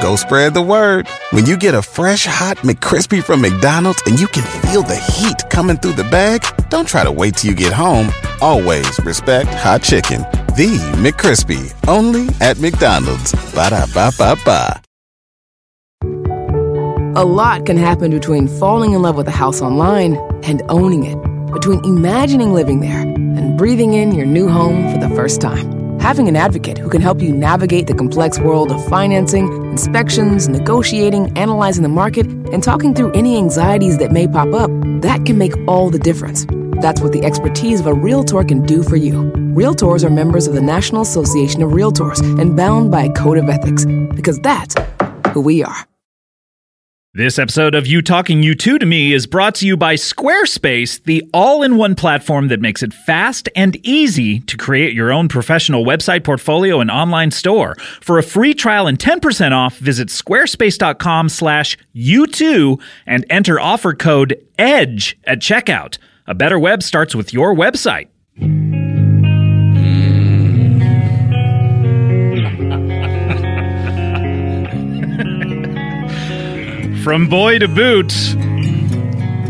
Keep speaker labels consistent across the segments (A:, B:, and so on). A: Go spread the word. When you get a fresh hot McCrispy from McDonald's and you can feel the heat coming through the bag, don't try to wait till you get home. Always respect hot chicken. The McCrispy, only at McDonald's. Ba da ba ba ba.
B: A lot can happen between falling in love with a house online and owning it, between imagining living there and breathing in your new home for the first time. Having an advocate who can help you navigate the complex world of financing, inspections, negotiating, analyzing the market, and talking through any anxieties that may pop up, that can make all the difference. That's what the expertise of a Realtor can do for you. Realtors are members of the National Association of Realtors and bound by a code of ethics, because that's who we are.
C: This episode of You Talking You Two to Me is brought to you by Squarespace, the all in one platform that makes it fast and easy to create your own professional website, portfolio, and online store. For a free trial and 10% off, visit squarespace.com slash U2 and enter offer code E EDGE at checkout. A better web starts with your website. From boy to boot,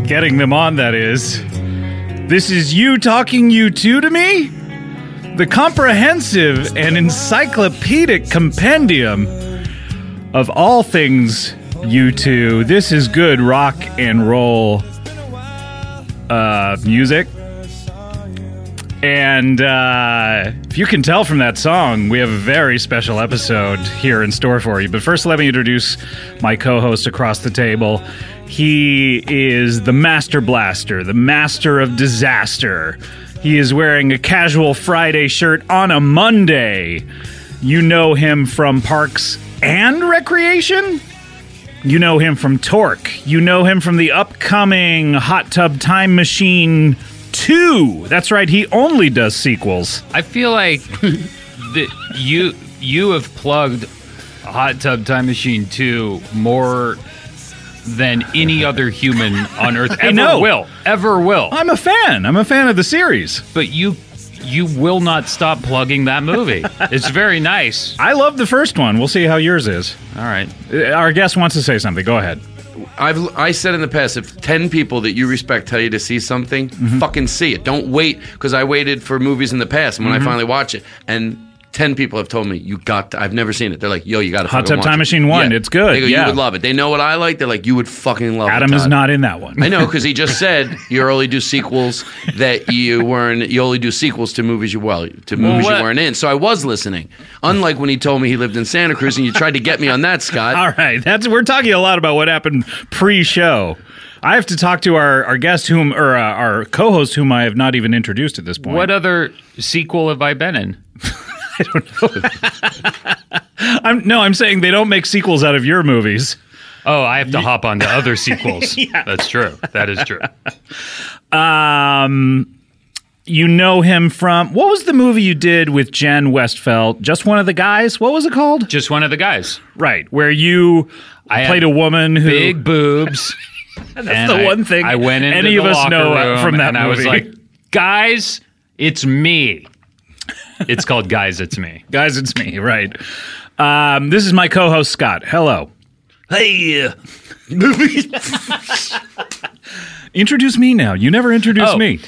C: getting them on, that is. This is you talking you two to me? The comprehensive and encyclopedic compendium of all things you two. This is good rock and roll uh, music. And uh, if you can tell from that song, we have a very special episode here in store for you. But first, let me introduce my co host across the table. He is the Master Blaster, the Master of Disaster. He is wearing a casual Friday shirt on a Monday. You know him from Parks and Recreation? You know him from Torque. You know him from the upcoming Hot Tub Time Machine 2. That's right, he only does sequels.
D: I feel like that you you have plugged Hot Tub Time Machine 2 more than any other human on earth ever
C: know.
D: will. Ever will.
C: I'm a fan. I'm a fan of the series.
D: But you you will not stop plugging that movie. it's very nice.
C: I love the first one. We'll see how yours is.
D: All right.
C: Uh, Our guest wants to say something. Go ahead.
E: I've I said in the past, if ten people that you respect tell you to see something,
C: Mm-hmm.
E: fucking see it. Don't wait because I waited for movies in the past, and when
C: Mm-hmm.
E: I finally watch it, and ten people have told me you got. To, I've never seen it. They're like, yo, you got to.
C: Hot Tub Time Machine one, it's good,
E: They go,
C: yeah.
E: you would love it. They know what I like. They're like, you would fucking love.
C: Adam
E: it,
C: is
E: Todd."
C: not in that one.
E: Uh, I know because he just said you only do sequels that you weren't. You only do sequels to movies you well to movies
D: what-
E: you weren't in. So I was listening. Unlike when he told me he lived in Santa Cruz and you tried to get me on that, Scott.
C: All right, that's we're talking a lot about what happened pre-show. I have to talk to our, our guest, whom or uh, our co-host, whom I have not even introduced at this point.
D: What other sequel have I been in?
C: I'm, no, I'm saying they don't make sequels out of your movies.
D: Oh, I have to hop on to other sequels. That's true. That is true.
C: Um, you know him from what was the movie you did with Jen Westfeld? Just one of the guys. What was it called?
D: Just one of the guys.
C: Right, where you
D: I
C: played
D: had
C: a woman who
D: Big boobs.
C: That's the
D: I-
C: one thing
D: I went into
C: any
D: the
C: of us
D: locker
C: know
D: room
C: from that
D: and
C: movie.
D: I was like, guys, it's me. It's called Guys, It's Me.
C: Guys, it's me, right? Um, this is my co-host Scott. Hello.
D: Hey.
C: Introduce me now. You never introduced
D: Oh.
C: me.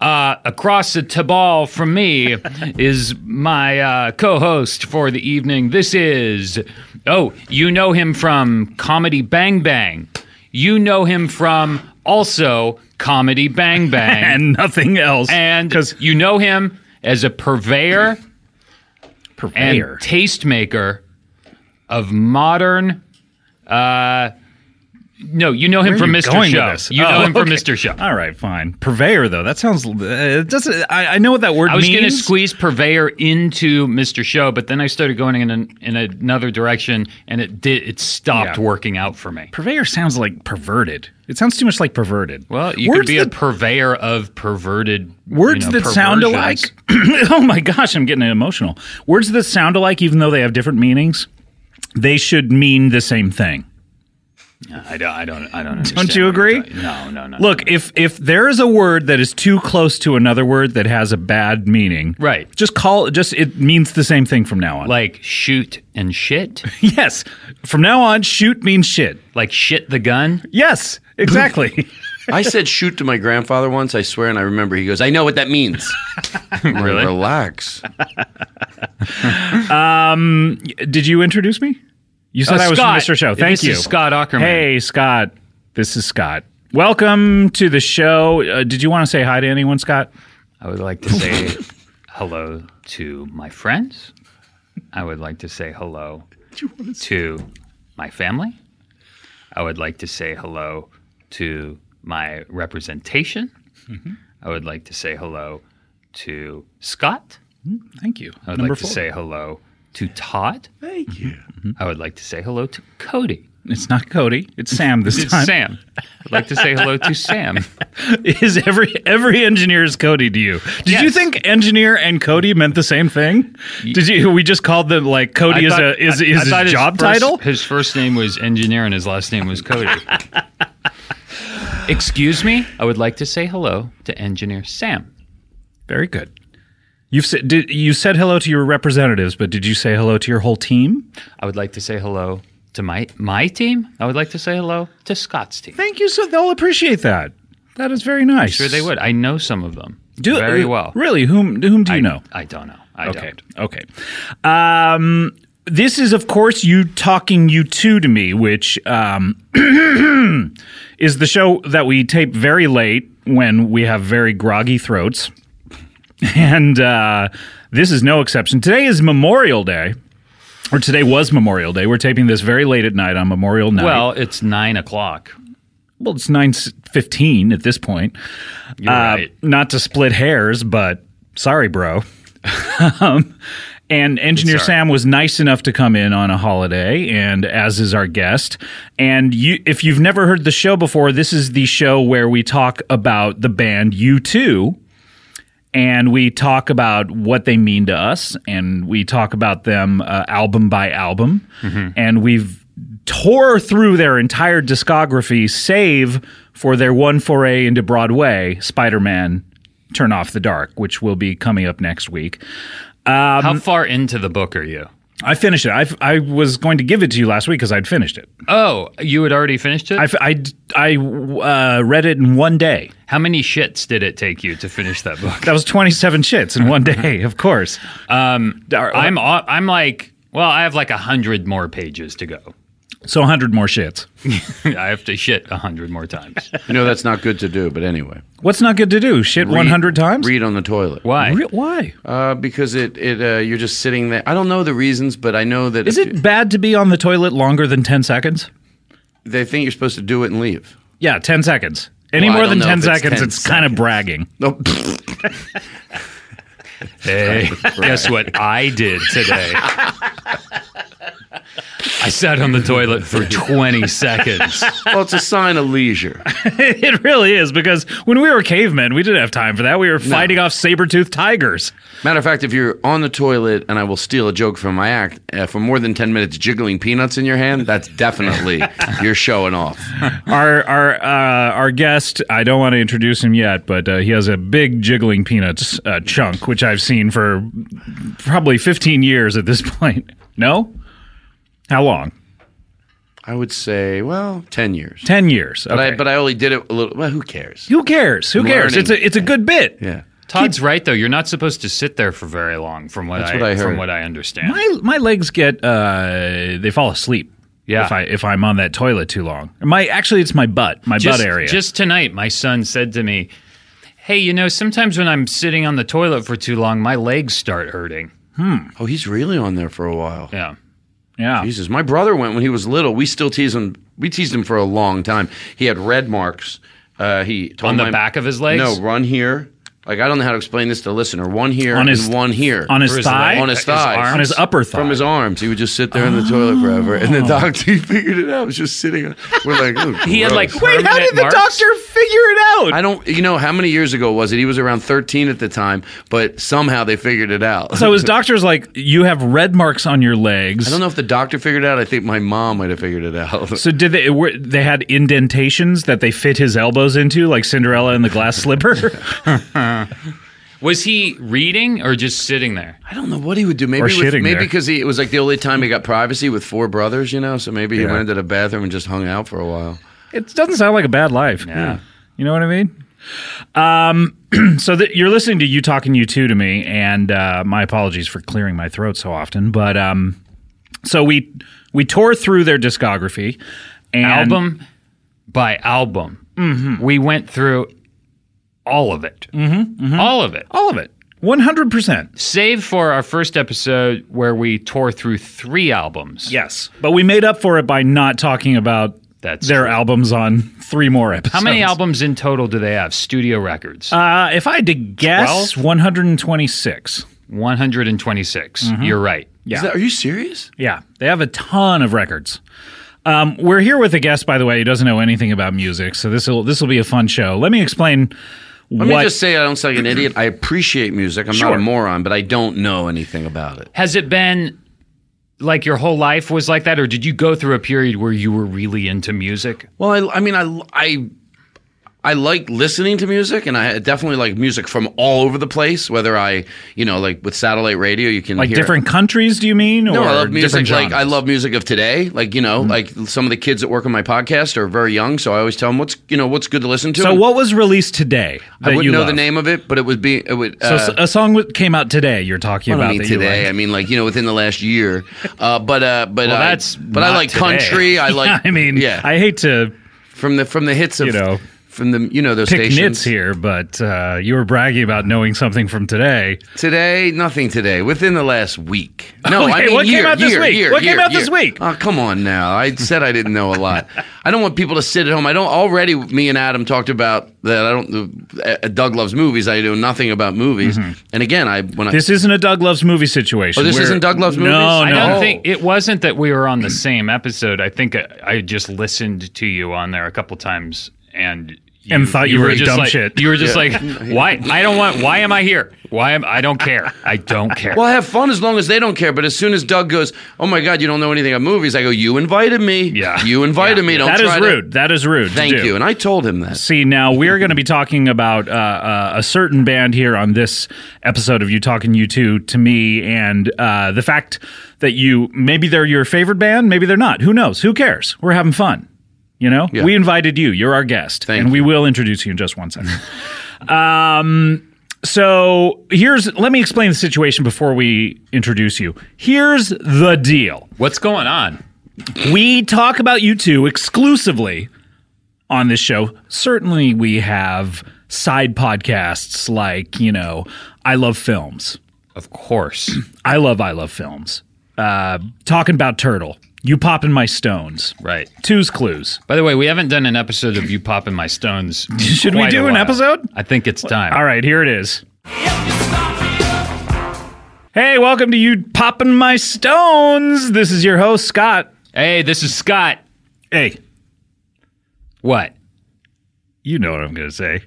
D: Uh, across the tabal from me is my uh, co host for the evening. This is, oh, you know him from Comedy Bang Bang. You know him from also Comedy Bang Bang.
C: And nothing else.
D: and
C: because
D: you know him as a purveyor and tastemaker of modern. Uh, no, you know him from
C: you
D: Mr.
C: going with
D: Show.
C: this?
D: You know
C: Oh,
D: him from
C: okay.
D: Mr. Show.
C: All right, fine. Purveyor though. That sounds. Uh, it doesn't. I, I know what that word
D: I was
C: means.
D: going to squeeze purveyor into Mr. Show, but then I started going in an, in another direction, and it did. It stopped
C: Yeah.
D: working out for me.
C: Purveyor sounds like perverted. It sounds too much like perverted.
D: Well, you
C: words
D: could be
C: that,
D: a purveyor of perverted you
C: words
D: know,
C: that sound alike.
D: perversions.
C: oh my gosh, I'm getting emotional. Words that sound alike, even though they have different meanings, they should mean the same thing.
D: I don't. I don't. I don't. Understand
C: Don't you
D: what you're
C: agree?
D: talking- No. No. No.
C: Look, if if there is a word that is too close to another word that has a bad meaning,
D: Right.
C: Just call it. Just it means the same thing from now on.
D: Like shoot and shit.
C: yes, from now on, shoot means shit.
D: like shit the gun.
C: Yes, exactly.
E: I said shoot to my grandfather once, I swear, and I remember he goes, I know what that means. I'm like,
D: Really?
E: Relax.
C: Did you introduce me? You said
D: Uh,
C: I was
D: Scott.
C: from Mr. Show.
D: This
C: Thank
D: is
C: you,
D: Scott Ackerman.
C: Hey, Scott. This is Scott. Welcome to the show. Uh, did you want to say hi to anyone, Scott?
D: I would like to say hello to my friends. I would like to say hello to my family. I would like to say hello to my representation. I would like to say hello to Scott.
C: Thank you.
D: I would
C: Number
D: like
C: four.
D: to say hello to Todd. Mm-hmm.
E: Thank you.
D: I would like to say hello to Cody.
C: It's not Cody. It's Sam this
D: It's
C: time.
D: Sam. I'd like to say hello to Sam.
C: Is every every engineer is Cody to you? Did you
D: Yes.
C: think engineer and Cody meant the same thing? Did you? We just called them like Cody
D: I
C: is
D: thought-
C: a is,
D: I- I
C: is
D: thought
C: his
D: his
C: job
D: first-
C: title.
D: His first name was engineer and his last name was Cody. Excuse me. I would like to say hello to engineer Sam.
C: Very good. You've said did, you said hello to your representatives, but did you say hello to your whole team?
D: I would like to say hello to my my team. I would like to say hello to Scott's team.
C: Thank you. So they'll appreciate that. That is very nice.
D: Sure, they would. I know some of them
C: Do-
D: very
C: uh,
D: well.
C: Really, whom whom do you
D: I
C: know?
D: I don't know. I
C: Okay.
D: don't.
C: Okay. Um, this is, of course, you talking you two to me, which um, is the show that we tape very late when we have very groggy throats, and uh, this is no exception. Today is Memorial Day. Or today was Memorial Day. We're taping this very late at night on Memorial night.
D: Well, it's nine o'clock.
C: well, it's nine fifteen at this point.
D: You're
C: Uh,
D: right.
C: Not to split hairs, but sorry, bro. um, and engineer
D: It's all right.
C: Sam was nice enough to come in on a holiday, and as is our guest. And you, if you've never heard the show before, this is the show where we talk about the band U2 and we talk about what they mean to us, and we talk about them uh, album by album,
E: Mm-hmm.
C: and we've tore through their entire discography, save for their one foray into Broadway, Spider-Man: Turn Off the Dark, which will be coming up next week.
D: How far into the book are you?
C: I finished it. I, I was going to give it to you last week because I'd finished it.
D: Oh, you had already finished it.
C: I, I, I, uh, read it in one day.
D: How many shits did it take you to finish that book?
C: That was 27 shits in one day, of course. Uh,
D: Um,
C: Dar-
D: I'm au- I'm like, well, I have like a hundred more pages to go.
C: So 100 more shits.
D: I have to shit a hundred more times.
E: You know, that's not good to do, but anyway.
C: What's not good to do? Shit
E: Read-
C: 100 times?
E: Read on the toilet.
D: Why?
C: Re- why?
E: Uh, because it, it uh, you're just sitting there. I don't know the reasons, but I know that
C: Is
E: if
C: it
E: you-
C: bad to be on the toilet longer than 10 seconds?
E: they think you're supposed to do it and leave.
C: Yeah, 10 seconds. Any
E: Well, I
C: more
E: don't
C: than 10
E: know if it's
C: seconds,
E: 10
C: it's kind of bragging.
E: No,
D: Hey, guess what I did today? I sat on the toilet for 20 seconds.
E: well, it's a sign of leisure.
C: it really is, because when we were cavemen, we didn't have time for that. We were fighting off saber-toothed tigers.
E: Matter of fact, if you're on the toilet, and I will steal a joke from my act, uh, for more than 10 minutes jiggling peanuts in your hand, that's definitely you're showing off.
C: our our uh, our guest, I don't want to introduce him yet, but uh, he has a big jiggling peanuts uh, chunk, which I've seen for probably 15 years at this point. No? How long?
E: I would say, well, 10 years.
C: 10 years.
E: But,
C: Okay.
E: I, but I only did it a little. Well, who cares?
C: Who cares? Who cares?
E: learning.
C: It's a it's a good bit.
E: Yeah.
D: Todd's right though. You're not supposed to sit there for very long from what
E: That's
D: I,
E: what I
D: from
E: heard.
D: what I understand.
C: My my legs get uh they fall asleep.
D: Yeah.
C: If I if I'm on that toilet too long. My actually it's my butt, my
D: just,
C: butt area.
D: Just tonight, my son said to me, "Hey, you know, sometimes when I'm sitting on the toilet for too long, my legs start hurting."
E: Oh, he's really on there for a while.
D: Yeah.
C: yeah.
E: Jesus, my brother went when he was little. We still tease him. We teased him for a long time. He had red marks. Uh, he told
D: On the
E: my-
D: back of his legs?
E: No, run here, Like I don't know how to explain this to the listener. One here
C: On his-
E: and one here.
C: on his
E: Or
C: thigh?
E: On his
C: His
E: thigh.
C: arms? On his upper thigh.
E: From his arms. He would just sit there in the toilet forever. And the doctor he figured it out. He was just sitting. on- We're like, oh,
D: He had like
E: gross.
C: Wait, how
D: permanent
C: did the
D: marks?
C: doctor figure it out?
E: I don't. You know how many years ago was it? He was around 13 at the time, but somehow they figured it out.
C: So his doctor's like, you have red marks on your legs.
E: I don't know if the doctor figured it out. I think my mom might have figured it out.
C: So did they? Were, they had indentations that they fit his elbows into, like Cinderella in the glass slipper.
D: Was he reading or just sitting there?
E: I don't know what he would do. Maybe
C: Or
E: with-
C: shitting
E: maybe
C: there.
E: because it was like the only time he got privacy with four brothers, you know. So maybe he
C: Yeah.
E: went into the bathroom and just hung out for a while.
C: It doesn't sound like a bad life.
D: Yeah.
C: Hmm. You know what I mean? Um, so that you're listening to you talking you two to me, and uh, my apologies for clearing my throat so often, but um, so we we tore through their discography and
D: album by album. We went through all of it. All of it.
C: all of it, 100. percent
D: Save for our first episode where we tore through three albums.
C: Yes, but we made up for it by not talking about
D: That's
C: their
D: true.
C: albums on three more episodes.
D: How many albums in total do they have? Studio records.
C: Uh, if I had to guess,
D: 12?
C: 126.
D: 126. You're right.
E: Is that, are you serious?
C: Yeah, they have a ton of records. Um, we're here with a guest, by the way, who doesn't know anything about music, so this will this will be a fun show. Let me explain
E: Let
C: what.
E: me just say I don't sound like an idiot. I appreciate music. I'm not
C: Sure.
E: a moron, but I don't know anything about it.
D: Has it been like your whole life was like that, or did you go through a period where you were really into music?
E: Well, I, I mean, I, I, I like listening to music, and I definitely like music from all over the place. Whether I, you know, like with satellite radio, you can
C: like
E: hear
C: different countries, do you mean?
E: No,
C: or
E: I love music.
C: different
E: Like I
C: genres? Mm-hmm.
E: love music of today. Like you know, like some of the kids that work on my podcast are very young, so I always tell them what's you know what's good to listen to.
C: So,
E: And
C: what was released today? that
E: I wouldn't
C: you
E: know
C: love?
E: the name of it, but it would be it would.
C: So,
E: uh,
C: s- a song w- came out today. You're talking
E: I
C: about
E: don't mean
C: that
E: today.
C: You
E: I
C: like.
E: mean, like you know, within the last year. Uh, but uh, but
D: Well,
E: I-
D: that's
E: but I
D: not
E: like
D: today.
E: country. I like.
C: I mean,
E: yeah,
C: I hate to
E: from the from the hits of
C: You know,
E: from the you know those
C: pick nits
E: stations
C: here, but uh, you were bragging about knowing something from today.
E: today. Nothing today. Within the last week. No, I
C: Okay,
E: mean
C: what came
E: year,
C: out this
E: year,
C: week?
E: year,
C: What came
E: year,
C: out this
E: year.
C: week?
E: Oh, come on now. I said I didn't know a lot. I don't want people to sit at home. I don't already. Me and Adam talked about that. I don't. Uh, Doug loves movies. I know nothing about movies. And again, I when I
C: Mm-hmm. This isn't a Doug Loves Movie situation.
E: Oh, this
C: We're-
E: isn't Doug Loves
C: no,
E: Movies?
C: Oh, No,
D: I don't think it wasn't that we were on the same episode. I think I, I just listened to you on there a couple times and you,
C: And thought you were a
D: just
C: dumb
D: like-
C: shit.
D: You were just like, why? I don't want. Why am I here? Why am I? Don't care. I don't care.
E: Well, I have fun as long as they don't care. But as soon as Doug goes, "Oh my God, you don't know anything about movies," I go, "You invited me.
D: Yeah.
E: you invited me. Don't
C: That is
E: try to-
C: rude. That is rude. to
E: Thank
C: do.
E: you." And I told him that.
C: See, now we're going to be talking about uh, uh, a certain band here on this episode of You Talking You Two to me, and uh, the fact that you maybe they're your favorite band, maybe they're not. Who knows? Who cares? We're having fun. You know, we invited you. You're our guest,
E: Thank
C: and we will introduce you in just one second. Um, so here's let me explain the situation before we introduce you. Here's the deal.
D: What's going on?
C: We talk about you two exclusively on this show. Certainly, we have side podcasts like, you know, I Love Films.
D: Of course.
C: I Love I Love Films. Uh, talking about Turtle. You Poppin' My Stones.
D: Right.
C: Two's Clues.
D: By the way, we haven't done an episode of You Poppin' My Stones. in
C: Should we
D: quite a
C: do an
D: while.
C: episode?
D: I think it's time.
C: All right, here it is. Hey, welcome to You Poppin' My Stones. This is your host, Scott.
D: Hey, this is Scott.
C: Hey,
D: What?
C: you know what I'm going to say.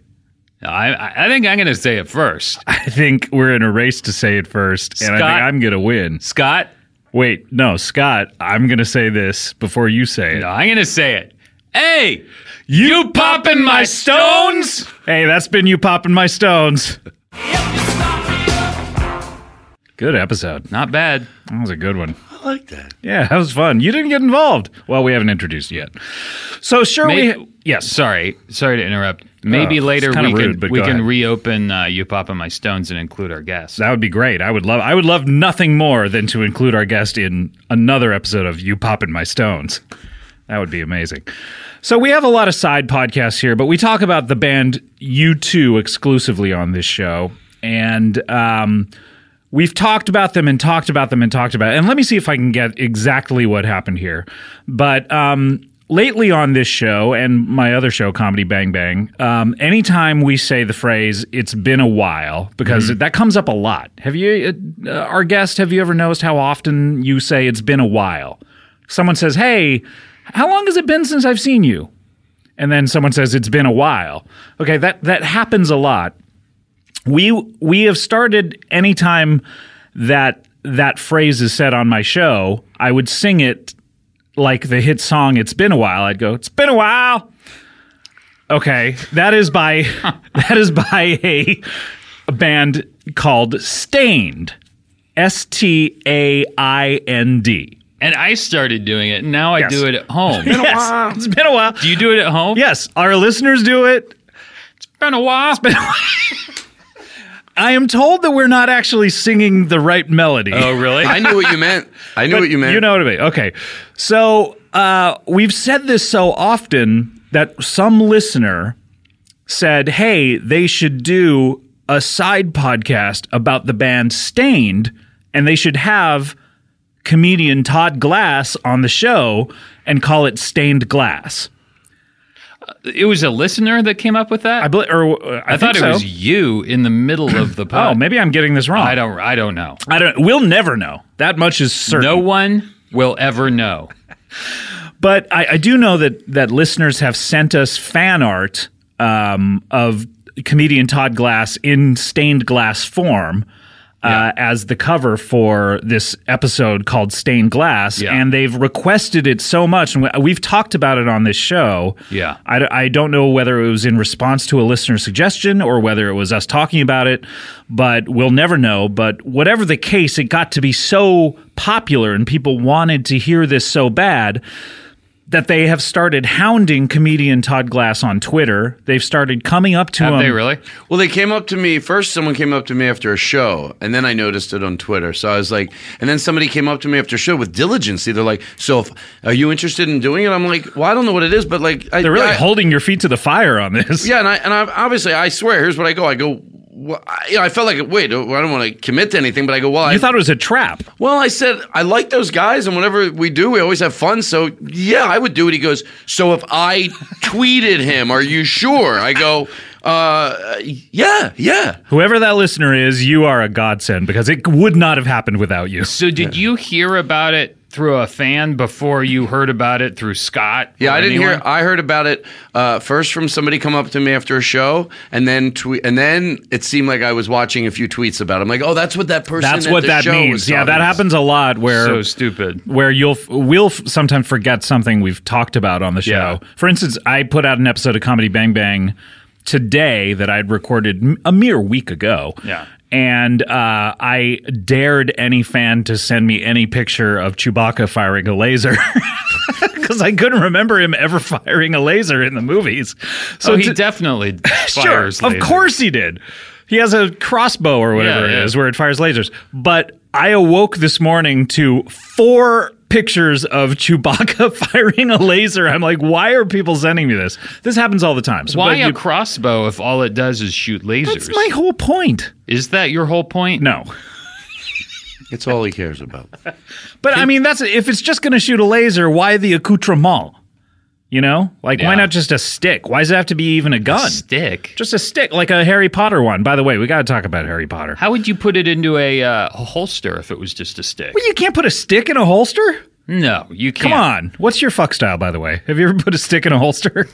D: I- I I think I'm going to say it first.
C: I think we're in a race to say it first, and I
D: Scott-
C: think I'm going to win.
D: Scott.
C: Wait, no, Scott, I'm going to say this before you say it.
D: No, I'm going to say it. Hey, you, poppin' my stones?
C: Hey, that's been you popping my stones. Good episode.
D: Not bad.
C: That was a good one.
E: I like that.
C: Yeah, that was fun. You didn't get involved. Well, we haven't introduced you yet. So sure
D: May-
C: we yes.
D: Sorry, sorry to interrupt. Maybe
C: Oh, it's
D: later
C: kinda
D: we
C: rude,
D: can
C: but
D: we
C: go
D: can
C: ahead.
D: reopen uh, you poppin' my stones and include our guests.
C: That would be great. I would love I would love nothing more than to include our guest in another episode of You Poppin' My Stones. That would be amazing. So we have a lot of side podcasts here, but we talk about the band U2 exclusively on this show. And um, we've talked about them and talked about them and talked about it. And let me see if I can get exactly what happened here. But um, lately on this show and my other show, Comedy Bang Bang, um, anytime we say the phrase "It's been a while," because that comes up a lot. Have you, uh, uh, our guest, have you ever noticed how often you say "It's been a while"? Someone says, "Hey, how long has it been since I've seen you?" And then someone says, "It's been a while." Okay, that that happens a lot we we have started anytime that that phrase is said on my show i would sing it like the hit song it's been a while i'd go it's been a while okay that is by that is by a, a band called stained s-t-a-i-n-d
D: And I started doing it, and now I
C: Yes.
D: do it at home.
C: yes, it's been a while
D: do you do it at home?
C: yes our listeners do it
D: Been a while.
C: i am told that we're not actually singing the right melody
D: oh, really?
E: I knew what you meant. I knew
C: But
E: what you meant.
C: You know what I mean. Okay. So uh, we've said this so often that some listener said, hey, they should do a side podcast about the band Stained, and they should have comedian Todd Glass on the show and call it Stained Glass.
D: it was a listener that came up with that.
C: I, bel or, uh, I,
D: I thought
C: think
D: it was
C: so.
D: you in the middle of the pod.
C: Oh, maybe I'm getting this wrong.
D: I don't. I don't know.
C: I don't. We'll never know. That much is certain.
D: No one will ever know.
C: But I, I do know that that listeners have sent us fan art um, of comedian Todd Glass in stained glass form. Uh, As the cover for this episode called Stained Glass.
D: Yeah.
C: And they've requested it so much. And we- we've talked about it on this show.
D: Yeah.
C: I, d- I don't know whether it was in response to a listener suggestion or whether it was us talking about it, but we'll never know. But whatever the case, it got to be so popular and people wanted to hear this so bad that they have started hounding comedian Todd Glass on Twitter. They've started coming up to
D: Have
C: him.
D: they really?
E: Well, they came up to me first. Someone came up to me after a show, and then I noticed it on Twitter. So I was like, and then somebody came up to me after a show with diligency. They're like, "So, if, are you interested in doing it?" I'm like, "Well, I don't know what it is, but like, I,
C: They're really
E: I,
C: holding your feet to the fire on this.
E: yeah." And I and I, obviously, I swear, here's what I go. I go. Well, I, you know, I felt like wait, oh, I don't want to commit to anything, but I go. Well, I
C: You thought it was a trap.
E: Well, I said, I like those guys, and whenever we do, we always have fun. So, yeah, I would do it. He goes, So if I tweeted him, are you sure? I go, uh, Yeah, yeah.
C: Whoever that listener is, you are a godsend because it would not have happened without you.
D: So did you hear about it through a fan before you heard about it through Scott?
E: Yeah,
D: or
E: I didn't
D: anyone?
E: hear. I heard about it uh, first from somebody come up to me after a show, and then tweet, and then it seemed like I was watching a few tweets about. it. I'm like, oh, that's what that person.
C: That's
E: at
C: what
E: the
C: that
E: show
C: means.
E: was
C: Yeah,
E: talking
C: that
E: about.
C: happens a lot where
D: So stupid.
C: where you'll f- we'll f- sometimes forget something we've talked about on the show.
D: Yeah.
C: For instance, I put out an episode of Comedy Bang Bang today that I'd recorded m- a mere week ago.
D: Yeah.
C: And uh, I dared any fan to send me any picture of Chewbacca firing a laser because I couldn't remember him ever firing a laser in the movies. So
D: So Oh, he
C: to-
D: definitely
C: Uh, sure,
D: fires.
C: of
D: lasers.
C: course he did. He has a crossbow or whatever
D: Yeah, yeah.
C: it is where it fires lasers. But I awoke this morning to four pictures of Chewbacca firing a laser. I'm like, why are people sending me this? This happens all the time. So,
D: Why
C: but you-
D: a crossbow if all it does is shoot lasers?
C: that's my whole point.
D: Is that your whole point?
C: No.
E: It's all he cares about.
C: But I mean, that's if it's just going to shoot a laser, why the accoutrement? You know, like why
D: Yeah.
C: not just a stick? Why does it have to be even a gun?
D: Stick.
C: just a stick, like a Harry Potter one. By the way, we got to talk about Harry Potter.
D: How would you put it into a uh, holster if it was just a stick?
C: you can't put a stick in a holster.
D: No, you can't.
C: Come on. What's your fuck style, by the way? Have you ever put a stick in a holster?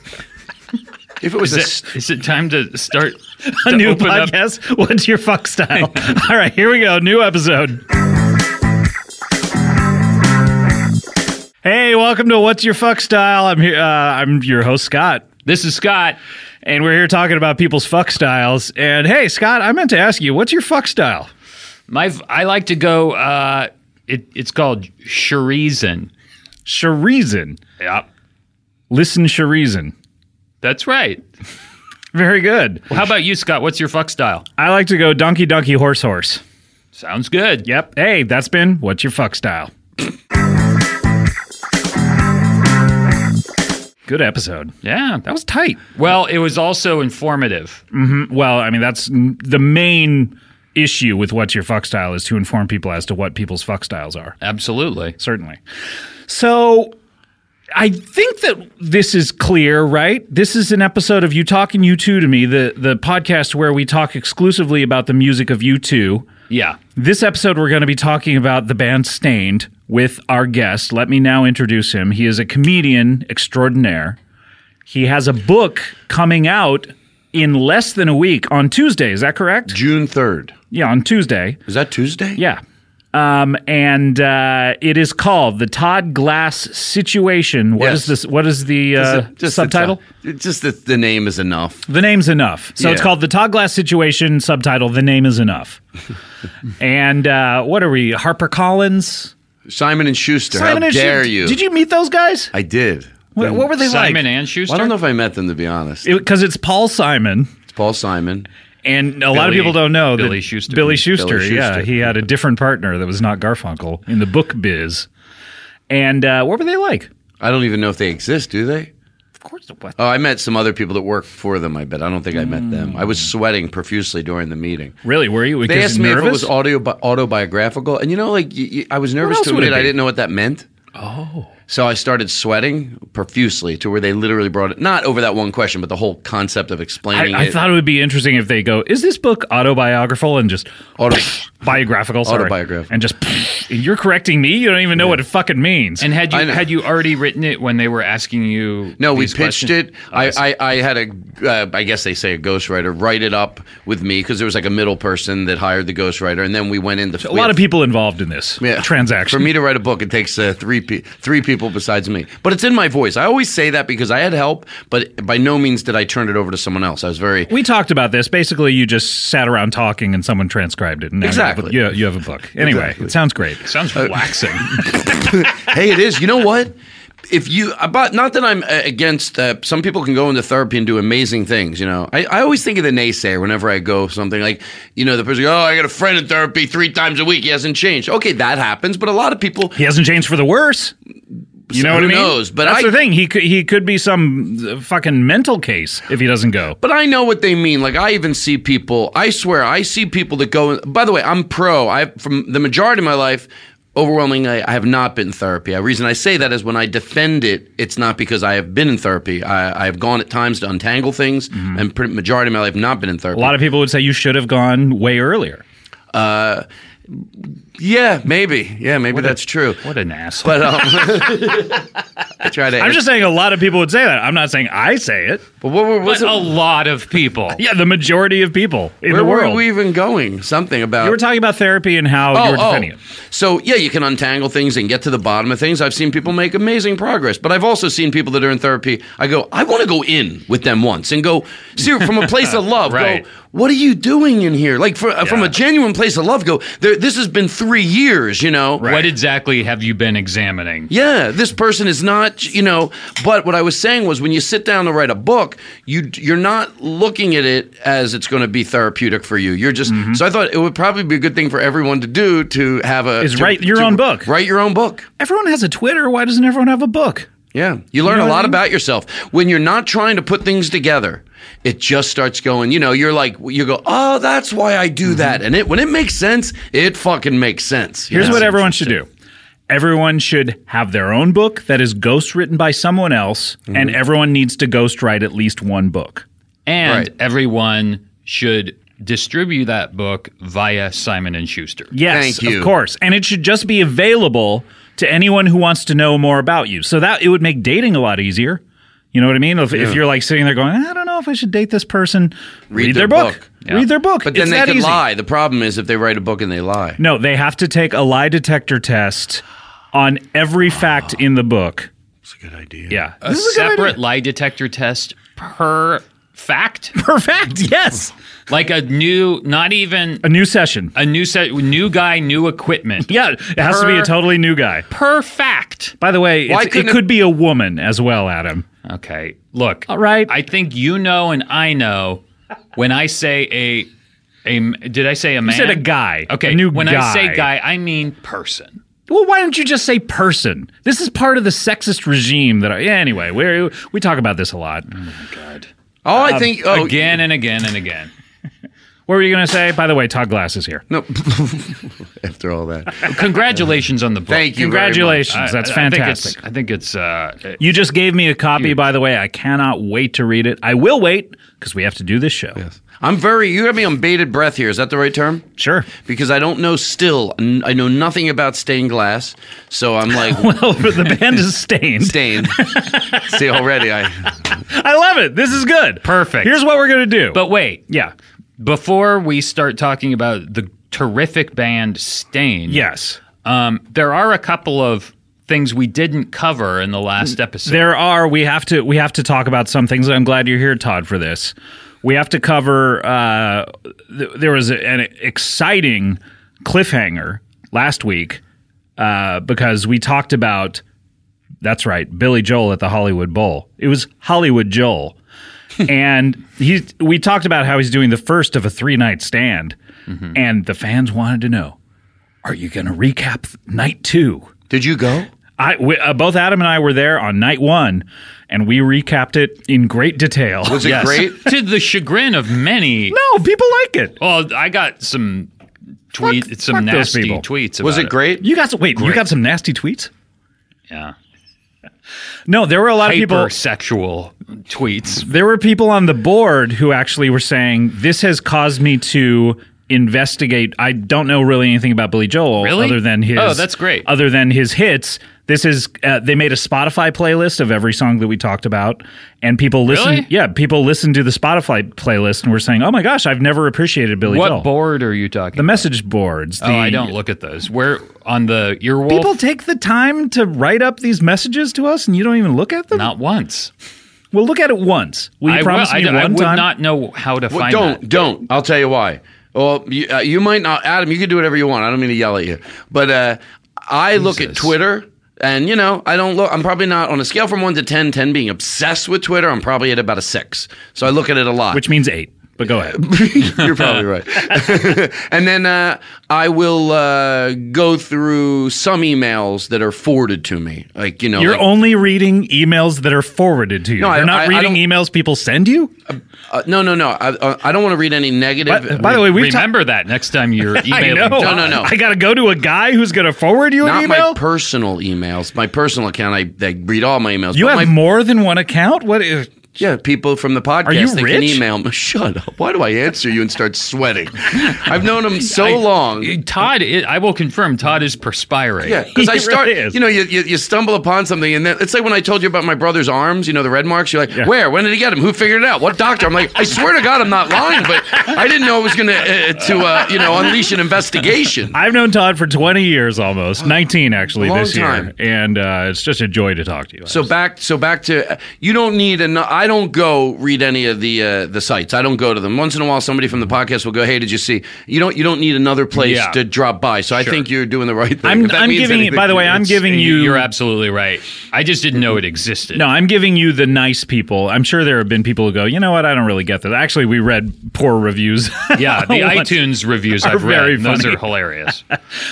E: If it was,
D: Is
E: a,
D: it,
E: s-
D: is it time to start
C: A
D: to
C: new
D: open up-
C: podcast? What's your fuck style? All right, here we go. New episode. Hey, welcome to What's Your Fuck Style. I'm here. Uh, I'm your host Scott,
D: This is Scott.
C: and we're here talking about people's fuck styles. And hey, Scott, I meant to ask you, what's your fuck style?
D: My I like to go. Uh, it, it's called Charizen.
C: Sharizin.
D: Yep,
C: Listen, Sharizin.
D: that's right.
C: Very good.
D: How about you, Scott? What's your fuck style?
C: I like to go donkey, donkey, horse, horse.
D: Sounds good.
C: Yep. Hey, that's been What's Your Fuck Style. Good episode.
D: Yeah.
C: That was tight.
D: well, it was also informative.
C: Well, I mean, that's n- the main issue with What's Your Fuck Style is to inform people as to what people's fuck styles are.
D: Absolutely.
C: Certainly. So I think that this is clear, right? This is an episode of You Talking You Two to Me, the the podcast where we talk exclusively about the music of You Two.
D: Yeah.
C: This episode, we're going to be talking about the band Stained with our guest. Let me now introduce him. He is a comedian extraordinaire. He has a book coming out in less than a week on Tuesday. Is that correct?
E: June 3rd.
C: Yeah, on Tuesday.
E: Is that Tuesday?
C: Yeah. Um, and uh, it is called the Todd Glass Situation. What is
E: Yes.
C: this? What is the uh, subtitle?
E: The, just the, the name is enough.
C: The name's enough. So it's
E: Yeah.
C: called the Todd Glass Situation. Subtitle: The name is enough. and uh, what are we? Harper Collins.
E: Simon and Schuster.
C: Simon
E: how
C: and Schu-
E: dare you?
C: Did you meet those guys?
E: I did.
C: What, what were they like?
D: Simon and Schuster.
E: Well, I don't know if I met them to be honest.
C: Because it's Paul Simon,
E: It's Paul Simon.
C: and a lot of
D: Billy-
C: people don't know that
D: Billy Schuster.
C: Billy Schuster,
E: Billy
C: yeah,
E: Schuster.
C: he had a different partner that was not Garfunkel in the book biz. And uh, what were they like?
E: I don't even know if they exist, do they?
C: Of course, what
E: Oh, I met some other people that work for them, I bet. I don't think I met them. I was sweating profusely during the meeting.
C: Really, were you?
E: They
C: Hmm. Because
E: asked me
C: nervous?
E: if it was audio autobiographical, and you know, like y- y- I was nervous
C: else
E: to
C: would it
E: admit I
C: be?
E: didn't know what that meant. Oh, so I started sweating profusely to where they literally brought it not over that one question, but the whole concept of explaining.
C: I, I
E: it.
C: thought it would be interesting if they go, "Is this book autobiographical?" and just
E: Auto-
C: biographical, sorry,
E: Autobiographical.
C: and just you're correcting me. You don't even know what it fucking means.
D: and had you
E: I know.
D: had you already written it when they were asking you?
E: No, we
D: these
E: pitched
D: questions?
E: it. I, I, I had a, uh, I guess they say a ghostwriter write it up with me because there was like a middle person that hired the ghostwriter, and then we went
C: a
E: into
C: lot of people involved in this transaction.
E: For me to write a book, it takes uh, three pe- three people besides me. But it's in my voice. I always say that because I had help, but by no means did I turn it over to someone else. I was very
C: we talked about this. Basically, you just sat around talking, and someone transcribed it. And now
E: Exactly.
C: you have, a- you, you have a book. Anyway,
E: Exactly. Uh,
C: it sounds great.
D: Sounds relaxing.
E: hey, it is. You know what? If you, but not that I'm uh, against. Uh, some people can go into therapy and do amazing things. You know, I, I always think of the naysayer whenever I go something like, you know, the person, oh, I got a friend in therapy three times a week. He hasn't changed. Okay, that happens, but a lot of people.
C: He hasn't changed for the worse. You know
E: Who
C: what I mean?
E: knows? But
C: that's
E: I-
C: the thing. He could he could be some uh, fucking mental case if he doesn't go.
E: But I know what they mean. Like I even see people. I swear, I see people that go. By the way, I'm pro. I from the majority of my life, overwhelmingly, I have not been in therapy. The reason I say that is when I defend it, it's not because I have been in therapy. I, I have gone at times to untangle things, and pretty majority of my life not been in therapy.
C: Mm-hmm. A lot of people would say you should have gone way earlier.
E: yeah, maybe. Yeah, maybe that's true.
C: What an asshole.
E: But um, I try to.
C: I'm just saying a lot of people would say that. I'm not saying I say it.
E: But what, were-
D: but
E: what's
D: a
E: it-
D: lot of people.
C: Yeah, the majority of people oh, in
E: where
C: the world.
E: were we Oh, even going? Something about
C: you were talking about therapy and how you were defending it.
E: So yeah, you can untangle things and get to the bottom of things. I've seen people make amazing progress, but I've also seen people that are in therapy. I go, I want to go in with them once and go see from a place of love.
D: Right.
E: Go, what are you doing in here? Like for, from a genuine place of love. Go. There, this has been three years. You know.
D: What exactly have you been examining?
E: Yeah, this person is not, you know. But what I was saying was, when you sit down to write a book, you you're not looking at it as it's going to be therapeutic for you. You're just.
C: Mm-hmm.
E: So I thought it would probably be a good thing for everyone to do to have a
C: Is
E: to-
C: write your
E: to
C: own book.
E: Write your own book.
C: Everyone has a Twitter. Why doesn't everyone have a book?
E: Yeah, you learn
C: know
E: a
C: what I
E: lot
C: mean?
E: about yourself when you're not trying to put things together. It just starts going. You know, you're like you go, oh, that's why I do that. And it when it makes sense, it fucking makes sense. you
C: Mm-hmm. Here's
E: know?
C: what everyone should do. Everyone should have their own book that is ghostwritten by someone else, and everyone needs to ghostwrite at least one book.
D: And
E: Right.
D: everyone should distribute that book via Simon and Schuster.
C: Yes,
E: Thank you.
C: of course. And it should just be available to anyone who wants to know more about you. So that it would make dating a lot easier. You know what I mean? If, if you're like sitting there going, I don't know if I should date this person, read,
E: their book.
D: Yeah.
C: Read their book.
E: But then
C: It's
E: they
C: that
E: could
C: easy.
E: lie. The problem is if they write a book and they lie.
C: No, they have to take a lie detector test on every fact in the book.
E: That's a good idea.
C: Yeah.
D: A separate lie detector test per fact.
C: Perfect. Yes.
D: like a new, not even
C: A new session.
D: a new set, new guy, new equipment.
C: Yeah, it has to be a
D: Per-
C: totally new guy.
D: Per fact.
C: By the way,
E: Why
C: it's, it
E: couldn't it-
C: could be a woman as well, Adam.
D: Okay. Look.
C: All right.
D: I think you know and I know when I say a a did I say a man?
C: said a guy.
D: Okay.
C: A new
D: when I say
C: guy.
D: guy, I mean person.
C: Well, why don't you just say person? This is part of the sexist regime that I. Yeah, anyway, we we talk about this a lot. Um,
E: Oh, I think. Oh,
D: Again and again and again.
C: What were you going to say? By the way, Todd Glass is here.
E: No, after all that.
D: Congratulations on the book.
E: Thank you. very much.
C: Congratulations. That's fantastic.
D: I think it's. I think it's uh,
C: You just gave me a copy, by the way. I cannot wait to read it. I will wait because we have to do this show.
E: I'm very. You got me on bated breath here. Is that the right term?
C: Sure.
E: Because I don't know. Still, n- I know nothing about stained glass. So I'm like
C: Well, the band is stained.
E: stained. See, already I.
C: I love it. This is good.
D: Perfect.
C: Here's what we're going to do.
D: but wait,
C: yeah.
D: before we start talking about the terrific band Stain,
C: Yes.
D: um, there are a couple of things we didn't cover in the
C: Mm,
D: last episode.
C: There are we have to we have to talk about some things. I'm glad you're here, Todd, for this. We have to cover. Uh, th- there was a- an exciting cliffhanger last week uh, because we talked about. That's right, Billy Joel at the Hollywood Bowl. It was Hollywood Joel, and he. We talked about how he's doing the first of a three night stand, and the fans wanted to know: Are you going to recap th- night two?
E: Did you go?
C: I, we, uh, both Adam and I were there on night one, and we recapped it in great detail.
E: Was it
D: Yes.
E: great?
D: to the chagrin of many.
C: no, people like it.
D: Well, I got some tweet,
C: Fuck-
D: some
C: fuck those
D: nasty
C: people.
D: tweets. About
E: Was it great?
C: You got some, wait. You got some nasty tweets.
D: Yeah,
C: No, there were a lot of people.
D: hypersexual tweets.
C: There were people on the board who actually were saying this has caused me to investigate. I don't know really anything about Billy Joel
D: Really?
C: other than his.
D: Oh, that's great.
C: Other than his hits. This is uh, they made a Spotify playlist of every song that we talked about, and people listen.
D: Really?
C: Yeah, people listened to the Spotify playlist and were saying, "Oh my gosh, I've never appreciated Billy Joel."
D: What board are you talking?
C: the message boards. The,
D: oh, I don't look at those. Where on the earwolf?
C: People take the time to write up these messages to us, and you don't even look at them.
D: not once.
C: We'll look at it once. Will you
D: I,
C: promise
D: will- I,
C: me
D: I
C: one
D: would
C: time?
D: not know how to
E: Well,
D: find
E: don't
D: that.
E: don't. I'll tell you why. Well, you, uh, you might not, Adam. You can do whatever you want. I don't mean to yell at you, but uh, I look at
D: Jesus.
E: Twitter. And you know, I don't look. I'm probably not on a scale from one to 10, 10 being obsessed with Twitter. I'm probably at about a six. So I look at it a lot.
C: Which means eight. But go ahead.
E: You're probably right. and then uh, I will uh, go through some emails that are forwarded to me, like you know,
C: You're
E: like-
C: only reading emails that are forwarded to you.
E: No, I-
C: You're not
E: I- I
C: reading
E: don't-
C: emails people send you.
E: uh, no, no, no. I, uh, I don't want to read any negative.
C: By, by the way, we've ta-
D: Remember that next time you're
C: I
D: emailing.
C: know.
E: No, no, no.
C: I got to go to a guy who's going to forward you an
E: not
C: email.
E: my personal emails. My personal account, I, I read all my emails.
C: you have
E: but my,
C: more than one account. What? Is,
E: yeah, people from the podcast.
C: you
E: they can
C: rich?
E: email me. Shut up. Why do I answer you and start sweating? I've known them so long.
D: Todd, i I will confirm. Todd is perspiring.
E: Yeah, because
C: He
E: I start,
C: really is.
E: you know, you, you, you stumble upon something, and then it's like when I told you about my brother's arms, you know, the red marks. You're like, where? When did he get them? Who figured it out? What doctor? I'm like, I swear to God, I'm not lying, but I didn't know it was going to, uh, to uh, you know, unleash an investigation.
C: I've known Todd for 20 years almost, 19 actually
E: Long
C: this
E: time.
C: year, and uh, it's just a joy to talk to you.
E: So back, so back to you don't need an. I don't go read any of the uh, the sites. I don't go to them. Once in a while, somebody from the podcast will go, "Hey, did you see?" You don't you don't need another place
D: Yeah.
E: to drop by. So I think you're doing the right thing.
C: I'm,
E: If that
C: I'm
E: means
C: giving.
E: anything
C: By the
E: to
C: way,
E: you.
C: I'm
E: It's-
C: giving you.
D: You're absolutely right. I just didn't know it existed.
C: No, I'm giving you the nice people. I'm sure there have been people who go, you know what? I don't really get this. Actually, we read poor reviews.
D: Yeah, the
C: Once.
D: iTunes reviews
C: Are
D: I've read.
C: very
D: and Those
C: funny.
D: are hilarious.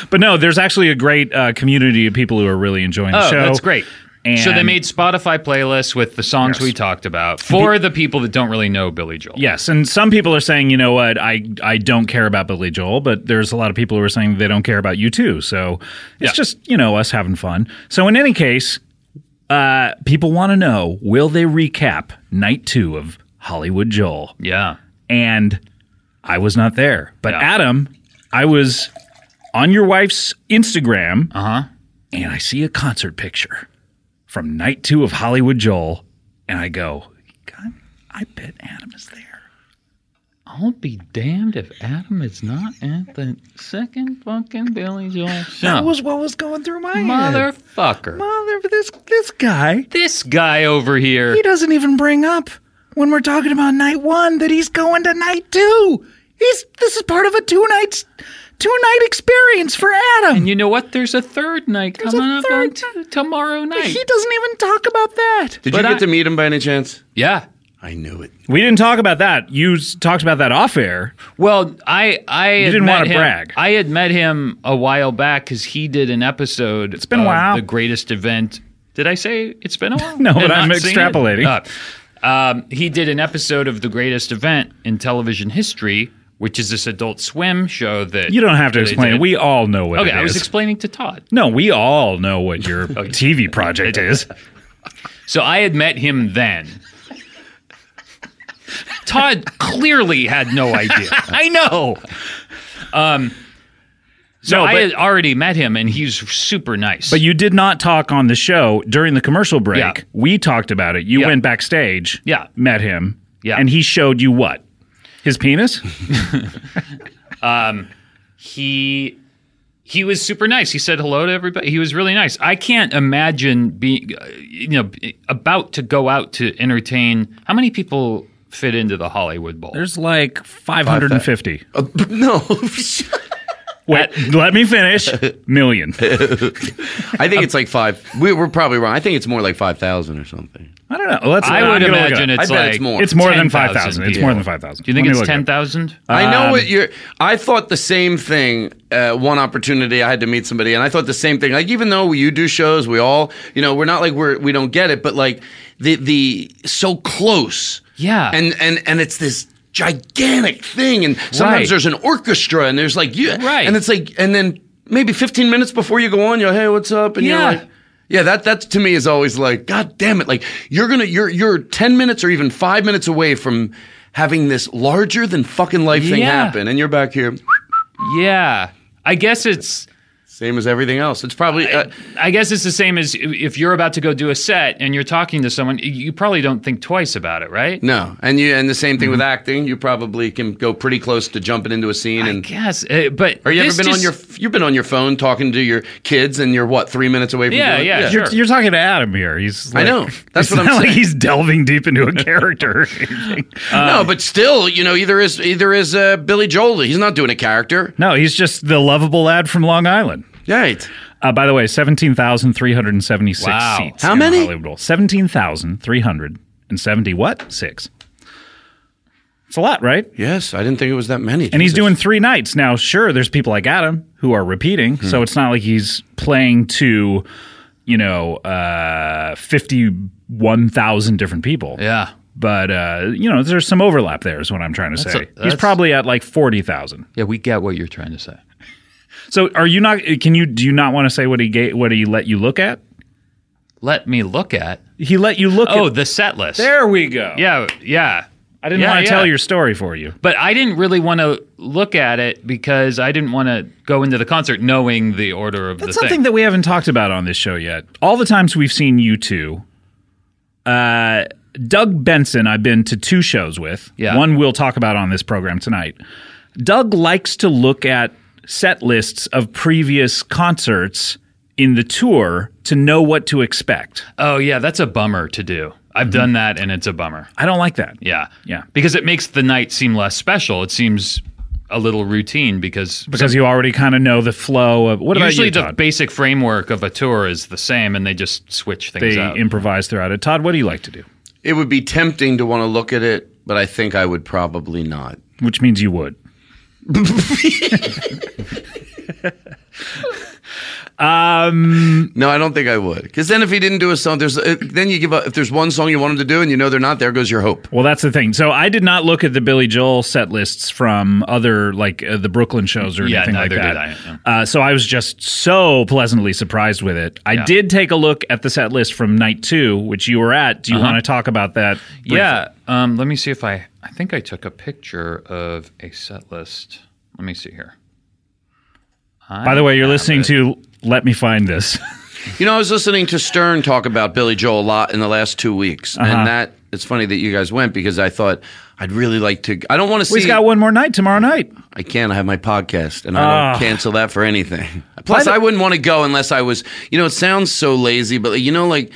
C: But no, there's actually a great uh, community of people who are really enjoying the
D: Oh,
C: show.
D: that's great.
C: And
D: so they made Spotify playlists with the songs we talked about for the people that don't really know Billy Joel.
C: Yes, and some people are saying, you know what, I I don't care about Billy Joel, but there's a lot of people who are saying they don't care about you too. So it's
D: Yeah.
C: just you know us having fun. So in any case, uh, people want to know will they recap night two of Hollywood Joel?
D: Yeah.
C: and I was not there. But
D: Yeah.
C: Adam, I was on your wife's Instagram, uh-huh. and I see a concert picture from night two of Hollywood Joel, and I go, God, I bet Adam is there.
D: I'll be damned if Adam is not at the second fucking Billy Joel show.
C: That was what was going through my head.
D: Motherfucker.
C: Mother, this this guy,
D: This guy over here.
C: he doesn't even bring up when we're talking about night one that he's going to night two. He's this is part of a two nights two night experience for Adam.
D: You know what? There's a third night
C: a
D: coming up on
C: third
D: t- tomorrow night.
C: He doesn't even talk about that.
E: Did
D: but
E: you get
D: I-
E: to meet him by any chance?
D: Yeah.
E: I knew it.
C: We didn't talk about that. You s- talked about that off air.
D: Well, I I you
C: didn't
D: want
C: wanna brag.
D: I had met him a while back because he did an episode. It's
C: been a while.
D: The greatest event. Did I say it's been a while?
C: No,
D: Did
C: but
D: I
C: I'm
D: not say it?
C: extrapolating.
D: Uh, um, he did an episode of the greatest event in television history which is this Adult Swim show that
C: You don't have to
D: that they
C: explain it.
D: did.
C: We all know what
D: okay,
C: it
D: I
C: is.
D: was explaining to Todd.
C: no, we all know what your TV project is.
D: So I had met him then. Todd clearly had no idea.
C: I know.
D: So
C: No,
D: I
C: but-
D: had already met him, and he's super nice.
C: But you did not talk on the show during the commercial break.
D: Yeah.
C: We talked about it. You
D: Yeah.
C: went backstage.
D: Yeah.
C: Met him.
D: Yeah.
C: And he showed you what? His penis?
D: he he was super nice. He said hello to everybody. He was really nice. I can't imagine being uh, you know about to go out to entertain. How many people fit into the Hollywood Bowl?
C: There's like 550.
E: Uh, no,
C: Wait, let me finish. Million.
E: I think it's like five. We, we're probably wrong. I think it's more like five thousand or something.
C: I don't know. Let's,
D: I
C: I'm
D: would
C: gonna look
D: imagine
C: up.
D: it's
E: I bet
D: like
E: it's more.
C: It's more than
D: 10,000
C: 5,000. It's
D: people.
C: more than 5,000.
D: Do you think
C: Let me
D: it's
C: look it up.
D: ten thousand?
E: I know
D: Um,
E: what you're. I thought the same thing. Uh, one opportunity, I had to meet somebody, and I thought the same thing. Like, even though you do shows, we all, you know, we're not like we're we don't get it, but like the the so close.
D: Yeah.
E: And and and it's this gigantic thing, and sometimes
D: Right.
E: there's an orchestra, and there's like yeah,
D: Right.
E: and it's like, and then maybe 15 minutes before you go on, you're hey, what's up, and
D: Yeah.
E: you're like. Yeah, that that to me is always like, God damn it! Like you're gonna you're you're ten minutes or even five minutes away from having this larger than fucking life thing
D: Yeah.
E: happen, and you're back here,
D: Yeah, I guess it's.
E: same as everything else. It's probably uh,
D: I guess it's the same as if you're about to go do a set and you're talking to someone, you probably don't think twice about it,
C: Mm.
D: right?
E: no, and you and the same thing with acting. You probably can go pretty close to jumping into a scene.
D: Mm-hmm. I
E: And
D: guess, uh, but
E: or you ever
D: this
E: been on
D: just-
E: your you've been on your phone talking to your kids, and you're what three minutes away from
D: Yeah,
E: doing it?
D: yeah,
C: You're,
D: Sure.
C: you're talking to Adam here. He's
E: I
C: like,
E: know. That's
C: it's
E: what I'm
C: not like
E: saying.
C: he's delving deep into a character. or anything.
D: uh,
E: no, but still, you know, either is either is uh, Billy Joel. He's not doing a character,
C: no, he's just the lovable lad from Long Island.
E: right?
C: Uh, by the way, 17,376
D: Wow.
C: seats.
E: How
C: in the
E: many?
C: Hollywood Bowl. 17,370 what? Six. It's a lot, right?
E: Yes, I didn't think it was that many.
C: And he's doing three nights. Now, sure, there's people like Adam who are repeating,
E: Hmm.
C: so it's not like he's playing to, you know, uh, 51,000 different people.
D: yeah,
C: But, uh, you know, there's some overlap there, is what I'm trying to
D: That's
C: say.
D: a-
C: he's
D: that's-
C: probably at like 40,000.
D: yeah, we get what you're trying to say.
C: So are you not, can you, do you not want to say what he gave, what he let you look at?
D: Let me look at.
C: He let you look
D: Oh,
C: at.
D: the set list.
C: There we go.
D: Yeah, yeah.
C: I didn't
D: Yeah,
C: want to
D: yeah.
C: tell your story for you.
D: But I didn't really want to look at it because I didn't want to go into the concert knowing the order of
C: That's
D: the
C: something
D: thing.
C: that we haven't talked about on this show yet. All the times we've seen you two, uh, Doug Benson, I've been to two shows with.
D: Yeah.
C: One we'll talk about on this program tonight. Doug likes to look at set lists of previous concerts in the tour to know what to expect.
D: oh, yeah, that's a bummer to do. I've
C: Mm-hmm.
D: done that and it's a bummer.
C: I don't like that.
D: Yeah.
C: Yeah.
D: Because it makes the night seem less special. It seems a little routine because
C: Because you already kind of know the flow of what
D: usually
C: about you,
D: the
C: Todd?
D: basic framework of a tour is the same and they just switch things
C: they
D: up.
C: improvise throughout it. Todd, what do you like to do?
E: It would be tempting to want to look at it, but I think I would probably not.
C: Which means you would.
E: No, I don't think I would. Because then if he didn't do a song, there's uh, then you give up. If there's one song you want him to do and you know they're not, there goes your hope.
C: Well, that's the thing. So I did not look at the Billy Joel set lists from other like uh, the Brooklyn shows or
D: Yeah,
C: anything like
D: neither
C: that.
D: did I,
C: Uh, so I was just so pleasantly surprised with it. I did take a look at the set list from night two, which you were at. Do you want to talk about that? briefly?
D: Uh-huh. Yeah. Um, let me see if I. I think I took a picture of a set list. Let me see here.
C: By the way, you're listening to "Let Me Find This."
E: You know, I was listening to Stern talk about Billy Joel a lot in the last two weeks,
C: Uh-huh.
E: and that it's funny that you guys went because I thought I'd really like to. I don't want to see.
C: We've got one more night tomorrow night.
E: I can't. I have my podcast, and I
C: Ah.
E: don't cancel that for anything. Plus, I wouldn't want to go unless I was. You know, it sounds so lazy, but you know, like,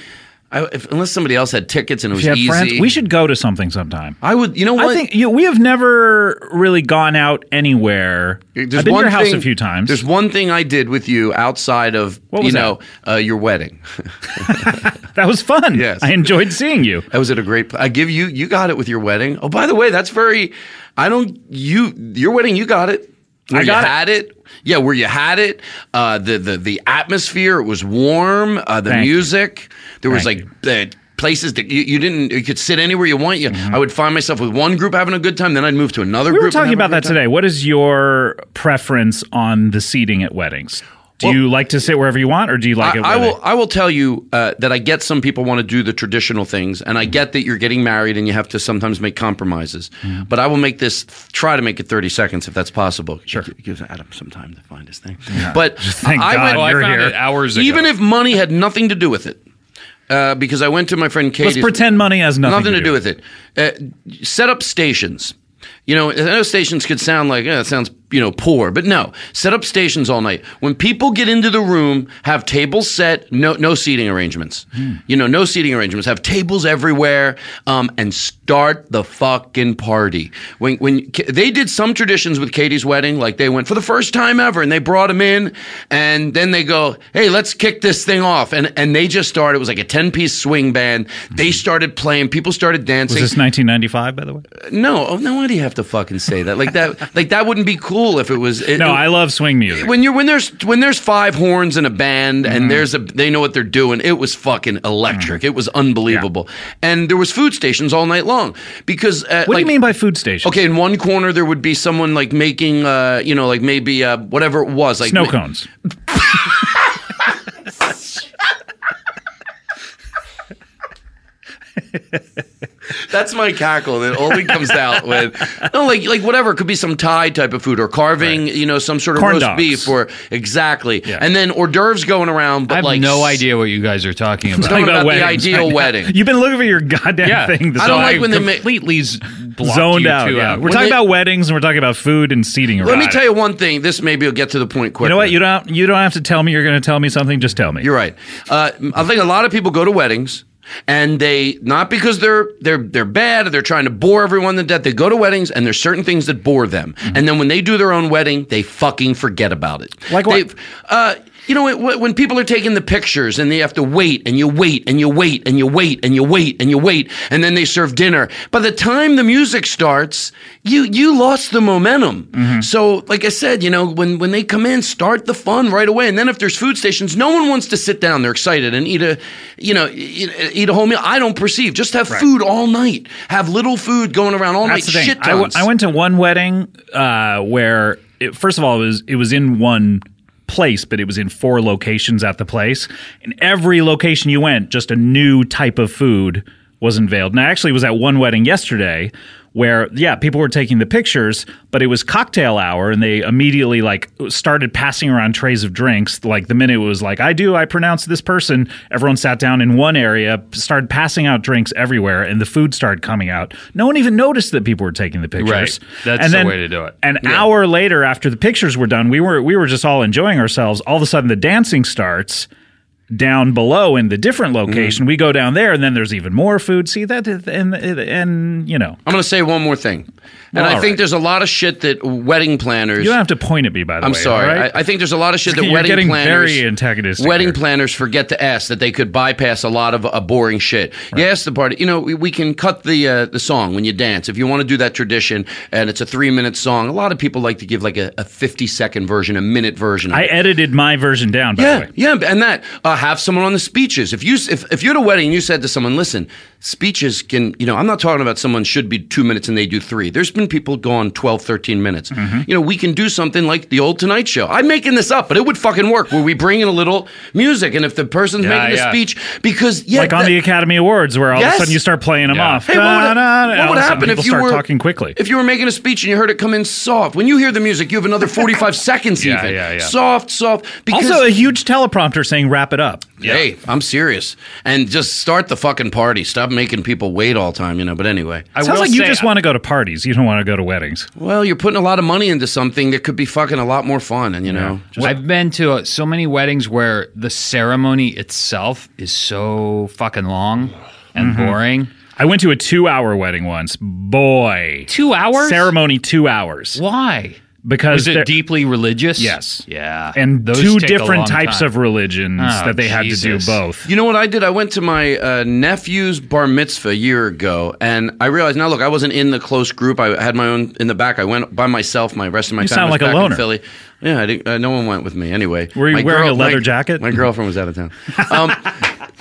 E: I, if, unless somebody else had tickets and it was
C: If you have
E: easy,
C: friends, we should go to something sometime.
E: I would. You know what?
C: I think you, we have never really gone out anywhere.
E: There's
C: I've been to
E: one
C: your house
E: thing-
C: a few times.
E: There's one thing I did with you outside of
C: What
E: you
C: was
E: know uh, your wedding.
C: that was fun.
E: Yes.
C: I enjoyed seeing you.
E: I was at a great. pl- I give you. You got it with your wedding. Oh, by the way, that's very. I don't. You your wedding. You got it. Where
C: I got
E: you
C: it.
E: had it. Yeah, where you had it. Uh, the the the atmosphere. It was warm. Uh, the
C: Thank you.
E: music. There was
C: Thank
E: like the places that you, you didn't. You could sit anywhere you want. You, I would find myself with one group having a good time, then I'd move to another
C: Mm-hmm. We
E: group.
C: were
E: and
C: talking
E: have a
C: about that
E: good time.
C: today. What is your preference on the seating at weddings? Do you like to sit wherever you want, or do you like it?
E: I, I
C: where
E: will. I will tell you uh, that I get some people want to do the traditional things, and I get that you're getting married and you have to sometimes make compromises.
C: Mm-hmm.
E: But I will make this try to make it 30 seconds if that's possible. Sure, it gives Adam some time to find his thing. But
C: Thank
E: I
C: God
E: went-
C: you're
D: I found
C: here.
D: it hours ago.
E: even if money had nothing to do with it, uh, because I went to my friend Katie.
C: Let's pretend money has nothing,
E: Nothing, to, do with it. Uh, set up stations. You know, I know stations could sound like eh, it sounds you know poor, but no. Set up stations all night. When people get into the room, have tables set. No, no seating arrangements.
C: Hmm.
E: You know, no seating arrangements. Have tables everywhere, um, and start the fucking party. When when K- they did some traditions with Katie's wedding, like they went for the first time ever, and they brought him in, and then they go, hey, let's kick this thing off, and and they just started. It was like a ten piece swing band. They started playing. People started dancing.
C: Hmm. Was this 1995, by the way?
E: No, oh, no, why do you have to fucking say that? Like that, like that wouldn't be cool if it was. It,
C: No, I love swing music.
E: when you're when there's when there's five horns in a band
C: Mm-hmm.
E: and there's a they know what they're doing. It was fucking
C: Mm.
E: electric. It was unbelievable, and there was food stations all night long because. Uh,
C: What do you
E: like-
C: mean by food station?
E: Okay, in one corner there would be someone like making, uh, you know, like maybe uh, whatever it was, like
C: snow
E: ma-
C: cones.
E: That's my cackle, and it only comes out with no, like like whatever. It could be some Thai type of food or carving, you know, some sort of
C: Corn
E: roast
C: dogs.
E: beef or exactly,
C: Yeah.
E: and then hors d'oeuvres going around. But
D: I have
E: like
D: no
E: s-
D: idea what you guys are talking about.
C: Talking
E: Talking about,
C: about
E: the
C: weddings
E: ideal
C: right now.
E: wedding.
C: You've been looking for your goddamn
D: yeah,
C: thing. This
E: I don't
C: whole
E: like
C: time.
E: when they ma-
D: completely s- blocked
C: zoned
D: you
C: out.
D: two
C: yeah.
D: out.
C: We're
E: When
C: talking
E: they-
C: about weddings and we're talking about food and seating.
E: Let me
C: around
E: tell
C: it.
E: you one thing. This maybe will get to the point quickly.
C: You know what? You don't. You don't have to tell me. You're going to tell me something. Just tell me.
E: You're right. Uh, I think a lot of people go to weddings and they not because they're they're they're bad or they're trying to bore everyone to death. They go to weddings and there's certain things that bore them,
C: Mm-hmm.
E: and then when they do their own wedding, they fucking forget about it.
C: Like what?
E: They've- Uh, you know, it, wh- when people are taking the pictures and they have to wait and you wait and you wait and you wait and you wait and you wait and then they serve dinner. By the time the music starts, you you lost the momentum.
C: Mm-hmm.
E: So, like I said, you know, when when they come in, start the fun right away. And then if there's food stations, no one wants to sit down. They're excited and eat a, you know, eat, eat a whole meal. I don't perceive. Just have food all night. Have little food going around all
C: That's the
E: night.
C: thing.
E: Shit
C: I, w-
E: tons.
C: I went to one wedding uh, where, it, first of all, it was it was in one place, but it was in four locations at the place, and every location you went, just a new type of food was unveiled. And I actually was at one wedding yesterday where yeah people were taking the pictures but it was cocktail hour and they immediately like started passing around trays of drinks like the minute it was like i do i pronounce this person everyone sat down in one area started passing out drinks everywhere and the food started coming out no one even noticed that people were taking the pictures
D: Right. That's
C: and
D: the
C: then
D: way to do it.
C: An hour later, after the pictures were done, we were we were just all enjoying ourselves. All of a sudden, the dancing starts down below in the different
E: Mm-hmm.
C: location. We go down there, and then there's even more food. See that, is- and and you know,
E: I'm going to say one more thing.
C: Well,
E: and I
C: all
E: think
C: right.
E: there's a lot of shit that wedding planners.
C: you don't have to point at me. By the
E: I'm
C: way,
E: sorry.
C: all right?
E: I, I think there's a lot of shit that
C: You're
E: wedding
C: getting
E: planners,
C: very antagonistic
E: Wedding
C: here.
E: planners forget to ask that they could bypass a lot of uh, boring shit. Yes, the party. You know, we, we can cut the uh, the song when you dance if you want to do that tradition, and it's a three minute song. A lot of people like to give like a, a 50 second version, a minute version. Of
C: I
E: it.
C: edited my version down. By
E: Yeah,
C: the way.
E: yeah, and that uh, have someone on the speeches. If you if, if you're at a wedding and you said to someone, "Listen, speeches can you know I'm not talking about someone should be two minutes and they do three. There's been people gone 12, 13 minutes.
C: Mm-hmm.
E: You know, we can do something like the old Tonight Show. I'm making this up, but it would fucking work where we bring in a little music, and if the person's
D: Yeah,
E: making
D: yeah.
E: a speech, because yeah,
C: Like on
E: that-
C: the Academy Awards, where all of
E: Yes.
C: a sudden you start playing them
D: Yeah.
C: off.
E: Hey, what would,
C: Da-da-da, and
E: what
C: all
E: would
C: of a sudden
E: happen if
C: people
E: you
C: start
E: were
C: talking quickly?
E: If you were making a speech and you heard it come in soft, when you hear the music, you have another forty-five seconds,
D: Yeah,
E: even
D: yeah, yeah.
E: soft, soft. Because
C: also, a huge teleprompter saying "wrap it up."
E: Hey, I'm serious. And just start the fucking party. Stop making people wait all time, you know. But anyway.
D: I
C: Sounds
D: will
C: like you
D: say-
C: just want to go to parties. You don't want to go to weddings.
E: well, you're putting a lot of money into something that could be fucking a lot more fun, and you know. just-
D: I've been to uh, so many weddings where the ceremony itself is so fucking long and boring.
C: I went to a two hour wedding once. Boy.
D: Two hours?
C: Ceremony, two hours.
D: Why?
C: Because
D: Is it
C: there-
D: deeply religious?
C: Yes.
D: Yeah.
C: And
D: Those
C: two
D: take a long
C: different types
D: time.
C: of religions
D: Oh,
C: that they had to do
D: Jesus.
C: both.
E: You know what I did? I went to my uh, nephew's bar mitzvah a year ago, and I realized now. Look, I wasn't in the close group. I had my own in the back. I went by myself. My rest of my
C: You
E: time
C: sound
E: was
C: like a
E: back in
C: loner.
E: Philly. Yeah, I didn't, uh, no one went with me anyway.
C: Were you
E: My
C: wearing a leather
E: my-
C: jacket?
E: My girlfriend was out of town. Um,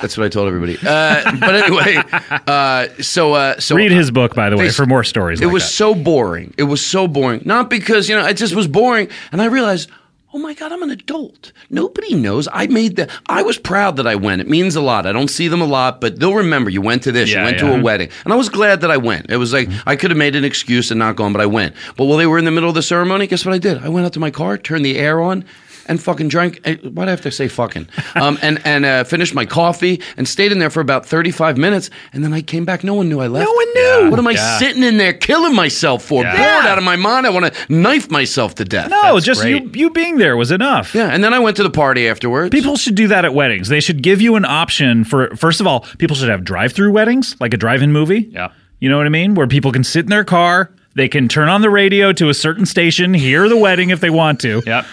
E: That's what I told everybody. Uh, but anyway, uh, so uh, so
C: Read his book, by the way, for more stories.
E: It
C: like
E: was
C: that.
E: so boring. It was so boring. Not because you know it just was boring, and I realized. Oh my God, I'm an adult. Nobody knows. I made that. I was proud that I went. It means a lot. I don't see them a lot, but they'll remember you went to this,
C: Yeah,
E: you went
C: yeah. Mm-hmm.
E: to a wedding. And I was glad that I went. It was like I could have made an excuse and not gone, but I went. But while they were in the middle of the ceremony, guess what I did? I went out to my car, turned the air on, and fucking drank. eh, Why'd I have to say fucking? Um, and and uh, finished my coffee and stayed in there for about 35 minutes. And then I came back. No one knew I left. No one knew. What am I
C: Yeah.
E: sitting in there killing myself for?
C: Yeah.
E: Bored out of my mind. I want to knife myself to death.
C: no, just
D: great.
C: you, you being there was enough.
E: Yeah. And then I went to the party afterwards.
C: People should do that at weddings. They should give you an option for, first of all, people should have drive through weddings, like a drive in movie.
D: Yeah.
C: You know what I mean? Where people can sit in their car, they can turn on the radio to a certain station, hear the wedding if they want to,
D: Yep.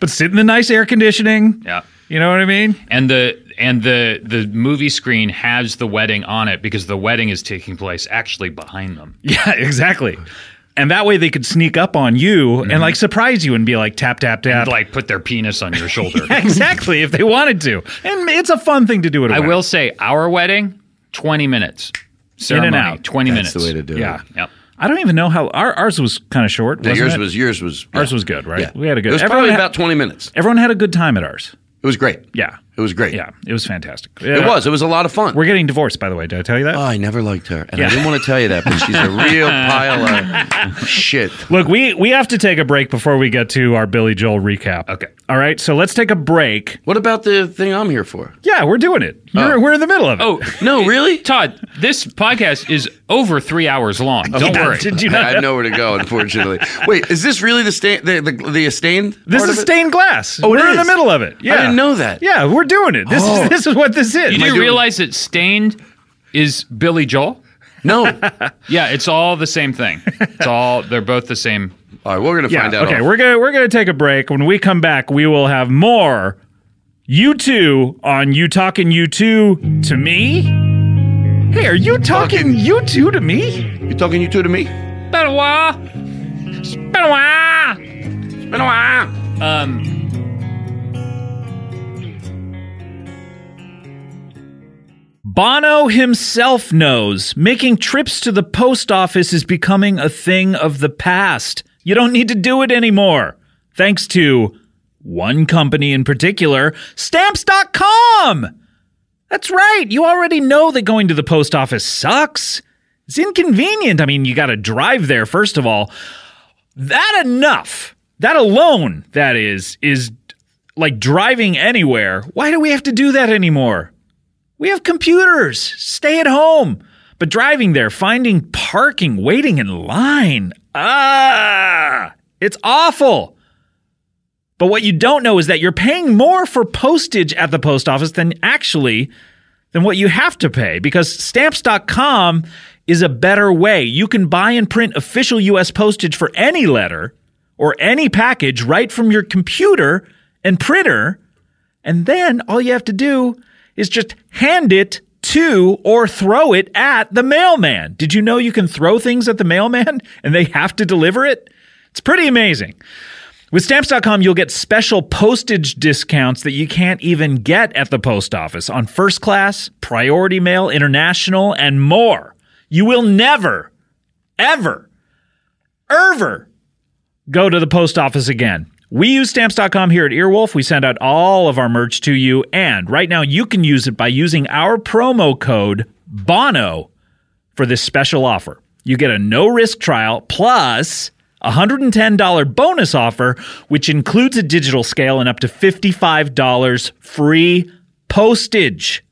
C: but sit in the nice air conditioning.
D: Yeah.
C: You know what I mean?
D: And the and the the movie screen has the wedding on it because the wedding is taking place actually behind them.
C: Yeah, exactly. And that way they could sneak up on you and like surprise you and be Mm-hmm. like tap tap tap.
D: And like put their penis on your shoulder.
C: exactly if they wanted to. And it's a fun thing to do at a
D: I
C: wedding.
D: will say our wedding, twenty minutes.
C: and
D: Ceremony,
C: out.
D: Twenty
E: That's
D: minutes.
E: the way to do
C: Yeah.
E: it.
D: Yep.
C: I don't even know how our, ours was kind of short.
E: Yeah,
C: wasn't
E: yours
C: it?
E: was yours was
C: Ours
E: yeah.
C: was good, right?
E: Yeah.
C: We had a good.
E: It was
C: everyone
E: probably
C: had-
E: about 20 minutes.
C: Everyone had a good time at ours.
E: It was great.
C: Yeah,
E: It was great.
C: yeah, it was fantastic.
E: It was. It was a lot of fun.
C: We're getting divorced, by the way. Did I tell you that?
E: Oh, I never liked her, and
C: Yeah.
E: I didn't want to tell you that, but she's a real pile of shit.
C: Look, we we have to take a break before we get to our Billy Joel recap.
D: Okay.
C: All right. So let's take a break.
E: What about the thing I'm here for?
C: Yeah, we're doing it. You're, We're in the middle of it.
D: Oh
E: No, really?
D: Todd, this podcast is over three hours long.
E: Oh,
D: Don't
C: Yeah,
D: worry.
C: Did you
E: I
C: not? know?
E: have nowhere to go, unfortunately. Wait, is this really the stain? The the, the stained?
C: This
E: part
C: is
E: of it?
C: stained glass.
E: Oh, it
C: we're in the
E: is?
C: middle of it. Yeah.
E: didn't know that.
C: Yeah, we're doing it. This
E: Oh.
C: is this is what this is.
D: You
C: Like,
D: didn't
E: doing-
D: realize that stained is Billy Joel?
E: No. All
D: Yeah, it's all the same thing. It's all they're both the same.
E: right, we're gonna
C: yeah.
E: find out.
C: okay,
E: off-
C: we're gonna we're gonna take a break. When we come back, we will have more you two on you talking you two to me. Hey, are you talking you two to me?
E: you talking you two to me?
D: Been a while. It's been a while.
E: It's been a while.
D: Um,
C: Bono himself knows making trips to the post office is becoming a thing of the past. You don't need to do it anymore. Thanks to one company in particular, stamps.com. That's right. You already know that going to the post office sucks. It's inconvenient. I mean, you got to drive there, first of all. That enough, that alone, that is, is like driving anywhere. Why do we have to do that anymore? We have computers. Stay at home. But driving there, finding parking, waiting in line. Ah, it's awful. But what you don't know is that you're paying more for postage at the post office than actually than what you have to pay because stamps.com is a better way. You can buy and print official US postage for any letter or any package right from your computer and printer. And then all you have to do is just hand it to or throw it at the mailman. Did you know you can throw things at the mailman and they have to deliver it? It's pretty amazing. With stamps.com, you'll get special postage discounts that you can't even get at the post office on first class, priority mail, international, and more. You will never, ever, ever go to the post office again. We use stamps.com here at Earwolf. We send out all of our merch to you. And right now, you can use it by using our promo code BONO for this special offer. You get a no risk trial plus a $110 bonus offer, which includes a digital scale and up to $55 free postage.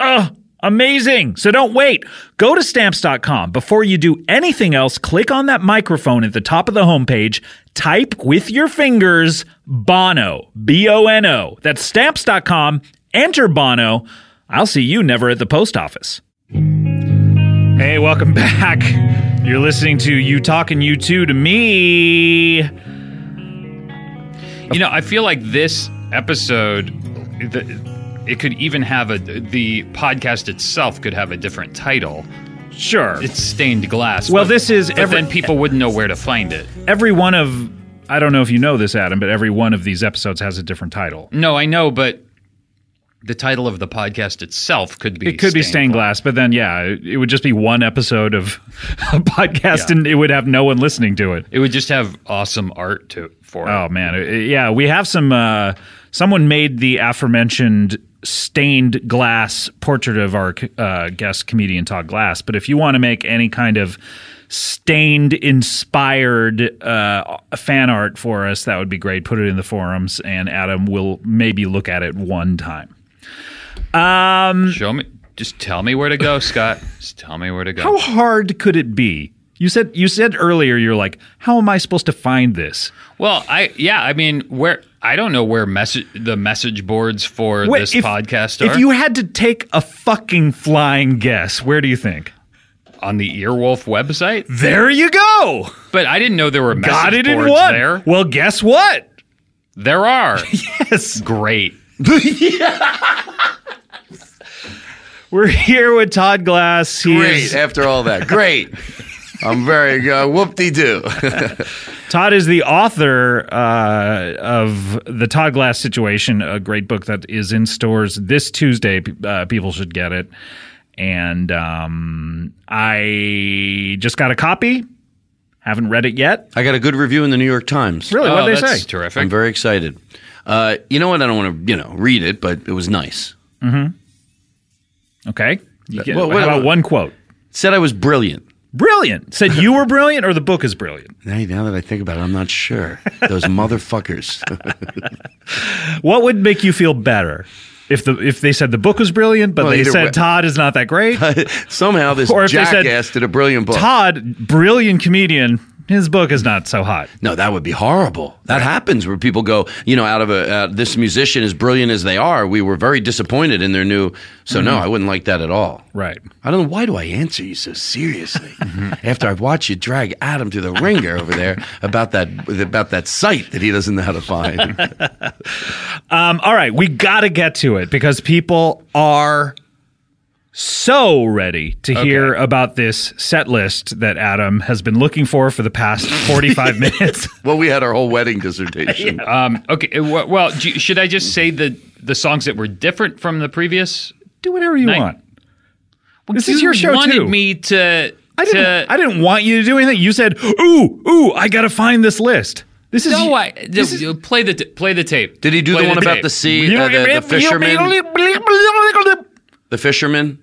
C: Ugh, Ah, amazing. So don't wait. Go to stamps.com. Before you do anything else, click on that microphone at the top of the homepage. Type with your fingers Bono, B O N O. That's stamps.com. Enter Bono. I'll see you never at the post office. Hey, welcome back. You're listening to You Talking You Two to Me.
D: you know, I feel like this episode, the, it could even have a the podcast itself could have a different title.
C: Sure.
D: It's stained glass.
C: Well,
D: but-
C: this is
D: but
C: every-
D: then people wouldn't know where to find it.
C: Every one of, I don't know if you know this, Adam, but every one of these episodes has a different title.
D: No, I know, but the title of the podcast itself could be
C: It could be stained glass, but then yeah, it it would just be one episode of a podcast, and it would have no one listening to it.
D: It would just have awesome art to for it.
C: Oh man, Uh, yeah, we have some. Uh, someone made the aforementioned stained glass portrait of our uh, guest comedian Todd Glass. But if you want to make any kind of stained inspired uh, fan art for us, that would be great. Put it in the forums, and Adam will maybe look at it one time.
D: Show me. Just tell me where to go, Scott. Just tell me where to go.
C: How hard could it be? You said you said earlier you're like, how am I supposed to find this?
D: Well, I yeah, I mean, where I don't know where message the message boards for
C: Wait,
D: this
C: if-
D: podcast are
C: If you had to take a fucking flying guess, where do you think?
D: on the Earwolf website,
C: There you go.
D: but I didn't know there were message
C: Got it in
D: boards
C: one.
D: there.
C: Well, guess what?
D: There are.
C: Yes.
D: Great.
C: We're here with Todd Glass. He
E: Great.
C: is-
E: After all that, great. I'm very uh, whoop-de-doo.
C: Todd is the author uh, of The Todd Glass Situation, a great book that is in stores this Tuesday. P- Uh, people should get it. And um, I just got a copy. Haven't read it yet.
E: I got a good review in the New York Times.
C: Really,
D: oh,
C: what did they
D: that's
C: say?
E: I'm
D: terrific.
E: very excited. Uh, you know what? I don't want to, you know, read it, but it was nice.
C: okay. You get-
E: Well,
C: how
E: wait,
C: about
E: wait.
C: one quote?
E: Said I was brilliant.
C: Brilliant. Said you were brilliant, or the book is brilliant.
E: Now, now that I think about it, I'm not sure. Those motherfuckers.
C: What would make you feel better if the if they said the book was brilliant, but
E: Well,
C: they
E: either
C: said
E: way-
C: Todd is not that great?
E: Somehow this
C: Or if they said,
E: jackass did a brilliant book.
C: Todd, brilliant comedian, his book is not so hot.
E: No, that would be horrible. That happens where people go, you know, out of a uh, this musician as brilliant as they are, we were very disappointed in their new. So no, I wouldn't like that at all.
C: Right.
E: I don't know why do I answer you so seriously after I've watched you drag Adam to the ringer over there about that about that site that he doesn't know how to find.
C: Um, all right, we got to get to it because people are so ready to hear about this set list that Adam has been looking for for the past 45 minutes.
E: well, we had our whole wedding dissertation.
D: Um, okay. Well, well do you- should I just say the the songs that were different from the previous?
C: Do whatever you
D: Night.
C: want. this is
D: You
C: your show
D: wanted
C: too.
D: me to.
C: I didn't,
D: to-
C: I didn't want you to do anything. You said, "Ooh, ooh, I got to find this list." This is
D: No, I play the t- play the tape.
E: Did he do
D: Play
E: the one about
D: tape.
E: the sea, uh, the, the fisherman? The fisherman.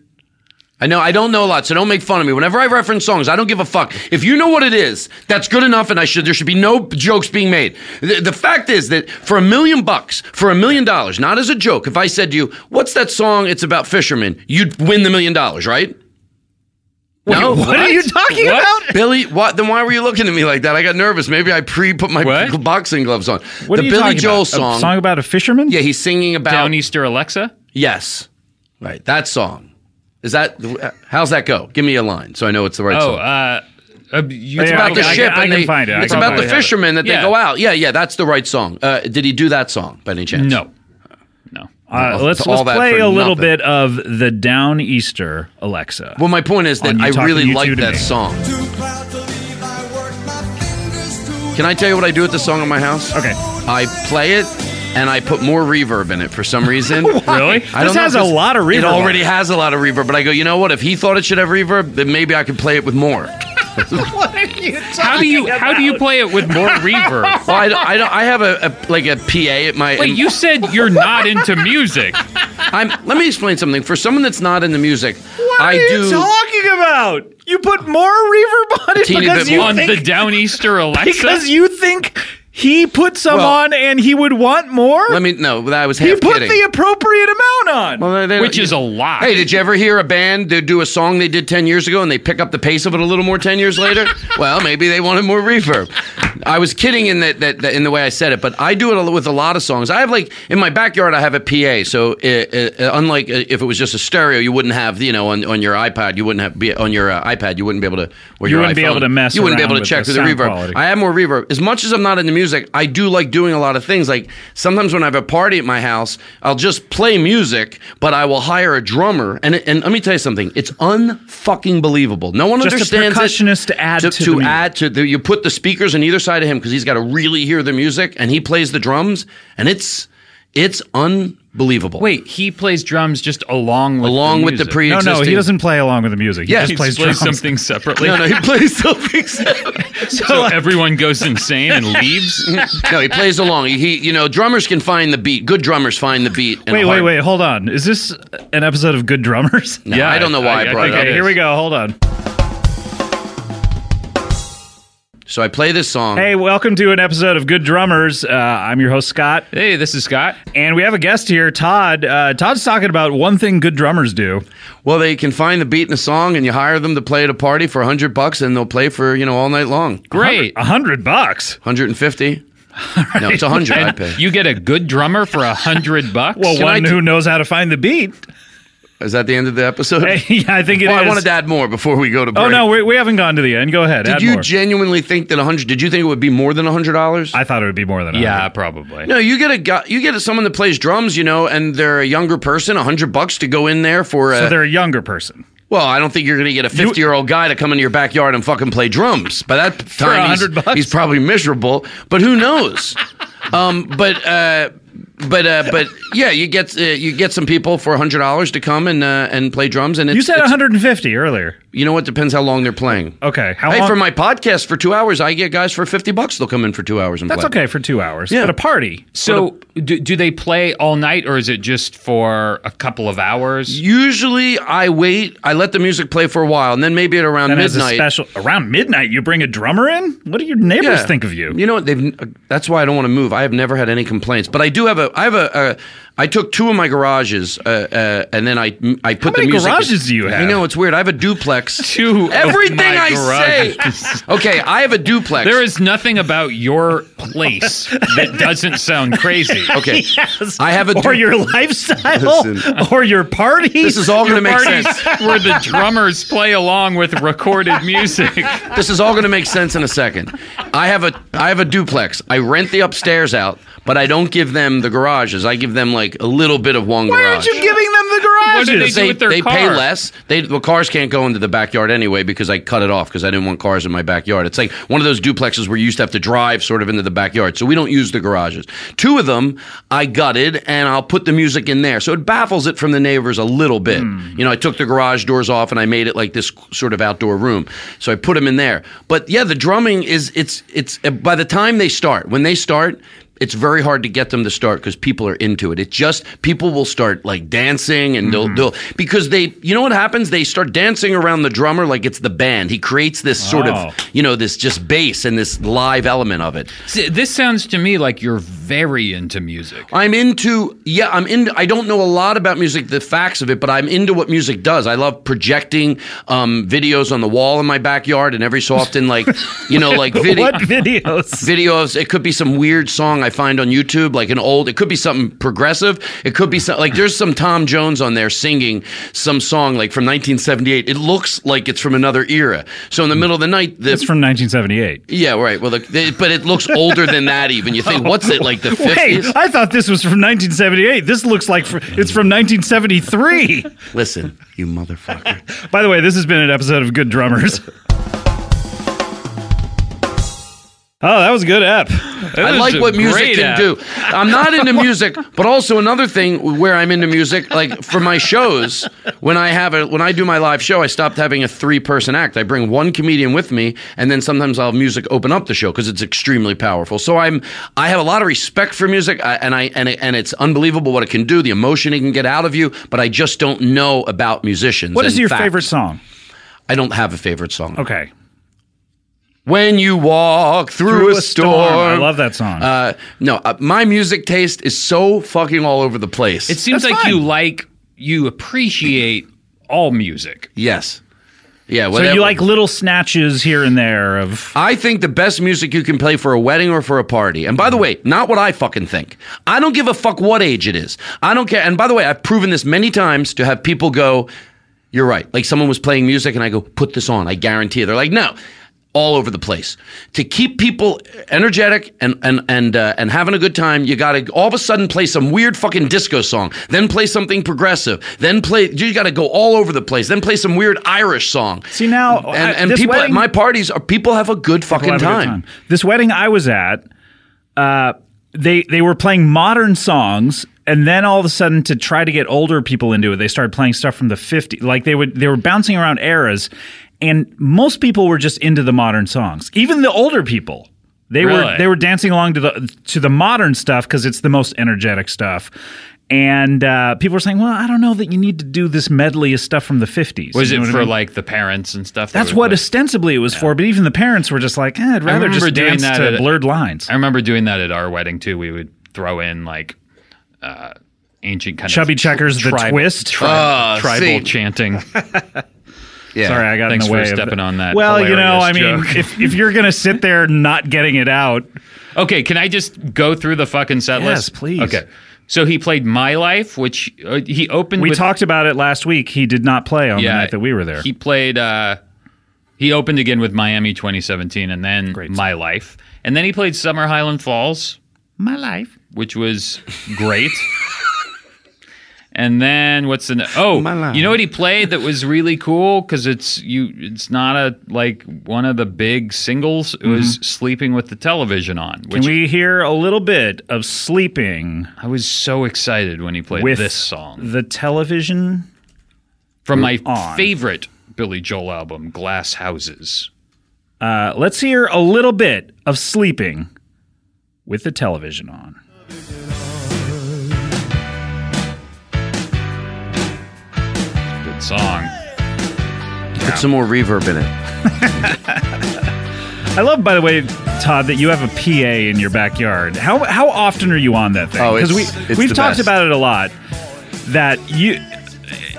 E: I know I don't know a lot, so don't make fun of me. Whenever I reference songs, I don't give a fuck. If you know what it is, that's good enough, and I should there should be no jokes being made. The, the fact is that for a million bucks, for a million dollars, not as a joke, if I said to you, "What's that song? It's about fishermen," you'd win the million dollars, right? no,
C: What are you talking
D: What?
C: about?
E: Billy, what? Then why were you looking at me like that? I got nervous. Maybe I pre put my
D: What?
E: boxing gloves on.
C: What
E: the
C: are you
E: Billy
C: talking
E: Joel
C: about?
E: song.
C: A song about a fisherman?
E: Yeah, he's singing about
D: Downeaster Alexa?
E: Yes. Right. That song. Is that how's that go? Give me a line so I know it's the right
D: Oh,
E: song.
D: uh, uh, you
C: It's
E: it's about
C: I
E: the
C: can- I
E: ship
C: can- I
E: and
C: can
E: they-
C: find it. I
E: It's
C: can
E: about
C: probably
E: the
C: have it.
E: fishermen that
D: Yeah.
E: they go out. Yeah, yeah, that's the right song. Uh, did he do that song by any chance?
D: No, no.
C: Uh,
E: Well,
C: let's
E: all
C: let's
E: that
C: play
E: for
C: a little
E: nothing.
C: bit of the Down Easter Alexa.
E: Well, my point is that
C: On You
E: I
C: Talking
E: really
C: You Two
E: like
C: to
E: that
C: Me.
E: song.
F: Too proud to leave, I work my fingers to
E: Can I tell you what I do with the song in my house?
C: Okay.
E: I play it and I put more reverb in it for some reason.
C: Really?
E: I
C: this
E: don't know
C: has
E: if
C: a
E: it's-
C: lot of reverb.
E: It
C: on
E: already has a lot of reverb, but I go, you know what? If he thought it should have reverb, then maybe I could play it with more.
D: How do you how do you play it with more reverb?
E: Well, I, don't- I, don't- I have a, a like a PA at my.
D: Wait, you said you're not into music.
E: I'm, let me explain something. For someone that's not into music,
C: What
E: I
C: are
E: do.
C: you talking about? You put more reverb on it
E: Teeny
C: because
E: bit
C: you
E: more.
D: on
C: think
D: the Downeaster Alexa?
C: because you think he put some
E: Well-
C: on and he would want more.
E: let me no. that I was half
C: he put
E: kidding.
C: the appropriate amount on.
E: Well, they don't-
D: which is a lot.
E: Hey, did you ever hear a band that do a song they did ten years ago and they pick up the pace of it a little more ten years later? well, maybe they wanted more reverb. I was kidding in that, that, that in the way I said it, but I do it with a lot of songs. I have like in my backyard, I have a PA, so uh uh unlike uh, if it was just a stereo, you wouldn't have you know on, on your iPad, you wouldn't have be on your uh, iPad, you wouldn't be able to or
C: You
E: your
C: wouldn't be
E: iPhone,
C: able to mess
E: you wouldn't be
C: around
E: able to
C: with
E: check
C: the
E: with the
C: sound
E: reverb.
C: quality.
E: I have more reverb. As much as I'm not into music, I do like doing a lot of things. Like sometimes when I have a party at my house, I'll just play music, but I will hire a drummer. And and let me tell you something, it's unfucking believable. No one
C: Just a
E: understands it.
C: percussionist to add to the music.
E: add to the you put the speakers on either side of him because he's got to really hear the music, and he plays the drums, and it's it's un. believable.
D: Wait, he plays drums just along with
E: along
D: the
E: with the
D: music.
E: pre
C: No,
E: existing.
C: no, he doesn't play along with the music. He
E: Yeah,
C: just
D: He
C: plays
D: just plays
C: drums.
D: something separately.
E: No, no, he plays something.
D: so everyone goes insane and leaves.
E: no, he plays along. He, he, you know, drummers can find the beat. Good drummers find the beat. and
C: Wait, wait,
E: hard-
C: wait. Hold on. Is this an episode of Good Drummers?
E: No, I don't know why I, brought
C: Okay,
E: it
C: here
E: up.
C: we go. Hold on.
E: So I play this song.
C: Hey, welcome to an episode of Good Drummers. Uh, I'm your host Scott,
D: Hey, this is Scott.
C: and we have a guest here, Todd. Uh, Todd's talking about one thing good drummers do.
E: Well, they can find the beat in a song, and you hire them to play at a party for hundred bucks, and they'll play for you know all night long.
D: Great.
C: A hundred bucks.
E: Hundred and fifty. No, it's a hundred. I pay.
D: You get a good drummer for a hundred bucks.
C: Well,
E: Can I
C: one
E: do-
C: who knows how to find the beat.
E: Is that the end of the episode?
C: Hey, yeah, I think it is.
E: well, Oh, I wanted to add more before we go to break.
C: Oh no, we, we haven't gone to the end. Go ahead.
E: Did
C: add
E: you
C: more.
E: genuinely think that a hundred? Did you think it would be more than a hundred dollars?
C: I thought it would be more than.
D: yeah,
C: 100.
D: probably.
E: No, you get a guy, you get someone that plays drums, you know, and they're a younger person, a hundred bucks to go in there for. A,
C: So they're a younger person.
E: well, I don't think you're going to get a fifty-year-old guy to come into your backyard and fucking play drums. By that time, he's-
C: 100 bucks?
E: he's, probably miserable. But who knows? um, but uh, but uh, but yeah, you get uh, you get some people for a hundred dollars to come and uh, and play drums, and it's,
C: You said
E: it's-
C: 150 earlier.
E: you know what depends how long they're playing.
C: Okay. How
E: Hey,
C: long?
E: for my podcast for two hours, I get guys for fifty bucks. They'll come in for two hours and
C: That's
E: play.
C: okay for two hours.
E: Yeah.
C: At a party.
D: So, do, do they play all night, or is it just for a couple of hours?
E: Usually, I wait. I let the music play for a while, and then maybe at around
C: And as a
E: midnight.
C: special around midnight, you bring a drummer in. What do your neighbors
E: Yeah.
C: think of you?
E: You know what? They've. That's why I don't want to move. I have never had any complaints, but I do have a. I have a. a I took two of my garages, uh, uh, and then I I put
C: many
E: the music.
C: garages do you have?
E: You know, it's weird. I have a duplex.
D: Two of
E: Everything
D: my
E: I
D: garages.
E: say. Okay, I have a duplex.
D: There is nothing about your place that doesn't sound crazy.
E: Okay, I have a.
C: or
E: du-
C: your lifestyle,
E: Listen.
C: or your party.
E: This is all going to make
D: Parties
E: sense.
D: where the drummers play along with recorded music.
E: This is all going to make sense in a second. I have a I have a duplex. I rent the upstairs out, but I don't give them the garages. I give them like a little bit of one
C: Why aren't
E: garage.
C: you giving them the garages?
D: do they do with their
E: they pay
D: car?
E: less. They well, cars can't go into the backyard anyway because I cut it off because I didn't want cars in my backyard. It's like one of those duplexes where you used to have to drive sort of into the backyard, so we don't use the garages. Two of them I gutted and I'll put the music in there, so it baffles it from the neighbors a little bit.
D: Hmm.
E: You know, I took the garage doors off and I made it like this sort of outdoor room, so I put them in there. But yeah, the drumming is it's it's uh, by the time they start when they start it's very hard to get them to start because people are into it. It just people will start like dancing and they'll, they'll because they you know what happens? They start dancing around the drummer like it's the band. He creates this sort
C: Wow.
E: of you know this just bass and this live element of it.
D: See, This sounds to me like you're very into music.
E: I'm into yeah, I'm into I don't know a lot about music, the facts of it, but I'm into what music does. I love projecting um, videos on the wall in my backyard and every so often like you know like video
C: What videos?
E: videos. It could be some weird song I find on YouTube, like an old. It could be something progressive. It could be some, like there's some Tom Jones on there singing some song like from 1978. It looks like it's from another era. So in the middle of the night, the
C: It's from 1978.
E: yeah, right. Well, the, the- but it looks older than that. Even you think, what's it like the 50s?
C: Wait, I thought this was from 1978. This looks like fr- it's from 1973.
E: Listen, you motherfucker.
C: By the way, this has been an episode of Good Drummers. Oh, that was a good ep.
E: I
D: was
E: like
D: a
E: what music
D: great
E: can
D: app.
E: do. I'm not into music, but also another thing where I'm into music, like for my shows, when I have a when I do my live show, I stopped having a three person act. I bring one comedian with me, and then sometimes I'll have music open up the show because it's extremely powerful. So I'm I have a lot of respect for music, I, and I and it, and it's unbelievable what it can do, the emotion it can get out of you. But I just don't know about musicians.
C: What is
E: and
C: your
E: facts.
C: favorite song?
E: I don't have a favorite song.
C: Okay.
E: When you walk through, a, storm,
C: I love that song.
E: uh, no, uh, my music taste is so fucking all over the place.
D: It seems
C: That's
D: like
C: fine.
D: you like, you appreciate all music.
E: yes, yeah.
C: so
E: Whatever.
C: you like little snatches here and there of
E: I think the best music you can play for a wedding or for a party. And by the way, not what I fucking think. I don't give a fuck what age it is. I don't care. And by the way, I've proven this many times to have people go, "You're right." Like someone was playing music, and I go, "Put this on." I guarantee. It. They're like, "No." All over the place to keep people energetic and and and uh, and having a good time. You got to all of a sudden play some weird fucking disco song, then play something progressive, then play. You got to go all over the place, then play some weird Irish song.
C: See, now,
E: and,
C: I-
E: and
C: this
E: people at
C: wedding-
E: my parties are people have a good fucking
C: We'll have a good
E: time.
C: This wedding I was at, uh, they they were playing modern songs and then all of a sudden to try to get older people into it, they started playing stuff from the 50s. Like they would they were bouncing around eras, and most people were just into the modern songs. Even the older people. They were
D: Really?
C: they were dancing along to the to the modern stuff because it's the most energetic stuff. And uh, people were saying, "Well, I don't know that you need to do this medley of stuff from the 50s."
D: Was
C: You know
D: it
C: what I
D: for
C: mean?
D: like the parents and stuff? that
C: That's
D: would
C: what
D: play?
C: ostensibly it was for, but even the parents were just like, eh, "I'd rather
D: remember
C: just
D: doing
C: dance
D: that
C: to
D: at-
C: blurred lines."
D: I remember doing that at our wedding too. We would throw in like uh, ancient kind
C: Chubby
D: of uh, tr-
C: Checkers, The
D: tribal-
C: Twist.
D: tri-
E: Ah,
D: tribal
E: see.
D: chanting.
E: Yeah.
C: Sorry, I got
D: Thanks
C: in the
D: for
C: way. of
D: stepping
C: the-
D: on that
C: Well, you know,
D: hilarious
C: I mean,
D: joke.
C: if, if you're gonna sit there not getting it out,
D: Okay, can I just go through the fucking set
C: Yes,
D: list?
C: please.
D: Okay, so he played My Life, which uh, he opened.
C: we
D: with,
C: talked about it last week. He did not play on the night that we were there.
D: He played. Uh, he opened again with Miami 2017, and then My Life, and then he played Summer Highland Falls,
C: My life.
D: which was great. and then what's the ne- oh you know what he played that was really cool because it's you it's not a like one of the big singles. It was
C: Mm-hmm.
D: Sleeping with the Television on, which
C: Can we hear a little bit of sleeping
D: I was so excited when he played
C: with
D: this song.
C: The television.
D: from my
C: on.
D: favorite Billy Joel album, Glass Houses.
C: Uh, let's hear a little bit of sleeping with the television on.
D: Good song.
E: Put some more reverb in it.
C: I love, by the way, Todd, that you have a PA in your backyard. How how often are you on that thing?
E: Oh, it's-
C: we
E: it's
C: we've
E: the
C: talked
E: best.
C: about it a lot. That you,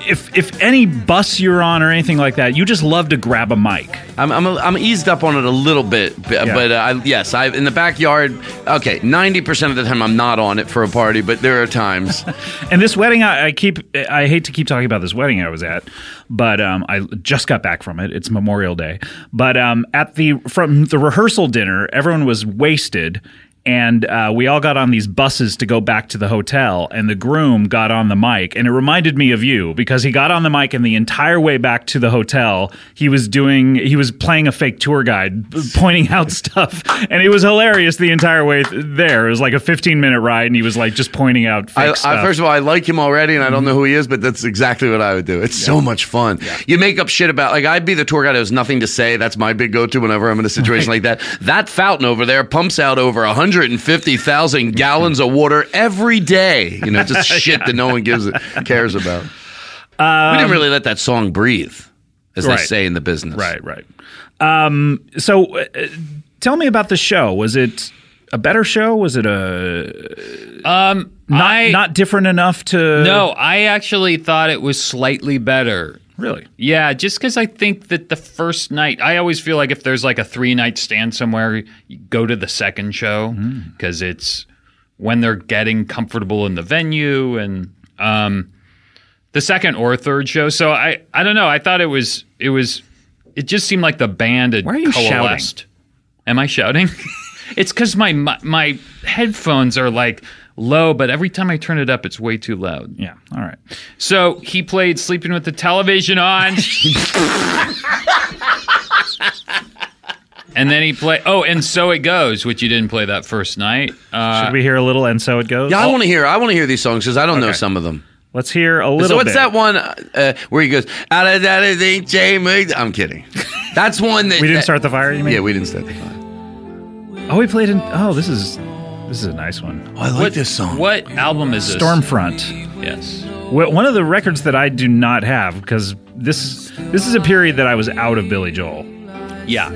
C: if if any bus you're on or anything like that, you just love to grab a mic.
E: I'm, I'm, I'm eased up on it a little bit, b-
C: Yeah.
E: but uh, I, yes, I in the backyard. Okay, ninety percent of the time I'm not on it for a party, but there are times.
C: And this wedding, I, I keep, I hate to keep talking about this wedding I was at, but um, I just got back from it. It's Memorial Day, but um, at the from the rehearsal dinner, everyone was wasted. And uh, we all got on these buses to go back to the hotel, and the groom got on the mic, and it reminded me of you because he got on the mic, and the entire way back to the hotel, he was doing, he was playing a fake tour guide, b- pointing out stuff, and it was hilarious the entire way th- there. It was like a fifteen minute ride, and he was like just pointing out. Fake
E: I,
C: stuff.
E: I, first of all, I like him already, and I
C: Mm-hmm.
E: don't know who he is, but that's exactly what I would do. It's so much fun. You make up shit about like I'd be the tour guide who has nothing to say. That's my big go-to whenever I'm in a situation like that. That fountain over there pumps out over 150,000 gallons of water every day. You know, just shit that no one gives cares about. we didn't really let that song breathe, as
C: Um, right.
E: they say in the business.
C: Right, right. Um, so, uh, uh, tell me about the show. Was it a better show? Was it a
D: Not, I,
C: not different enough to?
D: no, I actually thought it was slightly better.
C: really.
D: Yeah, just because I think that the first night, I always feel like if there's like a three night stand somewhere, you go to the second show
C: Hmm.
D: because it's when they're getting comfortable in the venue and um, the second or third show. So I, I don't know. I thought it was, it was, it just seemed like the band had
C: Why are you shouting?
D: coalesced. Am I shouting? it's because my, my my headphones are like low, but every time I turn it up, it's way too loud.
C: Yeah. All right.
D: So he played Sleeping with the Television on. and then he played, oh, and So It Goes, which you didn't play that first night. Uh,
C: Should we hear a little? And so it goes.
E: Yeah, I want to hear. I want to hear these songs because I don't know
C: Okay.
E: some of them.
C: Let's hear a little.
E: So what's
C: bit.
E: that one uh, where he goes? "Out of that is a jam-" I'm kidding. That's one that
C: We didn't
E: that-
C: start the fire. You mean?
E: Yeah, we didn't start the fire.
C: oh, we played in. Oh, this is this is a nice one.
E: Oh, I like
D: what, What album is this?
C: Stormfront.
D: Yes.
C: Wh- One of the records that I do not have because this this is a period that I was out of Billy Joel.
D: Yeah.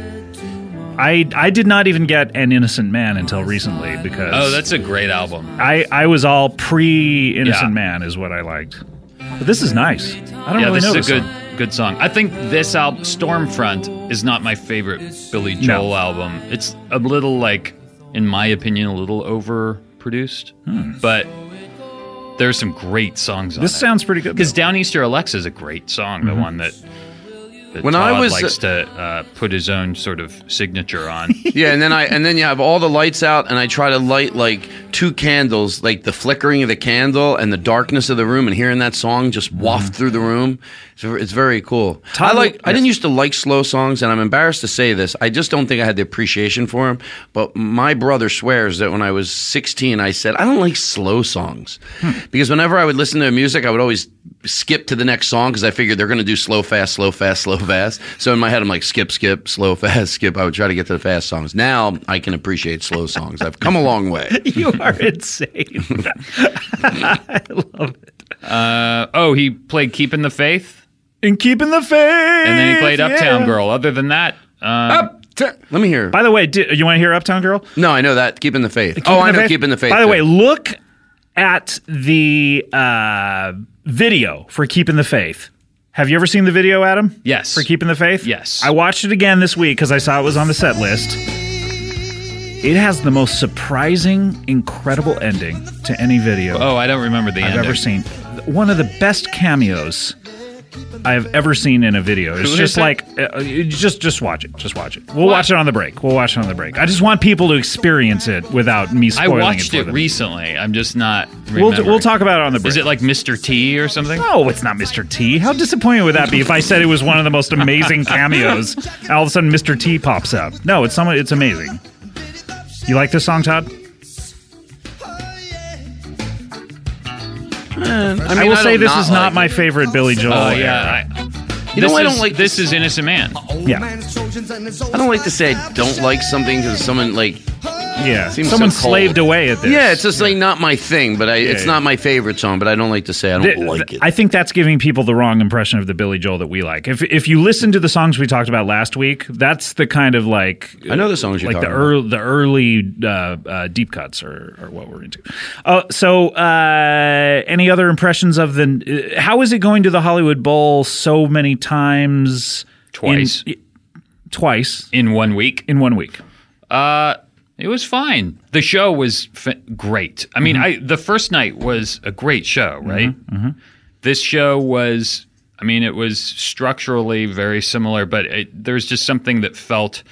C: I I did not even get an Innocent Man until recently because
D: Oh, that's a great album.
C: I, I was all pre Innocent
D: Yeah.
C: Man is what I liked. But this is nice. I don't
D: Yeah,
C: really
D: this
C: know
D: is a
C: this
D: good
C: song.
D: good song. I think this album, Stormfront, is not my favorite Billy Joel album. It's a little like, in my opinion, a little overproduced,
C: Hmm.
D: but there's some great songs on
C: This
D: it.
C: sounds pretty good.
D: Because Downeaster Alexa is a great song, the one that that
E: When I
D: Todd
E: was-
D: likes to uh, put his own sort of signature on.
E: yeah, and then I and then you have all the lights out, and I try to light like two candles, like the flickering of the candle and the darkness of the room, and hearing that song just
C: Mm.
E: waft through the room. It's, ver- it's very cool. I like. I didn't used to like slow songs, and I'm embarrassed to say this. I just don't think I had the appreciation for them. But my brother swears that when I was 16, I said I don't like slow songs
C: Hmm.
E: because whenever I would listen to music, I would always skip to the next song because I figured they're going to do slow, fast, slow, fast, slow, fast. So in my head, I'm like, skip, skip, slow, fast, skip. I would try to get to the fast songs. Now I can appreciate slow songs. I've come a long way.
C: You are insane.
D: Uh, oh, he played "Keeping the Faith,"
C: In keeping the faith. And
D: and then he played "Uptown
C: yeah.
D: Girl." Other than that, uh,
E: Let me hear.
C: By the way, do, you want to hear Uptown Girl?
E: No, I know that. Keeping the faith. oh, I know. Keeping the faith.
C: By the
E: too.
C: way, look at the uh, video for Keeping the Faith. Have you ever seen the video, Adam?
D: Yes.
C: For Keeping the Faith?
D: Yes.
C: I watched it again this week because I saw it was on the set list. It has the most surprising, incredible ending to any video
D: oh, I don't remember the
C: I've
D: end.
C: ever
D: of-
C: seen. One of the best cameos I've ever seen in a video. It's
D: is
C: just
D: it?
C: like, uh, uh, just just watch it. Just watch it. We'll watch it on the break. We'll watch it on the break. I just want people to experience it without me
D: I
C: spoiling
D: watched
C: it.
D: it,
C: for them.
D: recently. I'm just not.
C: We'll,
D: Remembering.
C: we'll talk about it on the break.
D: Is it like Mr. T or something?
C: No, Oh, it's not Mr. T. How disappointing would that be if I said it was one of the most amazing cameos? and all of a sudden, Mr. T pops up. No, it's someone. It's amazing. You like this song, Todd?
E: I,
C: I,
E: mean,
C: will
E: I
C: say
E: don't
C: this is not
E: like
C: my
E: it.
C: favorite Billy Joel.
D: Oh
C: era.
D: yeah. I,
E: You know,
D: this
E: I
D: is-
E: don't like
D: this is innocent man.
C: yeah,
E: I don't like to say I don't like something because someone like
C: yeah.
E: Seems
C: Someone
E: so cold.
C: slaved away at this.
E: yeah, it's just like not my thing, but I, it's
C: yeah.
E: not my favorite song. But I don't like to say I don't
C: Th-
E: like
C: th-
E: it.
C: I think that's giving people the wrong impression of the Billy Joel that we like. If if you listen to the songs we talked about last week, that's the kind of like
E: I know the songs you're
C: like the
E: talking about.
C: early the early uh, uh, deep cuts are, are what we're into. Uh, so, uh, any other impressions of the? uh, How is it going to the Hollywood Bowl so many times? in-
D: Twice.
C: i- twice
D: In one week.
C: in one week.
D: Uh, it was fine. The show was f- great. I mean,
C: Mm-hmm.
D: I the first night was a great show, right? This show was. I mean, it was structurally very similar, but it, there's just something that felt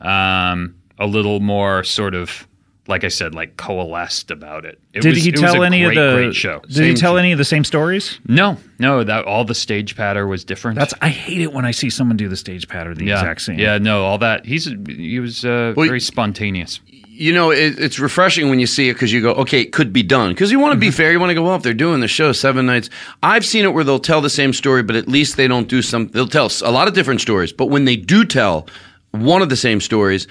D: um, a little more sort of, like I said, like coalesced about it. it
C: Did
D: was,
C: he
D: it was
C: tell
D: a
C: any
D: great,
C: of the?
D: great show?
C: Did he tell any of the same stories?
D: No, no, that all the stage patter was different.
C: That's I hate it when I see someone do the stage pattern the
D: yeah,
C: exact same.
D: yeah, no, all that. He's he was uh,
E: Well,
D: very spontaneous.
E: you know, it, it's refreshing when you see it because you go, okay, it could be done. Because you want to
C: Mm-hmm.
E: be fair. You want to go, well, if they're doing the show seven nights, I've seen it where they'll tell the same story, but at least they don't do some, they'll tell s- a lot of different stories. But when they do tell one of the same stories,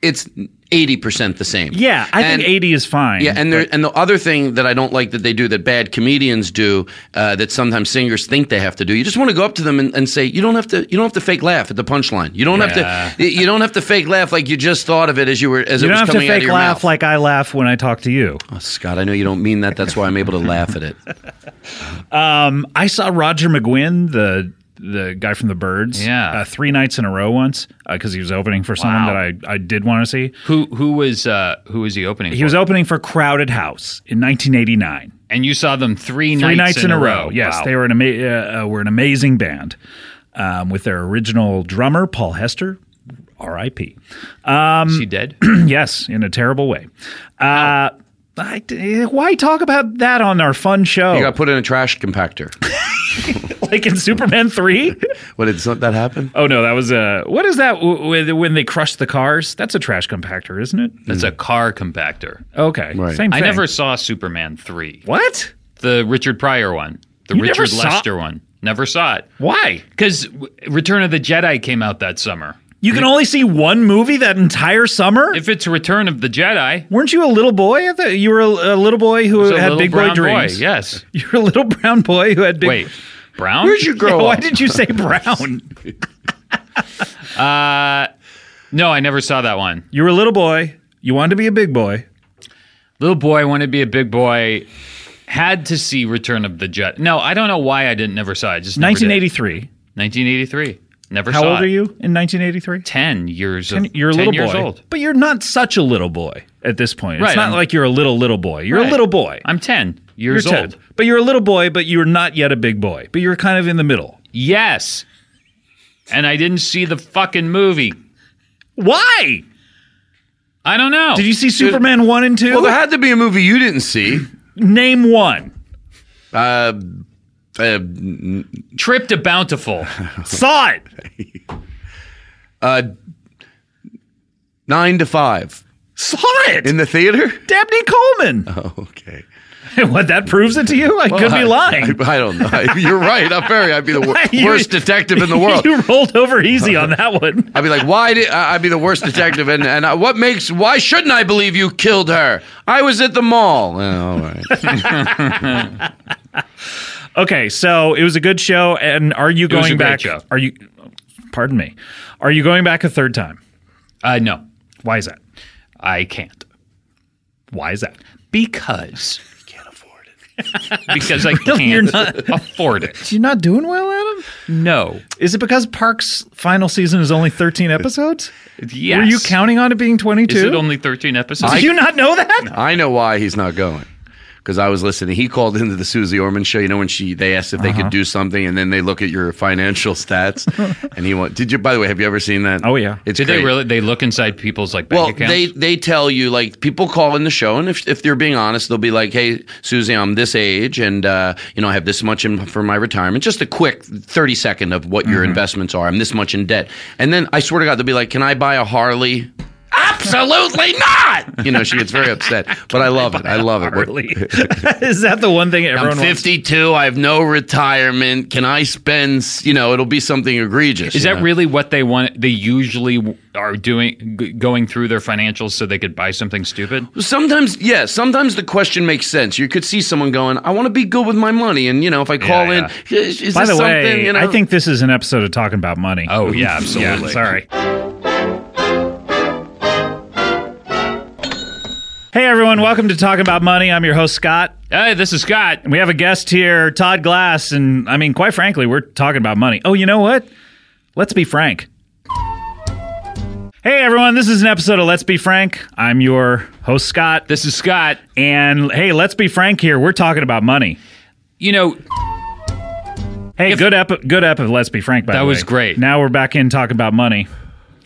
E: it's 80% the same.
C: yeah. I
E: And-
C: think eighty is fine.
E: Yeah, and there, and the other thing that I don't like that they do that bad comedians do uh, that sometimes singers think they have to do. You just want to go up to them and, and say you don't have to you don't have to fake laugh at the punchline. You don't have to you don't have to fake laugh like you just thought of it as you were as
C: you don't
E: it was
C: have to
E: coming out of
C: fake
E: your
C: laugh
E: mouth.
C: like I laugh when I talk to you.
E: Oh, Scott, I know you don't mean that. That's why I'm able to laugh at it.
C: I saw Roger McGuinn, the the guy from the Birds,
D: Yeah.
C: uh, three nights in a row once because he was opening for someone
D: Wow.
C: that I, I did want to see.
D: Who who was uh, who was he opening?
C: He
D: for?
C: was opening for Crowded House in 1989.
D: and you saw them three,
C: Three
D: nights,
C: nights, in, a row.
D: row.
C: Yes,
D: Wow.
C: they were an ama- uh, uh, were an amazing band um, with their original drummer Paul Hester, R.I.P.
D: Is
C: Um,
D: he dead?
C: yes, in a terrible way. Uh, I d why talk about that on our fun show?
E: You got put in a trash compactor.
C: like in Superman three.
E: what did some- that happen?
C: Oh no, that was uh, what is that w- w- when they crush the cars? That's a trash compactor, isn't it?
D: That's a car compactor.
C: Okay,
E: Right.
C: same
D: I
C: thing.
D: never saw Superman three.
C: What?
D: The Richard Pryor one, the
C: You never
D: Richard
C: saw-
D: Lester one. Never saw it
C: Why?
D: because Return of the Jedi came out that summer.
C: You can only see one movie that entire summer.
D: If it's Return of the Jedi,
C: Weren't you a little boy? At the, you were a, a little boy who
D: it's a
C: had
D: little
C: big
D: brown
C: boy dreams.
D: Boy. Yes.
C: you were a little brown boy who had big.
D: Wait, Brown.
E: Where'd you
C: Yeah,
E: grow
C: why
E: up?
C: did you say brown?
D: No, I never saw that one.
C: you were a little boy. You wanted to be a big boy.
D: Little boy wanted to be a big boy. Had to see Return of the Jedi. No, I don't know why I didn't never saw it. I Just never did.
C: 1983.
D: 1983. Never
C: How
D: saw
C: old
D: it.
C: are you in 1983?
D: 10 years
C: Ten-
D: of
C: you're a
D: 10
C: little
D: years
C: boy,
D: old.
C: but you're not such a little boy at this point. It's
D: Right,
C: not
D: I'm-
C: like you're a little little boy. You're a
D: Right.
C: little boy.
D: I'm 10
C: You're
D: years
C: 10.
D: old.
C: But you're a little boy, but you're not yet a big boy. But you're kind of in the middle.
D: Yes. and I didn't see the fucking movie.
C: Why?
D: I don't know.
C: Did you see Superman 1 and 2?
E: Well, there had to be a movie you didn't see.
C: Name one.
E: Uh, uh,
D: Trip to Bountiful?
C: Saw it.
E: uh, nine to five
C: Saw it.
E: in the theater.
C: Dabney Coleman.
E: Oh, okay.
C: what, that proves it to you? I could be
E: I-
C: lying.
E: I, I don't know. I- you're right. I'm very. I'd be the wor-
C: You-
E: worst detective in the world.
C: you rolled over easy on that one.
E: I'd be like, why did I- I'd be the worst detective? And and I, what makes why shouldn't I believe you killed her? I was at the mall. Oh, all right.
C: Okay, so it was a good show. And are you
D: was
C: going
D: a great
C: back?
D: show.
C: Are you? Pardon me. Are you going back a third time?
D: Uh, no,
C: Why is that?
D: I can't
C: Why is that?
D: because can't afford it. because I can't
C: you're not.
D: afford it.
C: You're not doing well, Adam.
D: No.
C: Is it because Parks' final season is only 13 episodes?
D: Yes.
C: Were you counting on it being 22?
D: Is it only thirteen episodes?
C: Do you not know that?
E: I know why he's not going. Because I was listening, he called into the Susie Orman show. You know when she they asked if they
C: Uh-huh.
E: could do something, and then they look at your financial stats, and he went. Did you? By the way, have you ever seen that?
C: Oh, yeah.
E: It's
D: Did they
E: great.
D: really? They look inside people's like bank
E: Well,
D: accounts.
E: they they tell you like people call in the show, and if if they're being honest, they'll be like, "Hey, Susie, I'm this age, and uh, you know I have this much in, for my retirement. Just a quick thirty second of what
D: Mm-hmm.
E: your investments are. I'm this much in debt, and then I swear to God, they'll be like, "Can I buy a Harley? Absolutely not. You know, she gets very upset, but I love it. I love it.
C: Really? is that the one thing everyone
E: I'm
C: wants?
E: 52. I have no retirement. Can I spend? s- You know, it'll be something egregious.
D: Is
E: you
D: that
E: know?
D: really what they want? They usually w- are doing g- going through their financials so they could buy something stupid.
E: Sometimes, yeah. Sometimes the question makes sense. You could see someone going, "I want to be good with my money," and you know, if I call
D: yeah.
E: in, is, is
C: By
E: this
C: the
E: something?
C: way,
E: you know?
C: I think this is an episode of Talking About Money.
D: Oh yeah, absolutely.
C: Yeah, sorry. Hey everyone, welcome to Talking About Money. I'm your host Scott.
D: Hey, this is Scott.
C: We have a guest here, Todd Glass, and I mean, quite frankly, we're talking about money. Oh, you know what? Let's be frank. Hey everyone, this is an episode of Let's Be Frank. I'm your host Scott.
D: This is Scott.
C: And hey, let's be frank here. We're talking about money.
D: You know,
C: Hey, good ep, good ep of Let's Be Frank. By
D: That
C: the way.
D: was great.
C: Now we're back in talking about money.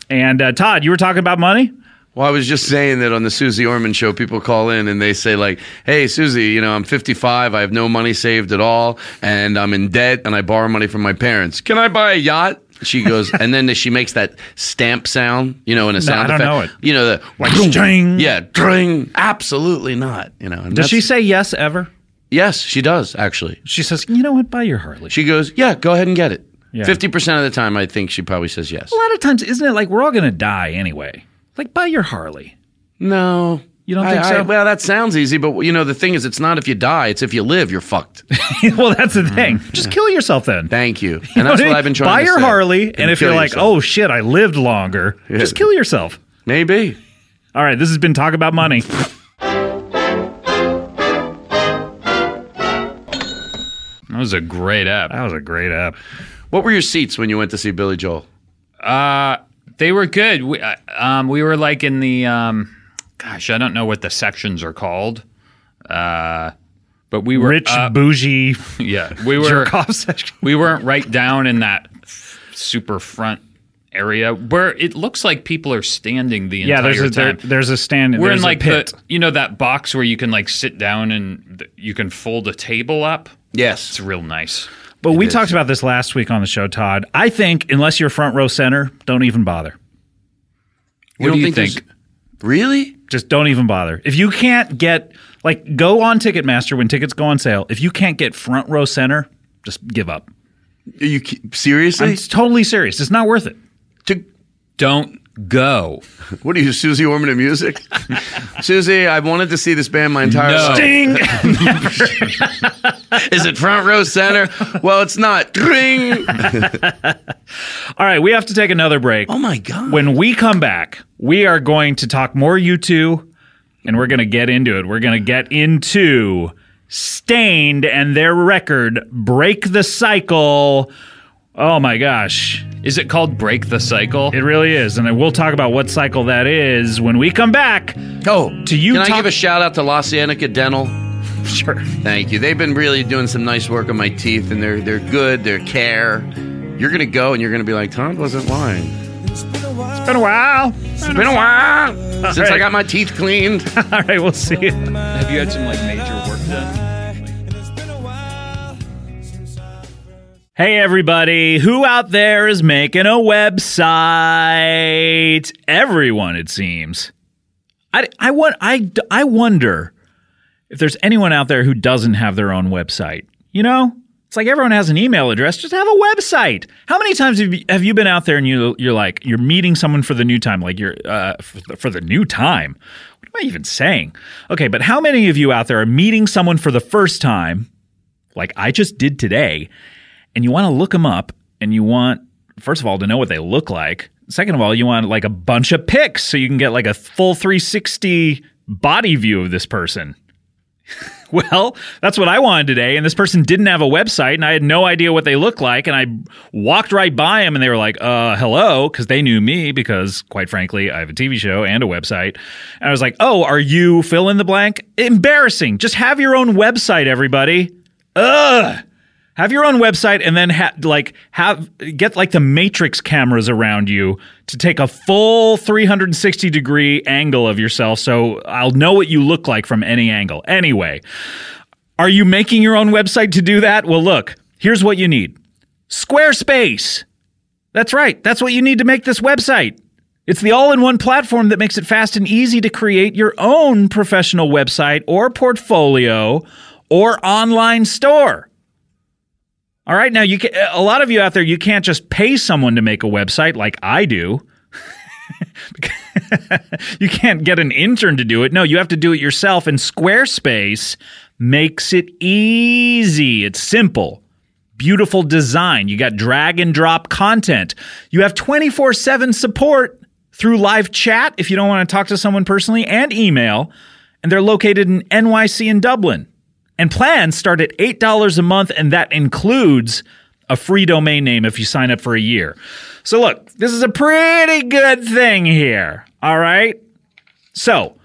C: And uh, Todd, you were talking about money.
E: Well, I was just saying that on the Susie Orman show, people call in and they say like, "Hey, Susie, you know, I'm 55. I have no money saved at all, and I'm in debt, and I borrow money from my parents. Can I buy a yacht?" She goes, and then she makes that stamp sound, you know, in a sound
C: I don't
E: effect.
C: know it.
E: You know, the
C: Like, string.
E: Yeah, dring. Absolutely not. You know. and
C: Does she
E: that's-
C: say yes ever?
E: Yes, she does actually.
C: She says, you know what? Buy your Harley.
E: She goes, "Yeah, go ahead and get it."
C: Yeah.
E: Fifty percent of the time, I think she probably says yes.
C: a lot of times, isn't it like we're all going to die anyway? Like, buy your Harley.
E: No,
C: You don't
E: I-
C: think
E: I-
C: so?
E: well, that sounds easy, but you know the thing is, it's not if you die; it's if you live, you're fucked.
C: well, that's the thing. Just kill yourself then.
E: Thank you, Mm-hmm. and that's what I've been trying.
C: Buy
E: to
C: your
E: say.
C: Harley, and if
E: kill
C: you're like,
E: yourself.
C: oh shit, I lived longer, just kill yourself.
E: maybe
C: All right, this has been Talk About Money.
D: that was a great app.
C: That was a great app.
E: what were your seats when you went to see Billy Joel?
D: Uh, they were good. We, uh, um, we were like in the, um, gosh, I don't know what the sections are called. Uh, but we were
C: Rich,
D: up-
C: bougie,
D: yeah, we were
C: jerk off session.
D: we weren't right down in that f- super front area where it looks like people are standing the
C: Yeah,
D: entire
C: there's a there,
D: time.
C: there's a stand.
D: we're
C: there's
D: in
C: a
D: like
C: pit.
D: the you know that box where you can like sit down and th- you can fold a table up.
E: Yes,
D: It's real nice.
C: But we talked about this last week on the show, Todd. I think unless you're front row center, don't even bother.
D: What do
E: don't
D: you
E: think there's-
D: think?
E: really?
C: Just don't even bother. If you can't get like go on Ticketmaster when tickets go on sale, if you can't get front row center, just give up.
E: Are you ki- seriously?
C: It's totally serious. It's not worth it.
E: To-
D: Don't go.
E: what are you, Susie Orman of music? Susie, I've wanted to see this band my entire
D: No.
E: life.
C: Ding.
E: Is it front row center? well, it's not. Dring.
C: All right, we have to take another break.
E: Oh my god.
C: When we come back, we are going to talk more you two and we're going to get into it. We're going to get into Stained and their record Break the Cycle. Oh my gosh.
D: Is it called break the cycle?
C: It really is. And we'll talk about what cycle that is when we come back.
E: Oh,
C: To you,
E: Can I
C: Tom-
E: give a shout out to La Cienega Dental?
C: Sure.
E: Thank you. They've been really doing some nice work on my teeth, and they're they're good. Their care, You're gonna go and you're gonna be like, Tom wasn't lying.
C: Been a while.
E: It's been a while since I got my teeth cleaned.
C: All right, we'll see you.
G: Have you had some like major work done?
C: Hey, everybody, who out there is making a website? Everyone, it seems. I, I, want, I, I wonder if there's anyone out there who doesn't have their own website. You know, it's like everyone has an email address, just have a website. How many times have you, have you been out there and you, you're like, you're meeting someone for the new time, like you're uh, for, the, for the new time? What am I even saying? Okay, but how many of you out there are meeting someone for the first time, like I just did today? and you want to look them up and you want first of all to know what they look like second of all you want like a bunch of pics so you can get like a full 360 body view of this person well that's what i wanted today and this person didn't have a website and i had no idea what they looked like and i walked right by them and they were like uh hello because they knew me because quite frankly i have a tv show and a website and i was like oh are you fill in the blank embarrassing just have your own website everybody ugh have your own website and then ha- like have get like the matrix cameras around you to take a full 360 degree angle of yourself so I'll know what you look like from any angle. Anyway, are you making your own website to do that? Well, look, here's what you need. Squarespace. That's right. That's what you need to make this website. It's the all in one platform that makes it fast and easy to create your own professional website or portfolio or online store. All right, now you can, a lot of you out there, you can't just pay someone to make a website like I do. you can't get an intern to do it. No, you have to do it yourself. And Squarespace makes it easy. It's simple, beautiful design. You got drag and drop content. You have 24 7 support through live chat if you don't want to talk to someone personally and email. And they're located in NYC and Dublin. And plans start at $8 a month, and that includes a free domain name if you sign up for a year. So, look, this is a pretty good thing here. All right. So,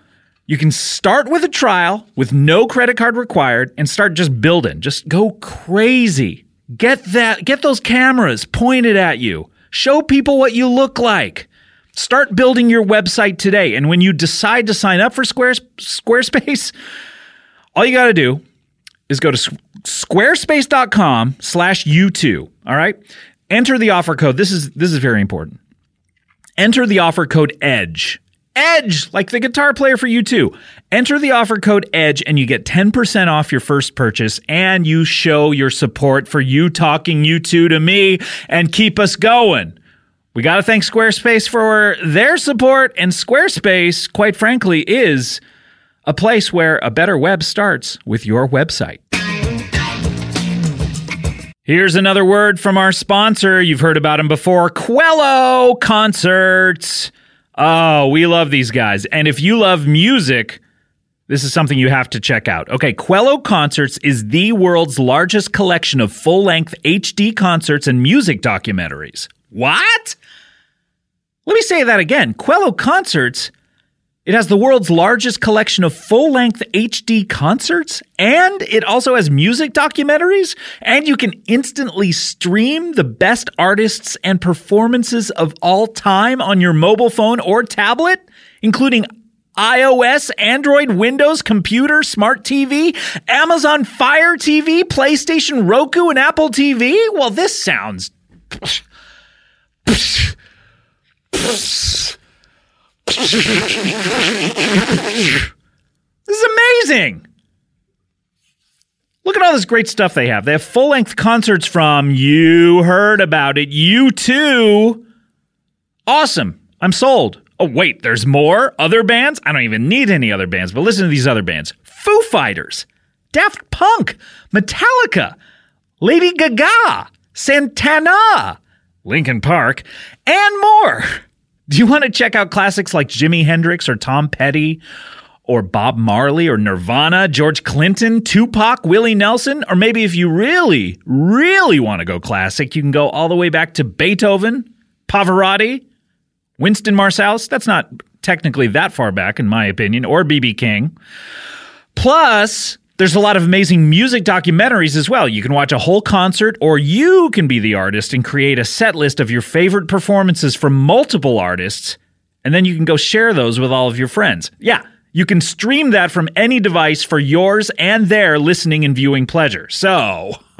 C: you can start with a trial with no credit card required and start just building. Just go crazy. Get that get those cameras pointed at you. Show people what you look like. Start building your website today. And when you decide to sign up for Squares, Squarespace, all you got to do is go to s- squarespace.com slash u2 all right enter the offer code this is this is very important enter the offer code edge edge like the guitar player for u2 enter the offer code edge and you get 10% off your first purchase and you show your support for you talking u2 to me and keep us going we got to thank squarespace for their support and squarespace quite frankly is a place where a better web starts with your website. Here's another word from our sponsor. You've heard about him before Quello Concerts. Oh, we love these guys. And if you love music, this is something you have to check out. Okay, Quello Concerts is the world's largest collection of full length HD concerts and music documentaries. What? Let me say that again. Quello Concerts it has the world's largest collection of full length HD concerts, and it also has music documentaries, and you can instantly stream the best artists and performances of all time on your mobile phone or tablet, including iOS, Android, Windows, computer, smart TV, Amazon Fire TV, PlayStation, Roku, and Apple TV. Well, this sounds. This is amazing. Look at all this great stuff they have. They have full length concerts from You Heard About It, You Too. Awesome. I'm sold. Oh, wait, there's more? Other bands? I don't even need any other bands, but listen to these other bands Foo Fighters, Daft Punk, Metallica, Lady Gaga, Santana, Linkin Park, and more. Do you want to check out classics like Jimi Hendrix or Tom Petty or Bob Marley or Nirvana, George Clinton, Tupac, Willie Nelson? Or maybe if you really, really want to go classic, you can go all the way back to Beethoven, Pavarotti, Winston Marsalis. That's not technically that far back, in my opinion, or B.B. King. Plus, There's a lot of amazing music documentaries as well. You can watch a whole concert, or you can be the artist and create a set list of your favorite performances from multiple artists, and then you can go share those with all of your friends. Yeah, you can stream that from any device for yours and their listening and viewing pleasure. So,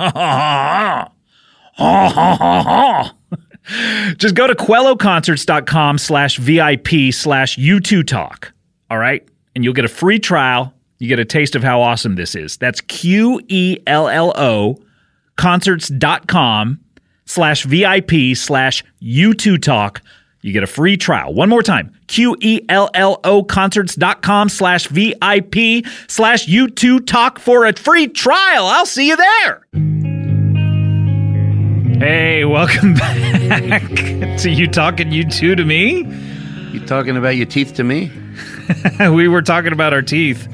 C: just go to quelloconcerts.com slash vip slash u2 talk all right and you'll get a free trial you get a taste of how awesome this is that's E q-e-l-l-o concerts.com slash vip slash u2 talk you get a free trial one more time E q-e-l-l-o concerts.com slash vip slash u2 talk for a free trial i'll see you there Hey, welcome back to you talking you two to me.
E: You talking about your teeth to me?
C: We were talking about our teeth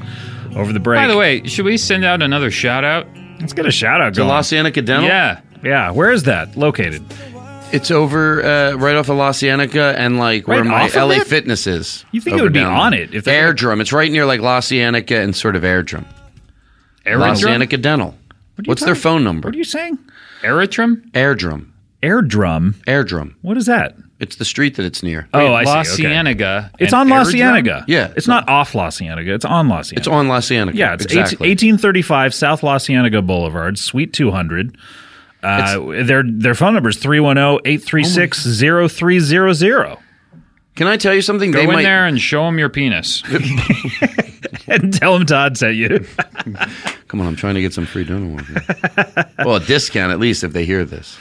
C: over the break.
D: By the way, should we send out another shout out?
C: let's get a shout out
E: The
C: going.
E: Los Antica
C: Oh.
E: Dental?
D: Yeah.
C: yeah, where is that located?
E: It's over uh, right off of La Cienega and like where
C: Right
E: my
C: off of
E: LA
C: it?
E: Fitness is.
C: You think it
E: Over
C: would be
E: down
C: on
E: there.
C: it if they-
E: Airdrum. It's right near like La Cienega and sort of Airdrum. La
D: Aerodrum?
E: Cienega Dental.
C: you
E: What's their
C: talking-
E: phone number?
C: What are you saying?
D: Aerodrum?
E: Airdrum.
C: Airdrum.
E: Airdrum.
C: What is that?
E: It's the street that it's near.
C: oh, I
D: La
C: see. okay.
D: Cienega.
C: It's
D: and
C: on La
D: Aerodrum?
C: Cienega.
E: Yeah.
C: It's not off La Cienega. It's on La Cienega.
E: It's on La Cienega.
C: Yeah, it's
E: exactly.
C: 18, 1835 South La Cienega Boulevard, Suite 200. Uh, their their phone number is 310-836-0300.
E: Can I tell you something?
D: Go
E: they
D: in
E: might,
D: there and show them your penis.
C: And tell them Todd sent you.
E: Come on, I'm trying to get some free dental work. here. well, a discount at least if they hear this.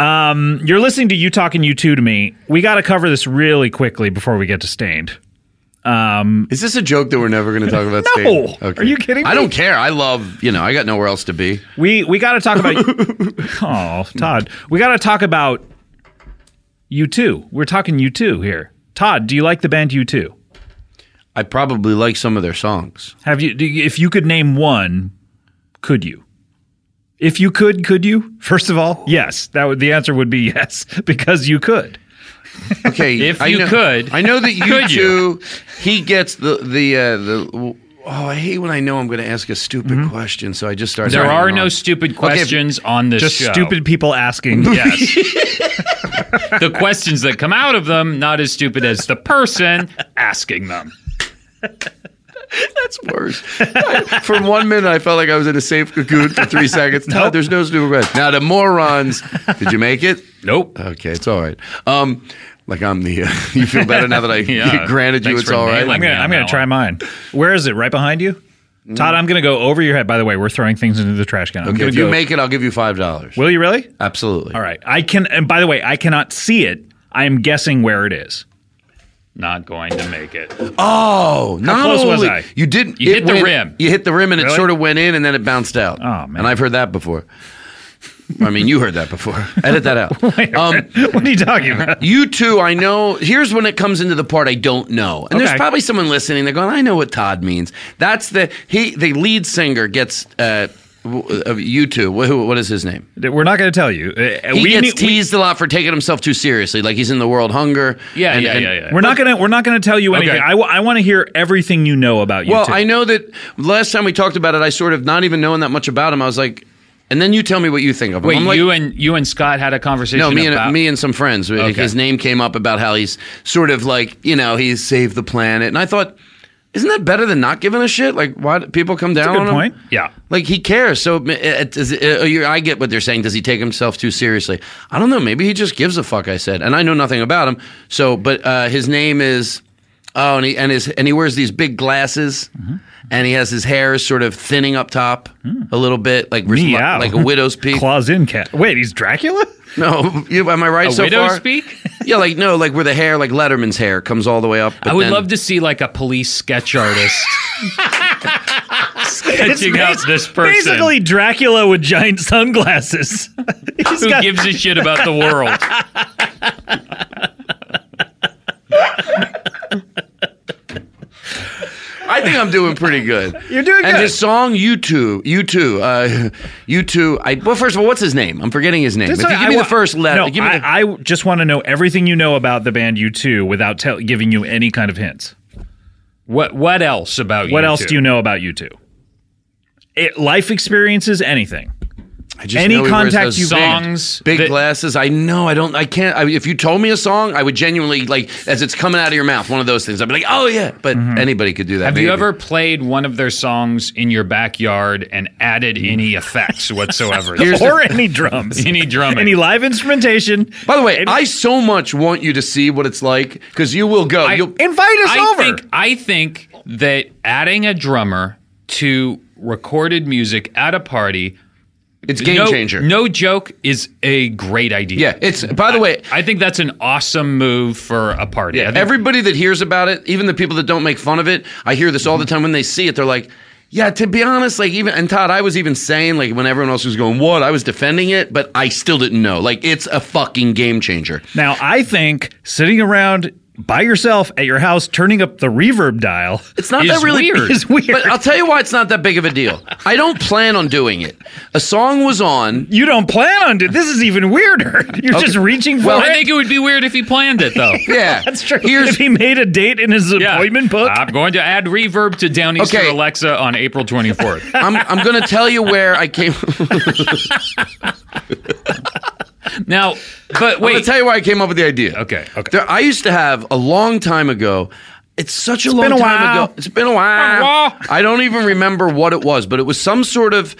C: You're listening to You Talking You Two to me. We got to cover this really quickly before we get to Stained.
E: Is this a joke that we're never going to talk about?
C: No.
E: Stan?
C: Are you kidding
E: I
C: me?
E: don't care. I love, you know, I got nowhere else to be.
C: We we got to talk about. oh, Todd, we got to talk about you two. We're talking you two here. Todd, do you like the band U two?
E: I probably like some of their songs.
C: Have you? Do, you- if you could name one, could you? If you could, could you? First of all, yes. That would the answer would be yes because you could.
E: Okay,
D: If
E: I
D: you
E: know-
D: could,
E: I know that you
D: could you?
E: two. He gets the the uh, the. Oh, I hate when I know I'm going to ask a stupid question, so I just start.
D: Mm-hmm. There
E: writing
D: are
E: them
D: no
E: off.
D: stupid
E: Okay, if-
D: questions on this
C: Just
D: show.
C: stupid people asking. Yes.
D: the questions that come out of them, not as stupid as the person asking them.
E: It's worse. For one minute, I felt like I was in a safe cocoon for three seconds. No, there's no stupid question. Now the morons. Did you make it?
D: Nope.
E: Okay, it's all right. Um, like I'm the. Uh, you feel better now that I
D: Yeah,
E: granted you
D: thanks
E: it's
D: for
E: all right.
D: nailing
C: I'm gonna,
D: Yeah,
C: I'm gonna
D: that
C: try mine. Where is it? Right behind you, Todd. I'm gonna go over your head. By the way, we're throwing things into the trash can. I'm
E: Okay,
C: gonna
E: if you
C: go-
E: make it, I'll give you five dollars.
C: will you really?
E: Absolutely.
C: All right, I can. And by the way, I cannot see it. I am guessing where it is.
D: Not going to make it.
E: Oh, not
C: close was
E: only,
C: I?
E: You didn't.
D: You
E: it
D: hit the
E: went-
D: rim.
E: You hit the rim, and it
C: Really?
E: sort of went in, and then it bounced out.
C: Oh, man.
E: And I've heard that before. I mean, you heard that before. Edit that out. Um,
C: what are you talking about?
E: you two, I know. Here's when it comes into the part I don't know, and
C: Okay.
E: there's probably someone listening. They're going, "I know what Todd means." That's the he. The lead singer gets uh, w- of you two. Wh- who- what is his name?
C: We're not gonna tell you. Uh,
E: He
C: we
E: gets
C: need- we-
E: teased a lot for taking himself too seriously, like he's in the world hunger.
D: Yeah,
E: and-
D: yeah,
E: and-
D: yeah, yeah.
C: We're not gonna. We're not gonna tell you
D: Okay.
C: anything. I want to hear everything you know about you.
E: Well,
C: two.
E: I know that last time we talked about it, I sort of not even knowing that much about him. I was like, and then you tell me what you think of him.
D: Wait,
E: I'm like,
D: you and you and Scott had a conversation.
E: no, me and
D: about,
E: me and some friends.
D: Okay.
E: His name came up about how he's sort of like you know he's saved the planet, and I thought, isn't that better than not giving a shit? Like, why do people come down
C: good
E: on him?
C: point.
D: Yeah.
E: Like he cares. So uh, uh, does, uh, uh, you- I get what they're saying. Does he take himself too seriously? I don't know. Maybe he just gives a fuck. I said, and I know nothing about him. So, but uh, his name is oh, and he and his and he wears these big glasses,
D: Mm-hmm.
E: and he has his hair is sort of thinning up top
D: Mm.
E: a little bit, like
C: Meow.
E: like a widow's peak.
C: Claws in cat. Wait, he's Dracula.
E: no, you, am I right
D: A
E: so
D: widow
E: far?
D: speak?
E: Yeah, like no, like where the hair, like Letterman's hair, comes all the way up.
D: I would love to see like a police sketch artist sketching out
C: basi-
D: this person
C: Basically, Dracula with giant sunglasses. He's
D: who
C: got-
D: gives a shit about the world.
E: I think I'm doing pretty good.
C: You're doing
E: And
C: good.
E: his song, "You Two," "You Two," uh, "You Two." I well, first of all, what's his name? I'm forgetting his name.
C: That's
E: if
C: all
E: you
C: right.
E: give
C: I
E: me
C: wa-
E: the first letter,
C: No,
E: give me the,
C: I, I just want to know everything you know about the band U two without tell, giving you any kind of hints.
D: What what else about
C: What
D: you
C: else
D: two?
C: do you know about U two? it, life experiences, anything.
E: I just
C: Any
E: know he wears
C: contact
E: those
C: you-
D: Songs
E: big,
D: that-
E: big glasses. I know. I don't. I can't. I, if you told me a song, I would genuinely like as it's coming out of your mouth. One of those things. I'd be like, oh yeah. But anybody could do that.
D: Mm-hmm. Have you
E: maybe.
D: ever played one of their songs in your backyard and added any effects whatsoever?
C: or any drums,
D: Any drumming.
C: any live instrumentation.
E: By the way,
C: Any-
E: I so much want you to see what it's like because you will go.
D: I-
E: You'll,
C: invite us
D: I
C: over.
D: think I think that adding a drummer to recorded music at a party
E: it's game
D: no,
E: changer.
D: No joke is a great idea.
E: Yeah. It's. By the way,
D: I think that's an awesome move for a party. I think
E: Everybody that hears about it, even the people that don't make fun of it, I hear this all
D: Mm-hmm.
E: the time when they see it. They're like, yeah, to be honest, like even and Todd, I was even saying like when everyone else was going, what? I was defending it, but I still didn't know. Like it's a fucking game changer.
C: Now, I think sitting around by yourself at your house, turning up the reverb dial.
E: It's not
D: Is
E: that really
D: weird.
C: Is weird.
E: But I'll tell you why it's not that big of a deal. I don't plan on doing it. A song was on.
C: You don't plan on it. This is even weirder. You're just reaching for
D: Well,
C: it.
D: I think it would be weird if he planned it though.
E: Yeah,
C: That's true.
E: Here's Ah,
C: if he made a date in his appointment book,
D: I'm going to add reverb to Downeaster
E: Okay.
D: Alexa on April 24th.
E: I'm I'm gonna tell you where I came.
D: now, but
E: I'm
D: wait.
E: gonna tell you why I came up with the idea.
D: Okay, okay.
E: There, I used to have a long time ago. It's such a long
C: been a
E: time
C: while.
E: ago. It's been a while.
D: a while.
E: I don't even remember what it was, but it was some sort of.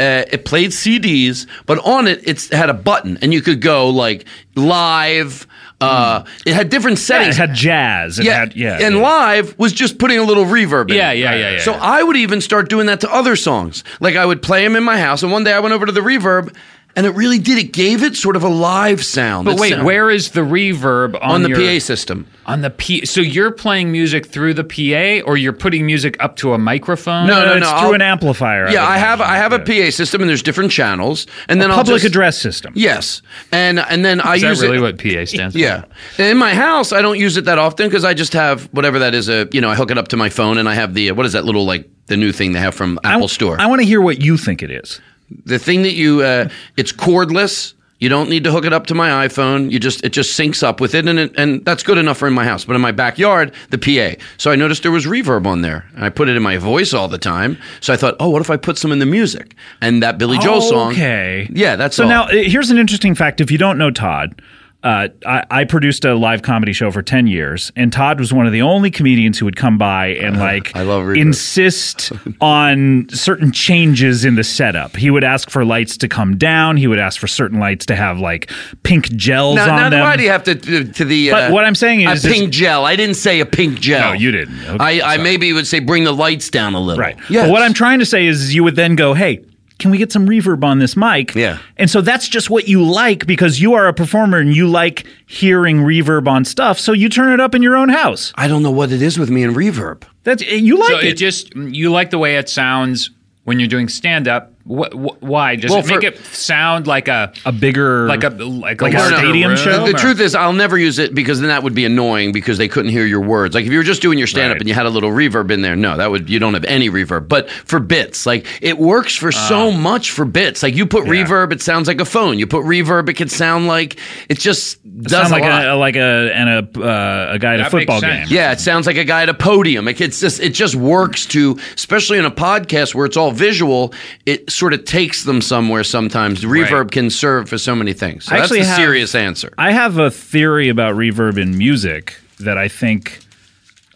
E: Uh, it played CDs, but on it, it's, it had a button, and you could go like live. Uh, It had different
C: yeah, it
E: settings.
C: had jazz. It
E: Yeah,
C: had, yeah.
E: And
C: yeah.
E: live was just putting a little reverb in.
D: Yeah,
E: it.
D: yeah, yeah, yeah,
E: So
D: yeah.
E: I would even start doing that to other songs. Like I would play them in my house, and one day I went over to the reverb, and it really did. It gave it sort of a live sound.
D: but
E: It
D: wait,
E: sound-
D: where is the reverb on,
E: on the
D: your-
E: PA system?
D: On the P. So you're playing music through the PA, or you're putting music up to a microphone?
E: No,
C: Uh,
E: no, no.
C: it's through
E: I'll-
C: an amplifier.
E: Yeah,
C: would
E: I have I
C: imagine.
E: have
C: Yeah.
E: a PA system, and there's different channels, and then I'll
C: public
E: just-
C: address system.
E: Yes, and and then I
D: Is
E: use
D: that really
E: it.
D: what PA stands for?
E: Yeah. In my house, I don't use it that often because I just have whatever that is. A you know, I hook it up to my phone, and I have the uh, what is that little like the new thing they have from
C: I,
E: Apple Store.
C: I want to hear what you think it is.
E: the thing that you uh, it's cordless you don't need to hook it up to my iphone you just it just syncs up with it and it, and that's good enough for in my house but in my backyard the pa so i noticed there was reverb on there and i put it in my voice all the time so i thought oh what if i put some in the music and that billy joel song
C: Oh, Okay.
E: yeah that's
C: So
E: all.
C: now uh, here's an interesting fact. If you don't know Todd, uh, I, I produced a live comedy show for ten years, and Todd was one of the only comedians who would come by and like
E: I love reverb.
C: insist on certain changes in the setup. He would ask for lights to come down. He would ask for certain lights to have like pink gels
E: now,
C: on
E: now
C: them.
E: why do you have to to, to the uh,
C: But what I'm saying is-
E: a pink gel i didn't say a pink gel
C: No, you didn't. Okay,
E: i, I maybe would say bring the lights down a little
C: Right.
E: Yes.
C: But what I'm trying to say is you would then go, hey, can we get some reverb on this mic?
E: Yeah.
C: And so that's just what you like because you are a performer and you like hearing reverb on stuff. So you turn it up in your own house.
E: i don't know what it is with me and reverb
C: That's eh, you like
D: So
C: it.
D: it just you like the way it sounds when you're doing stand up. Wh- wh- why does
E: Well,
D: it make
E: for-
D: it sound like a
C: a bigger
D: like a like a,
C: like a
D: larger
C: stadium
D: room
C: show?
E: The
D: or-
E: truth is, I'll never use it because then that would be annoying because they couldn't hear your words. Like if you were just doing your stand up
C: Right.
E: and you had a little reverb in there, no, that would you don't have any reverb. But for bits, like it works for
C: Ah.
E: so much for bits. Like you put reverb, it sounds like a phone. You put reverb, it could sound like it just does
C: sound like
E: a lot.
C: a like a and a uh, a guy at a
D: That
C: football
D: makes
C: game.
D: sense.
E: yeah, it sounds like a guy at a podium. Like it's just, it just works to, especially in a podcast where it's all visual. It sort of takes them somewhere. Sometimes reverb can serve for so many things. So
C: I
E: that's
C: actually
E: the
C: have-
E: serious answer.
C: I have a theory about reverb in music that I think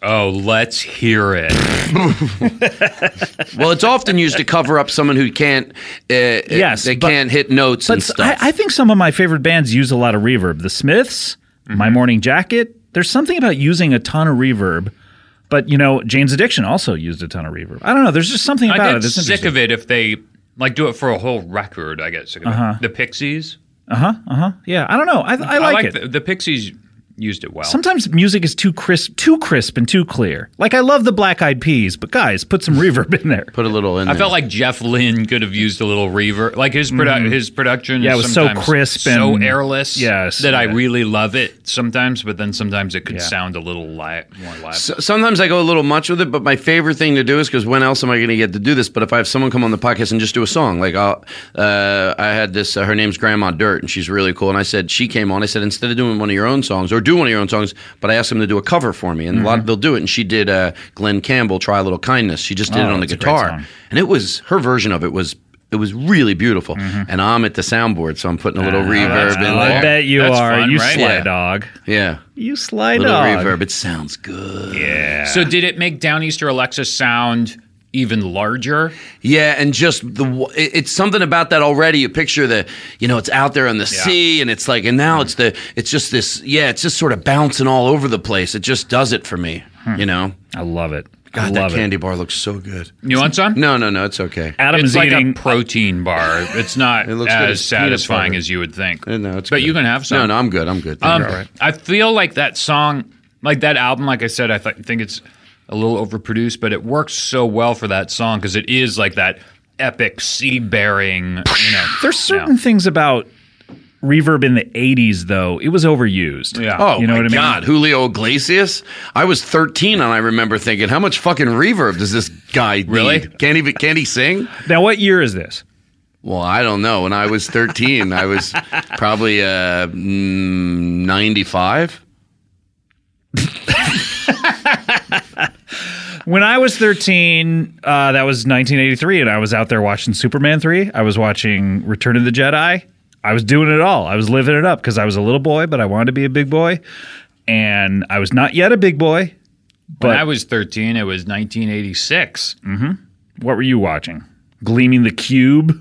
D: Oh, let's hear it.
E: Well, it's often used to cover up someone who can't. Uh,
C: Yes,
E: they
C: but-
E: can't hit notes
C: But
E: and
C: s-
E: stuff.
C: I, I think some of my favorite bands use a lot of reverb. The Smiths,
D: Mm-hmm.
C: My Morning Jacket. There's something about using a ton of reverb. But you know, Jane's Addiction also used a ton of reverb. I don't know. There's just something about
D: I
C: it.
D: get
C: That's
D: sick
C: interesting.
D: of it if they like do it for a whole record. I get sick of it. The Pixies.
C: Yeah, I don't know. I, Uh-huh. I, like, it.
D: The, the Pixies used it well.
C: Sometimes music is too crisp, too crisp and too clear. Like I love the Black Eyed Peas, but guys, put some reverb in there.
E: Put a little in.
D: I
E: there.
D: felt like Jeff Lynne could have used a little reverb. Like his produ- his production
C: Mm. Yeah, it
D: is
C: was so
D: sometimes
C: crisp
D: so
C: and-
D: airless
C: Yes,
D: that I
C: yeah.
D: really love it sometimes, but then sometimes it could
C: Yeah.
D: sound a little li- more live.
E: So- Sometimes I go a little much with it, but my favorite thing to do is because when else am I going to get to do this? But if I have someone come on the podcast and just do a song, like I'll, uh, I had this, uh, her name's Grandma Dirt, and she's really cool. And I said she came on. I said instead of doing one of your own songs or do one of your own songs, but I asked them to do a cover for me, and a
C: Mm-hmm.
E: lot they'll do it. And she did uh, Glenn Campbell, "Try a Little Kindness." She just did
C: Oh,
E: it on the
C: that's a great
E: guitar,
C: song.
E: and it was her version of it was. It was really beautiful,
C: Mm-hmm.
E: and I'm at the soundboard, so I'm putting a little reverb in
C: Ah, I
E: there.
C: bet you
D: That's
C: are.
D: fun,
C: you
D: right?
C: sly
E: Yeah.
C: dog.
E: Yeah,
C: You sly
E: little
C: dog.
E: reverb. It sounds good.
C: Yeah.
D: So did it make Downeaster Alexa sound even larger?
E: Yeah, and just the w- it- it's something about that already. You picture the you know it's out there on the sea, and it's like, and now it's the it's just this yeah, it's just sort of bouncing all over the place. It just does it for me, you know.
C: I love it. I
E: Hmm. God, that
C: love
E: candy bar looks so good.
D: You want some?
E: No, no, no, it's okay.
C: it. Adam's
D: it's like
C: eating.
D: a protein bar. It's not
E: It looks good.
D: as
E: It's peanut
D: satisfying
E: butter.
D: as you would think.
E: Uh, No, it's
D: but
E: good.
D: you can have some.
E: No, no, I'm good. I'm good.
D: Um,
E: Thank you.
D: I feel like that song, like that album, like I said, I th- think it's a little overproduced, but it works so well for that song because it is like that epic seed bearing. You know,
C: There's certain things about reverb in the 80s, though. It was overused.
D: Yeah.
E: Oh
C: You know
E: my
C: what I mean?
E: God, Julio Iglesias! I was 13 and I remember thinking, how much fucking reverb does this guy
D: Really?
E: need? Can't even can he sing?
C: Now, what year is this?
E: Well, I don't know. When I was 13, I was probably uh, mm, 95.
C: When I was 13, uh, that was 1983, and I was out there watching Superman 3. I was watching Return of the Jedi. I was doing it all. I was living it up because I was a little boy, but I wanted to be a big boy. And I was not yet a big boy.
D: when
C: But
D: I was 13, it was 1986.
C: what were you watching? Gleaming the Cube?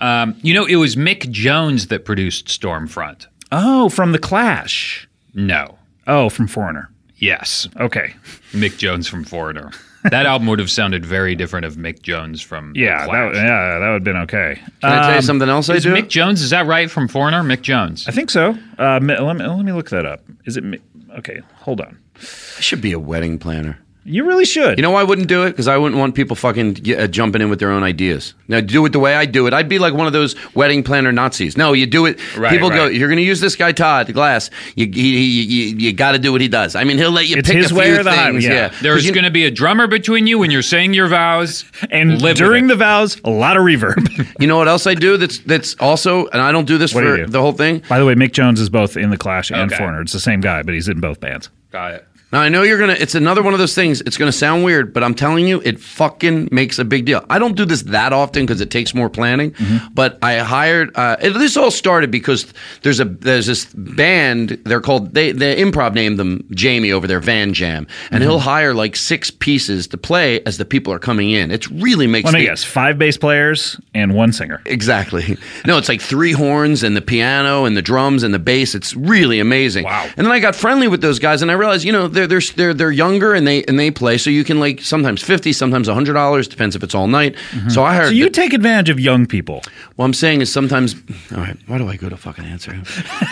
D: You know, it was Mick Jones that produced Stormfront.
C: Oh, from The Clash.
D: No.
C: Oh, from Foreigner.
D: Yes.
C: Okay.
D: Mick Jones from Foreigner. That album would have sounded very different of Mick Jones from
C: Yeah, that,
D: Clash.
C: yeah, that would have been okay. Uh,
E: Can I tell
C: Um,
E: you something else I
D: Is
E: do?
D: Mick Jones, is that right from Foreigner? Mick Jones.
C: I think so. Uh, mi- let, me, let me look that up. Is it? mi- Okay, hold on.
E: I should be a wedding planner.
C: You really should.
E: You know why I wouldn't do it? Because I wouldn't want people fucking ge- uh, jumping in with their own ideas. Now, do it the way I do it. I'd be like one of those wedding planner Nazis. No, you do it.
D: Right,
E: people go,
D: right.
E: you're going to use this guy, Todd Glass. You, he, he, you, you got to do what he does. I mean, he'll let you
C: It's
E: pick
C: his
E: a
C: way
E: few
C: or the highway,
E: things.
C: yeah.
E: yeah. 'Cause
D: There's
E: you-
D: going to be a drummer between you when you're saying your vows.
C: and
D: live with
C: during
D: it.
C: the vows, a lot of reverb.
E: You know what else I do that's that's also, and I don't do this
C: What do
E: for
C: you do?
E: the whole thing.
C: By the way, Mick Jones is both in The Clash and
D: Okay.
C: Foreigner. It's the same guy, but he's in both bands.
D: Got it.
E: Now I know you're gonna. It's another one of those things. It's gonna sound weird, but I'm telling you, it fucking makes a big deal. I don't do this that often because it takes more planning.
C: Mm-hmm.
E: But I hired. Uh, it, this all started because there's a there's this band. They're called they the improv named them Jamie over there Van Jam,
C: Mm-hmm.
E: and he'll hire like six pieces to play as the people are coming in. It really makes.
C: Let me
E: the-
C: guess: five bass players and one singer.
E: Exactly. No, it's like three horns and the piano and the drums and the bass. It's really amazing.
C: Wow.
E: And then I got friendly with those guys and I realized, you know, they're they're they're, they're younger and they and they play, so you can like sometimes fifty, sometimes hundred dollars, depends if it's all night. So I hired.
C: Mm-hmm. So you
E: the-
C: take advantage of young people.
E: what I'm saying is sometimes. All right, why do I go to fucking answer? him?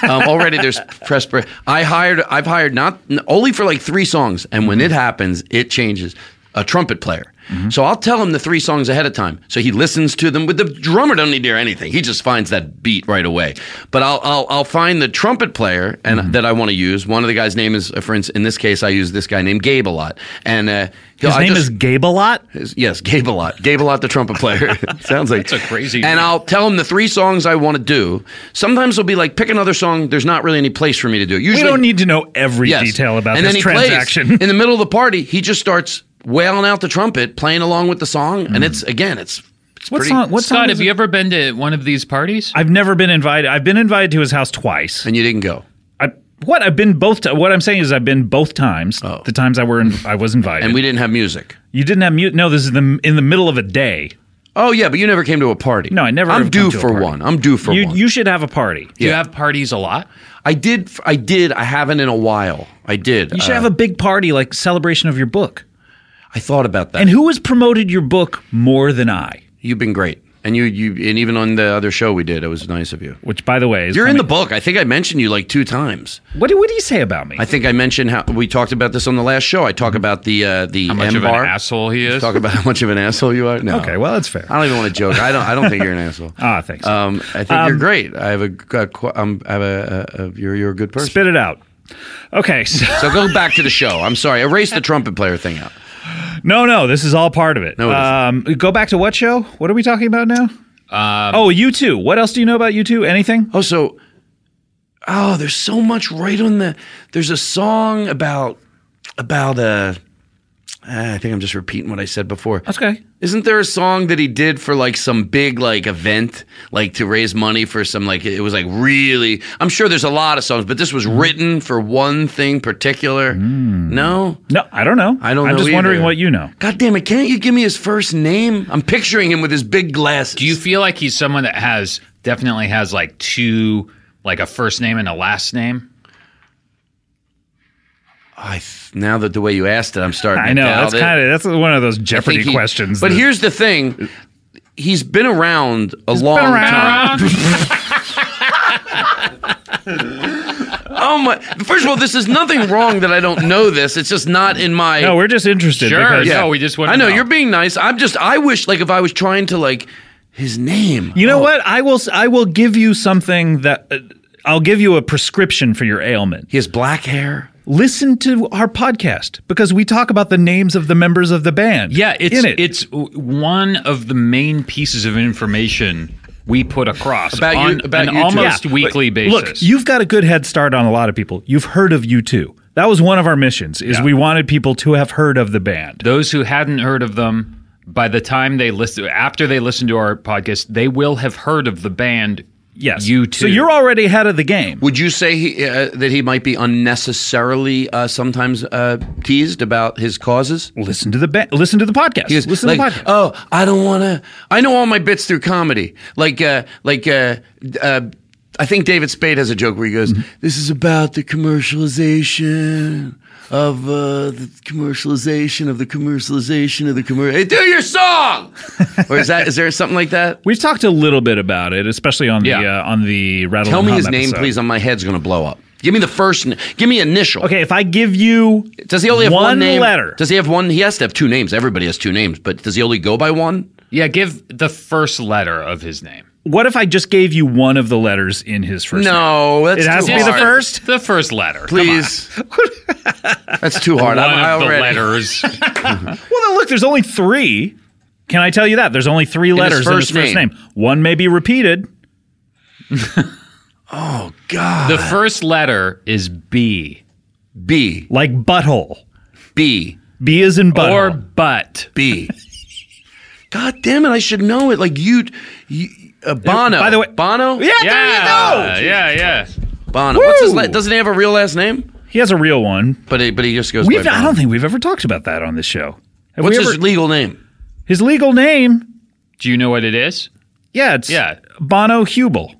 E: um, already there's press. Pre- I hired. I've hired not n- only for like three songs, and when it happens, it changes. A trumpet player.
C: Mm-hmm.
E: So I'll tell him the three songs ahead of time. So he listens to them. But the drummer doesn't need to hear anything. He just finds that beat right away. But I'll I'll, I'll find the trumpet player and
C: Mm-hmm.
E: that I want to use. One of the guys' name is, uh, for instance, in this case, I use this guy named Gabe a lot. And uh, he'll-
C: His
E: I
C: name
E: just-
C: is Gabe a lot.
E: is- Yes, Gabe a lot. Gabe a lot, the trumpet player. Sounds like
D: That's a crazy
E: And
D: name.
E: I'll tell him the three songs I want to do. Sometimes they'll be like, pick another song. There's not really any place for me to do it.
C: We
E: Usually,
C: don't need to know every
E: yes.
C: detail about
E: and
C: this
E: then he
C: transaction.
E: Plays. In the middle of the party, he just starts wailing out the trumpet, playing along with the song,
C: Hmm.
E: and it's again, it's it's
C: what
E: pretty.
C: song? What song?
D: Scott,
C: is
D: have you
C: it?
D: ever been to one of these parties?
C: I've never been invited. I've been invited to his house twice.
E: And you didn't go.
C: I, what I've been both. T- what I'm saying is I've been both times.
E: Oh.
C: The times I were in, I was invited.
E: And we didn't have music.
C: you didn't have mute. No, this is the in the middle of a day.
E: Oh yeah, but you never came to a party.
C: No, I never
E: I'm
C: have
E: due
C: come to a
E: for
C: party.
E: one. I'm due for
C: you
E: one.
C: you should have a party.
D: Do you have parties a lot?
E: I did. I did. I haven't in a while. I did.
C: You should
E: Uh,
C: have a big party like celebration of your book.
E: I thought about that.
C: And who has promoted your book more than I?
E: You've been great. And you, you, and even on the other show we did, it was nice of you.
C: Which, by the way, is
E: You're in the
C: coming-
E: book. I think I mentioned you like two times.
C: What, did- what do you say about me?
E: I think I mentioned how we talked about this on the last show. I talk about the uh, the
D: How much
E: M
D: of
E: bar.
D: an asshole he is?
E: Talk about how much of an asshole you are. No.
C: okay, well that's fair.
E: I don't even want to joke. I don't. I don't think you're an asshole.
C: Ah, thanks.
E: Um, I think you're great. I have a. a qu- um, I have a, a, a. You're you're a good person.
C: Spit it out. Okay, so,
E: So go back to the show. I'm sorry. Erase the trumpet player thing out.
C: no, no, this is all part of it.
E: No, it
C: um, go back to what show? What are we
E: Um,
C: talking about now? oh, you two. What else do you know about you two? Anything?
E: Oh, so oh, there's so much right on the. There's a song about about uh, ah, I think I'm just repeating what I said before.
C: That's okay.
E: Isn't there a song that he did for like some big like event, like to raise money for some like it was like really? I'm sure there's a lot of songs, but this was
C: Mm-hmm.
E: written for one thing particular.
C: Mm.
E: No,
C: No, I don't know.
E: I don't
C: I'm
E: know
C: just wondering
E: either.
C: what you know.
E: God damn it! Can't you give me his first name? I'm picturing him with his big glasses.
D: Do you feel like he's someone that has definitely has like two, like a first name and a last name?
E: I th- now that the way you asked it, I'm starting.
C: I
E: to
C: know
E: doubt
C: that's
E: it.
C: kind of that's one of those
E: I think
C: Jeopardy
E: he-
C: questions.
E: But
C: that-
E: here's the thing: he's been around a long time. Oh my! First of all, this is nothing wrong that I don't know this. It's just not in my.
C: no, we're just interested.
D: Sure,
C: because-
D: yeah. No, we just wanted
E: I know,
D: to know.
E: you're being nice. I'm just. I wish like if I was trying to like his name.
C: You know what? I will. s- I will give you something that uh, I'll give you a prescription for your ailment.
E: He has black hair.
C: Listen to our podcast because we talk about the names of the members of the band.
D: Yeah, it's
C: in it.
D: it's w- one of the main pieces of information we put across
E: About you-
D: on
E: about
D: an
E: you two.
D: almost
C: Yeah,
D: weekly
C: but
D: basis.
C: Look, you've got a good head start on a lot of people. You've heard of you two. That was one of our missions. Is we wanted people to have heard of the band.
D: Those who hadn't heard of them, by the time they listen, after they listen to our podcast, they will have heard of the band.
C: Yes,
D: you too.
C: So you're already ahead of the game.
E: Would you say he, uh, that he might be unnecessarily uh, sometimes uh, teased about his causes?
C: Listen to the ba- listen to the podcast.
E: He goes,
C: listen
E: like,
C: to the podcast.
E: oh, I don't want to. I know all my bits through comedy. Like, uh, like, uh, uh, I think David Spade has a joke where he goes,
C: Mm-hmm.
E: "This is about the commercialization of uh, the commercialization of the commercialization of the commercial." Hey, do your song, or is that is there something like that?
C: We've talked a little bit about it, especially on
D: Yeah.
C: the uh, on the rattle.
E: Tell
C: and
E: me
C: Hum
E: his name,
C: episode.
E: please, or my head's gonna blow up. Give me the first. n- Give me initial.
C: Okay, if I give you,
E: Does he only have one, name?
C: letter?
E: Does he have one? He has to have two names. Everybody has two names, but does he only go by one?
D: yeah, give the first letter of his name.
C: what if I just gave you one of the letters in his first?
E: No, that's
C: It has
E: too
C: to be the
E: hard.
C: first?
D: The first letter. Come
E: Please. That's too hard.
D: on. One
E: I'm, I
D: of the
E: already-
D: letters.
C: Name? Well, then look, there's only three. Can I tell you that there's only three
E: his
C: letters
E: first
C: in his first
E: name.
C: name? One may be repeated.
E: God.
D: the first letter is B
E: B.
C: like butthole.
E: B.
C: B is in
D: or
C: butthole.
D: but.
E: B. God damn it! I should know it. Like you, you uh, Bono.
C: by the way-
E: Bono.
C: yeah, there
D: Yeah,
C: you go.
D: yeah, yeah.
E: Bono. What's his?
C: Woo!
E: La- doesn't he have a real last name?
C: He has a real one.
E: But he, but he just goes.
C: We've,
E: by
C: I
E: Bono.
C: don't think we've ever talked about that on this show. Have
E: What's
C: we ever,
E: his legal name?
C: his legal name?
D: Do you know what it is?
C: Yeah, it's
D: Yeah.
C: Bono Hubel.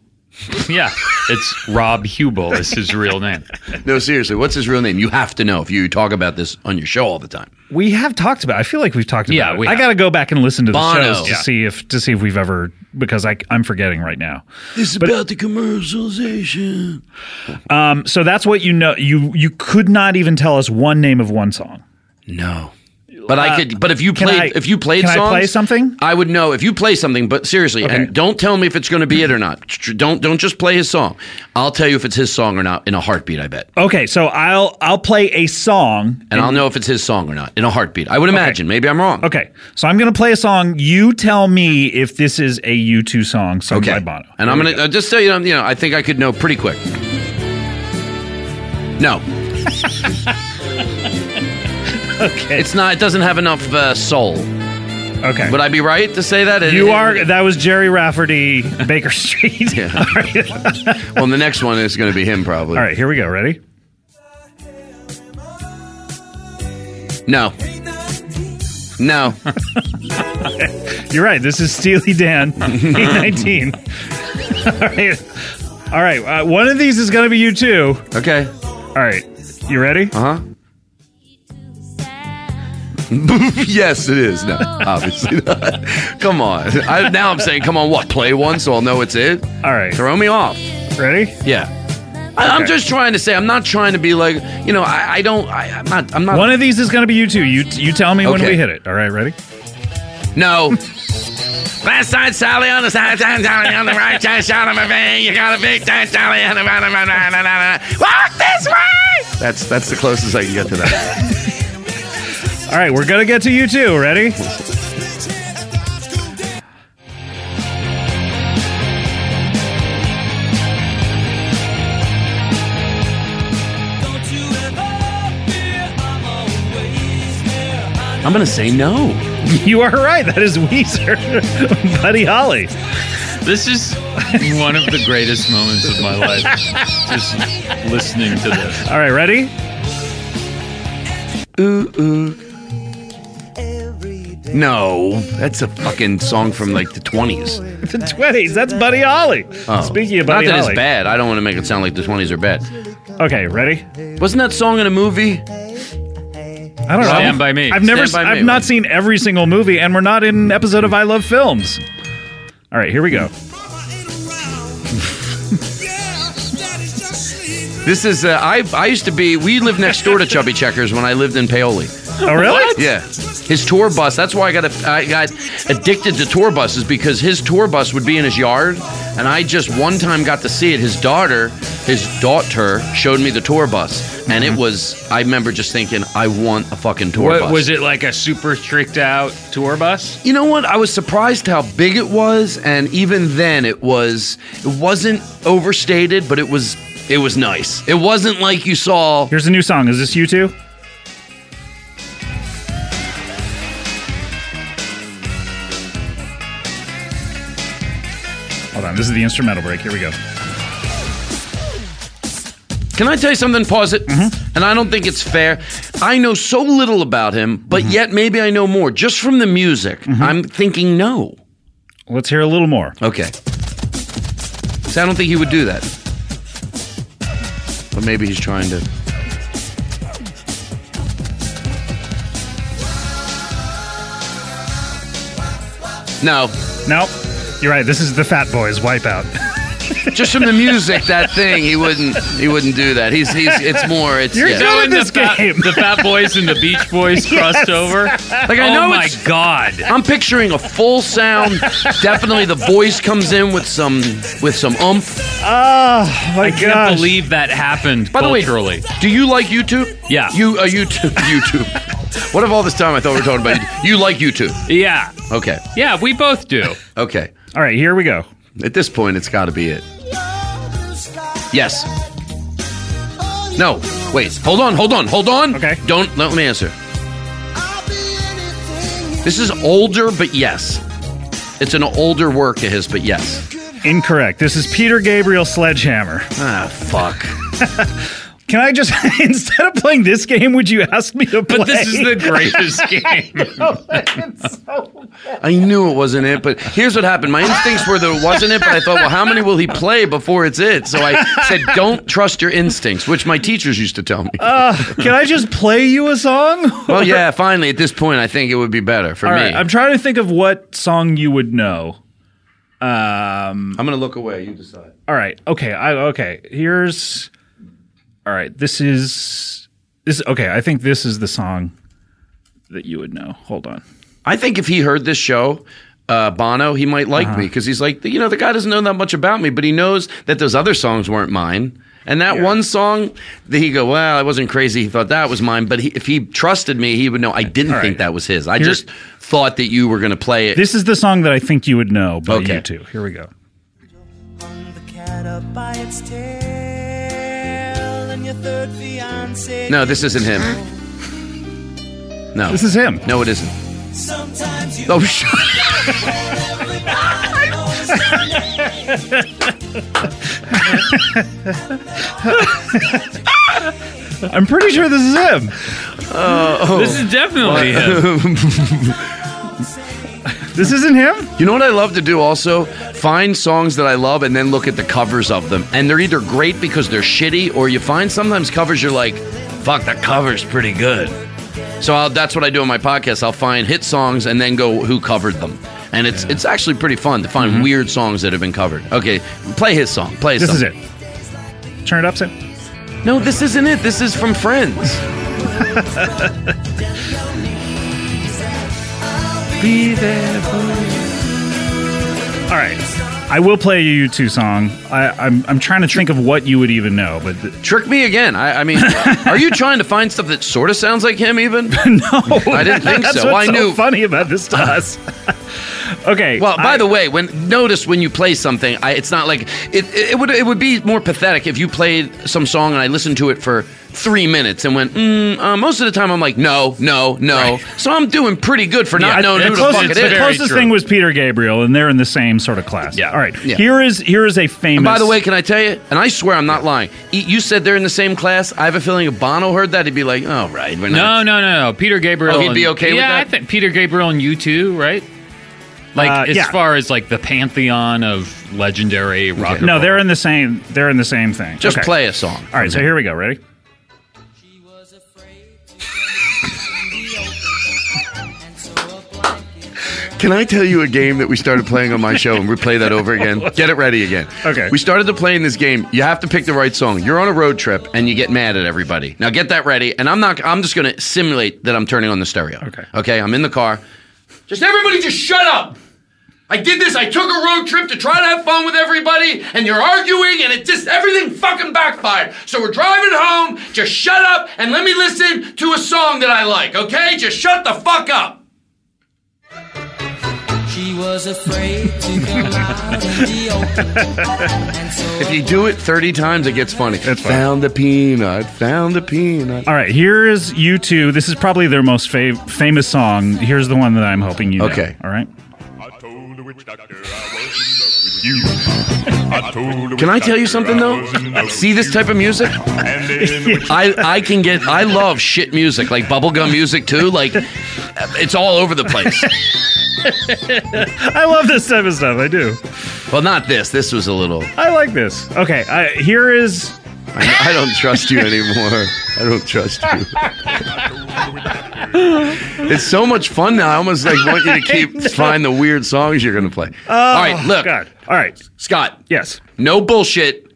D: Yeah, it's Rob Hubel. Is his real name.
E: No, seriously. What's his real name? You have to know if you talk about this on your show all the time.
C: We have talked about. I feel like we've talked about.
D: Yeah,
C: it.
D: we
C: I
D: have.
C: got to go back and listen to the
E: Bono.
C: shows to
E: Yeah.
C: see if to see if we've ever because I I'm forgetting right now.
E: This is about the commercialization.
C: Um, so that's what you know. You you could not even tell us one name of one song.
E: No. But I could. But if you
C: can
E: played,
C: I-
E: if you played,
C: can I
E: songs,
C: play something?
E: I would know if you play something. But seriously,
C: Okay.
E: and don't tell me if it's going to be it or not. Tr- Don't don't just play his song. I'll tell you if it's his song or not in a heartbeat. I bet,
C: Okay, so I'll I'll play a song.
E: and I'll know if it's his song or not in a heartbeat. I would imagine. Maybe I'm wrong.
C: Okay, so I'm gonna play a song. You tell me if this is a U2 song sung
E: Okay.
C: by Bono.
E: And I'm gonna uh, just tell you. um, You know, I think I could know pretty quick. No. okay. It's not. It doesn't have enough uh, soul.
C: Okay.
E: Would I be right to say that? It-
C: You
E: it-
C: are. That was Jerry Rafferty, Baker Street. All, right.
E: Well, the next one is going to be him probably.
C: All right, here we go. Ready?
E: No. No.
C: You're right. This is Steely Dan, 19. All right. All right. Uh, one of these is going to be you too.
E: Okay.
C: All right. You ready?
E: Uh huh. yes, it is. No, obviously not. Come on. I, now I'm saying, come on, what? Play one so I'll know it's it?
C: All right.
E: Throw me off.
C: Ready?
E: Yeah. I, I'm
C: Okay.
E: just trying to say, I'm not trying to be like, you know, I, I don't, I, I'm not, I'm not.
C: One of these is going to be you too. You you tell me when
E: Okay.
C: we hit it. All right. Ready?
E: no. Last night, Sally on the side, side, Sally on the right side, Sally on my vein. You got a big time, Sally on the right, right, right, right, right, right. Walk this way! That's, that's the closest I can get to that.
C: All right. We're going to get to you too. Ready?
E: I'm gonna say no.
C: You are right. That is Weezer, Buddy Holly.
D: This is one of the greatest moments of my life. Just listening to this.
C: All right, ready?
E: No, that's a fucking song from like the 20s.
C: The twenties. That's Buddy Holly.
E: Oh.
C: Speaking of
E: not
C: Buddy
E: that
C: Holly.
E: it's bad. I don't want to make it sound like the 20s are bad.
C: Okay, ready?
E: Wasn't that song in a movie?
C: I don't know.
D: Stand by me.
C: I've never.
E: Stand by me,
C: I've not
E: Will.
C: seen every single movie, and we're not in an episode of I Love Films. All right, here we go.
E: This is uh, I. I used to be. We lived next door to Chubby Checkers when I lived in Paoli.
C: Oh, really?
E: Yeah, his tour bus. That's why I got a, I got addicted to tour buses because his tour bus would be in his yard, and I just one time got to see it. His daughter, his daughter, showed me the tour bus, and it was. I remember just thinking, I want a fucking tour
D: Mm-hmm. What
E: bus.
D: was it like a super tricked out tour bus?
E: You know what? I was surprised how big it was, and even then, it was. It wasn't overstated, but it was. It was nice. It wasn't like you saw.
C: Here's a new song. Is this you two? Hold on. This is the instrumental break. Here we go.
E: Can I tell you something? Pause it. And I don't think it's fair. I know so little about him, but yet maybe I know more. Just from the music, I'm thinking no.
C: Let's hear a little more.
E: Okay. So I don't think he would do that. But maybe he's trying to. No,
C: Nope. You're right. This is the Fat Boys Wipeout.
E: just from the music, that thing he wouldn't he wouldn't do that. He's he's it's more it's
C: You're
E: yeah.
C: good.
D: When
C: this
D: the fat,
C: game.
D: the Fat Boys and the Beach Boys crossed over.
E: like I know
D: oh my
E: it's
D: god!
E: I'm picturing a full sound. Definitely, the voice comes in with some with some umph.
C: Oh my
D: I can't believe that happened
E: By the way,
D: culturally.
E: do you like YouTube?
D: Yeah.
E: You uh, YouTube YouTube. what if all this time I thought we were talking about YouTube? you like YouTube?
D: yeah,
E: Okay,
D: yeah, we both do.
E: okay.
C: All right, here we go.
E: At this point, it's got to be it. Yes. No. Wait. Hold on. Hold on. Hold on.
C: Okay.
E: Don't let me answer. This is older, but yes. It's an older work of his, but yes.
C: Incorrect. This is Peter Gabriel Sledgehammer.
E: Ah, fuck.
C: Can I just instead of playing this game, would you ask me to play?
D: But this is the greatest game.
E: I knew it wasn't it, but here's what happened. My instincts were that it wasn't it, but I thought, well, how many will he play before it's it? So I said, don't trust your instincts, which my teachers used to tell me.
C: Oh. Can I just play you a song?
E: well, yeah, finally, at this point, I think it would be better for
C: All
E: me.
C: right, I'm trying to think of what song you would know.
E: I'm going to look away. You decide.
C: All right, okay, I, okay. Here's. All right, this is this. Okay, I think this is the song that you would know. Hold on.
E: I think if he heard this show, uh, Bono, he might like
C: Uh-huh.
E: me because he's like, you know, the guy doesn't know that much about me, but he knows that those other songs weren't mine. And that one song, that he go, well, I wasn't crazy. He thought that was mine. But he, if he trusted me, he would know I didn't
C: All right.
E: think that was his. I
C: Here-
E: just thought that you were going to play it.
C: This is the song that I think you would know by
E: Okay.
C: you two. Here we go.
E: No, this isn't him. No.
C: This is him.
E: No, it isn't.
F: Sometimes you
E: Oh, shut
C: I'm pretty sure this is him.
D: This is definitely him.
C: This isn't him.
E: You know what I love to do also? Find songs that I love and then look at the covers of them. And they're either great because they're shitty or you find sometimes covers you're like, fuck, that cover's pretty good. So I'll, that's what I do on my podcast. I'll find hit songs and then go who covered them. And it's it's actually pretty fun to find weird songs that have been covered. Okay, play his song. Play his
C: Mm-hmm. This
E: song.
C: is it. Turn it up, Sam.
E: No, this isn't it. This is from Friends. Be there
C: All right. I will play a U two song. I, I'm I'm trying to think of what you would even know, but th-
E: Trick me again. I, I mean, are you trying to find stuff that sort of sounds like him? Even
C: no,
E: I didn't think
C: Oh, that's
E: so.
C: What's
E: I knew.
C: so funny about this to us. Okay.
E: Well, by
C: I-
E: the way, when notice when you play something, I, it's not like it, it. would it would be more pathetic if you played some song and I listened to it for three minutes and went. Mm, uh, most of the time, I'm like, no, no, no. So I'm doing pretty good for not
C: I-
E: knowing
C: the
E: who the
C: closest,
E: fuck it
C: the
E: is.
C: closest thing was Peter Gabriel, and they're in the same sort of class.
D: Yeah.
C: All right.
E: Yeah.
C: Here is here is a famous.
E: And by the way, can I tell you? And I swear I'm not lying. E- You said they're in the same class. I have a feeling if Bono heard that, he'd be like, "Oh, right, we're
D: No,
E: not."
D: no, no, no. Peter Gabriel.
E: Oh, he'd be
D: and-
E: okay
D: yeah,
E: with that?
D: I think Peter Gabriel and you too, right? Like
C: Uh,
D: as
C: yeah.
D: far as like the pantheon of legendary rock. and
C: no,
D: roll.
C: they're in the same. They're in the same thing.
E: Just
C: Okay.
E: play a song.
C: All right. So here we go. Ready?
E: Can I tell you a game that we started playing on my show and we play that over again? Get it ready again.
C: Okay.
E: We started to playing this game. You have to pick the right song. You're on a road trip and you get mad at everybody. Now get that ready. And I'm not I'm just gonna simulate that I'm turning on the stereo.
C: Okay.
E: Okay, I'm in the car. Just everybody just shut up! I did this, I took a road trip to try to have fun with everybody, and you're arguing, and it just everything fucking backfired. So we're driving home, just shut up and let me listen to a song that I like, okay? Just shut the fuck up.
F: She was afraid to come out in the open. And so
E: If you do it 30 times, it gets funny.
C: It's funny.
E: found the peanut, found the peanut.
C: All right. Here is you two. This is probably their most fav- famous song. Here's the one that I'm hoping you. know.
E: Okay.
C: All right.
H: I told the witch doctor I was in love with you. I told the
E: Can I
H: witch
E: tell you
H: doctor
E: something
H: I
E: though?
H: was in love
E: See
H: with
E: this
H: you.
E: type of music?
H: And then the witch
E: I, I can get I love shit music like bubblegum music too like it's all over the place.
C: I love this type of stuff. I do.
E: Well, not this. This was a little.
C: I like this. Okay. I, here is
E: I, I don't trust you anymore. I don't trust you. it's so much fun now. I almost like want you to keep find the weird songs you're gonna play. all right, look,
C: Oh, God. All right.
E: Scott.
C: Yes.
E: No bullshit.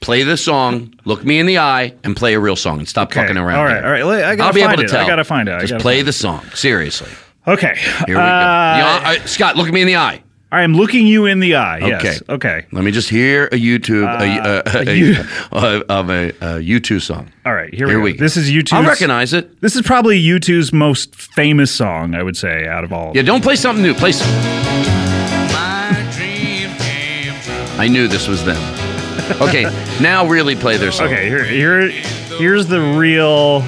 E: Play the song, look me in the eye, and play a real song and stop fucking around.
C: All right.
E: here.
C: All right. Let- I gotta
E: I'll be
C: find
E: able to
C: it.
E: tell.
C: I gotta find it. I
E: Just
C: gotta
E: play
C: find
E: the song. Seriously.
C: Okay.
E: Here we go.
C: Uh,
E: Yeah, I- Scott, look me in the eye.
C: I am looking you in the eye. Yes.
E: Okay.
C: Okay.
E: Let me just hear a YouTube a, a,
C: Uh, you-
E: a, of a, a U2 song.
C: All right. Here,
E: Here
C: we
E: we
C: go.
E: go.
C: This is U2.
E: I recognize it.
C: This is probably U2's most famous song, I would say, out of all.
E: Yeah, don't play something new. Play. Some- I knew this was them. Okay, now really play their song.
C: Okay, here, here, here's the real.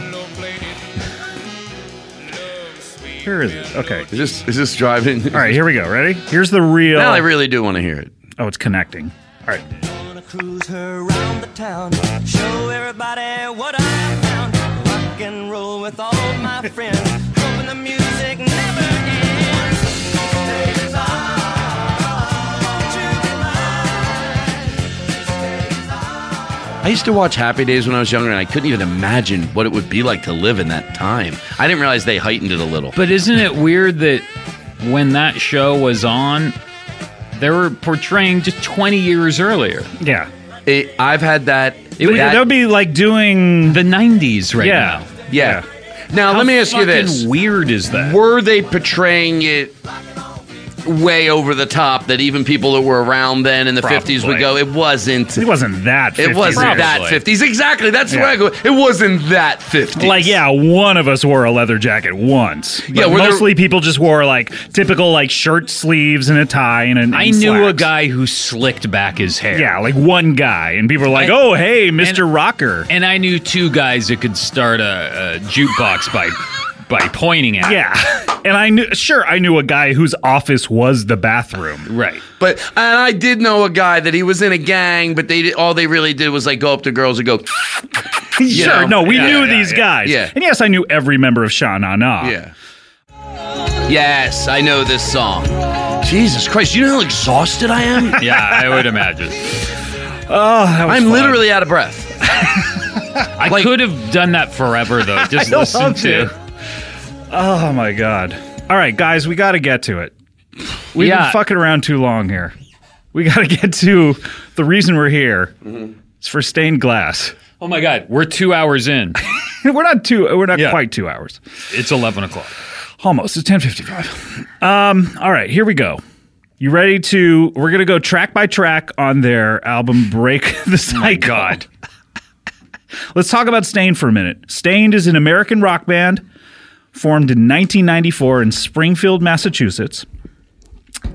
C: Here is it. Okay.
E: Is this is this driving?
C: All right, here we go. Ready? Here's the real.
E: Now I really do want to hear it.
C: oh, it's connecting. All right.
F: gonna cruise her around the town, show everybody what I found. Rock and roll with all my friends, hoping the music never ends. This is all to be
E: I used to watch Happy Days when I was younger, and I couldn't even imagine what it would be like to live in that time. I didn't realize they heightened it a little.
D: But isn't it weird that when that show was on, they were portraying just 20 years earlier?
C: Yeah.
E: It- I've had that.
D: It would-
E: that-
C: That would be like doing.
D: The 90s right
C: yeah.
D: now.
E: yeah. Now
D: How
E: let me ask you this:
D: fucking weird is that?
E: Were they portraying it way over the top that even people that were around then in the fifties would
C: Probably.
E: go, "It wasn't."
C: It wasn't that. 50s
E: It wasn't
C: years.
E: that fifties. Exactly. That's
C: Yeah.
E: where I go. It wasn't that fifties.
C: Like yeah, one of us wore a leather jacket once. But
E: Yeah, were there-
C: mostly people just wore like typical like shirt sleeves and a tie and an.
D: I
C: and
D: knew a
C: slacks.
D: guy who slicked back his hair.
C: Yeah, like one guy, and people are like,
D: I-
C: "Oh, hey, Mister Rocker."
D: And I knew two guys that could start a, a jukebox by by pointing at. it.
C: yeah, and I knew. Sure, I knew a guy whose office was the bathroom.
D: Right.
E: But and I did know a guy that he was in a gang, but they did- all they really did was like go up to girls and go. you
C: sure, no,
E: know?
C: we
E: Yeah,
C: knew
E: yeah,
C: these
E: yeah.
C: guys.
E: Yeah.
C: and yes, I knew every member of Sha Na Na.
E: Yeah. Yes, I know this song. Jesus Christ, you know how exhausted I am?
D: Yeah, I would imagine.
E: I'm literally out of breath.
D: I
E: Like-
D: could have done that forever though. Just
C: I
D: listen
C: love
D: to.
C: it. Oh my god! All right, guys, we got to get to it. We've
D: Yeah.
C: been fucking around too long here. We got to get to the reason we're here.
D: Mm-hmm.
C: It's for stained glass.
D: Oh my God, we're two hours in.
C: We're not two. We're not
D: Yeah.
C: quite two hours.
D: It's eleven o'clock.
C: Almost. It's ten fifty five. Um. All right. Here we go. You ready to? We're gonna go track by track on their album "Break the Cycle." Oh my God. Let's talk about Stained for a minute. Stained is an American rock band formed in 1994 in Springfield, Massachusetts.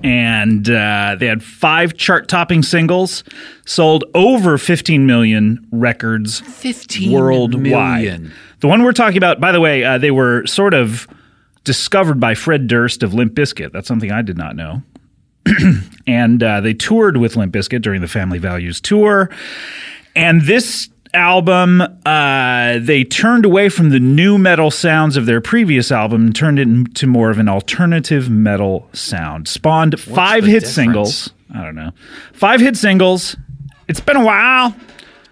C: and uh, they had five chart-topping singles, sold over 15 million records
D: 15
C: worldwide.
D: million.
C: The one we're talking about, by the way, uh, they were sort of discovered by Fred Durst of Limp Bizkit. That's something I did not know. and uh, they toured with Limp Bizkit during the Family Values tour. And this album, uh, they turned away from the new metal sounds of their previous album and turned it into more of an alternative metal sound. Spawned five
D: the
C: hit
D: difference?
C: singles. I don't know. Five hit singles. It's been a while.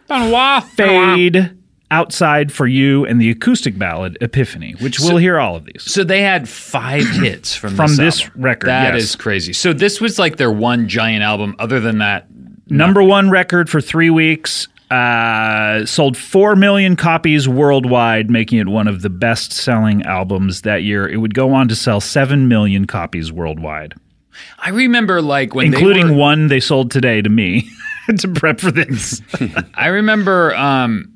D: Been a while.
C: Oh, Fade. Outside for You and the acoustic ballad Epiphany, which we'll hear all of these.
D: So they had five hits from
C: From this
D: album.
C: record,
D: That
C: yes.
D: is crazy. So this was like their one giant album. Other than that,
C: Number one record for three weeks. Uh, sold 4 million copies worldwide, making it one of the best selling albums that year. It would go on to sell 7 million copies worldwide,
D: I remember like when
C: including
D: they were,
C: one they sold today to me to prep for this.
D: I remember um,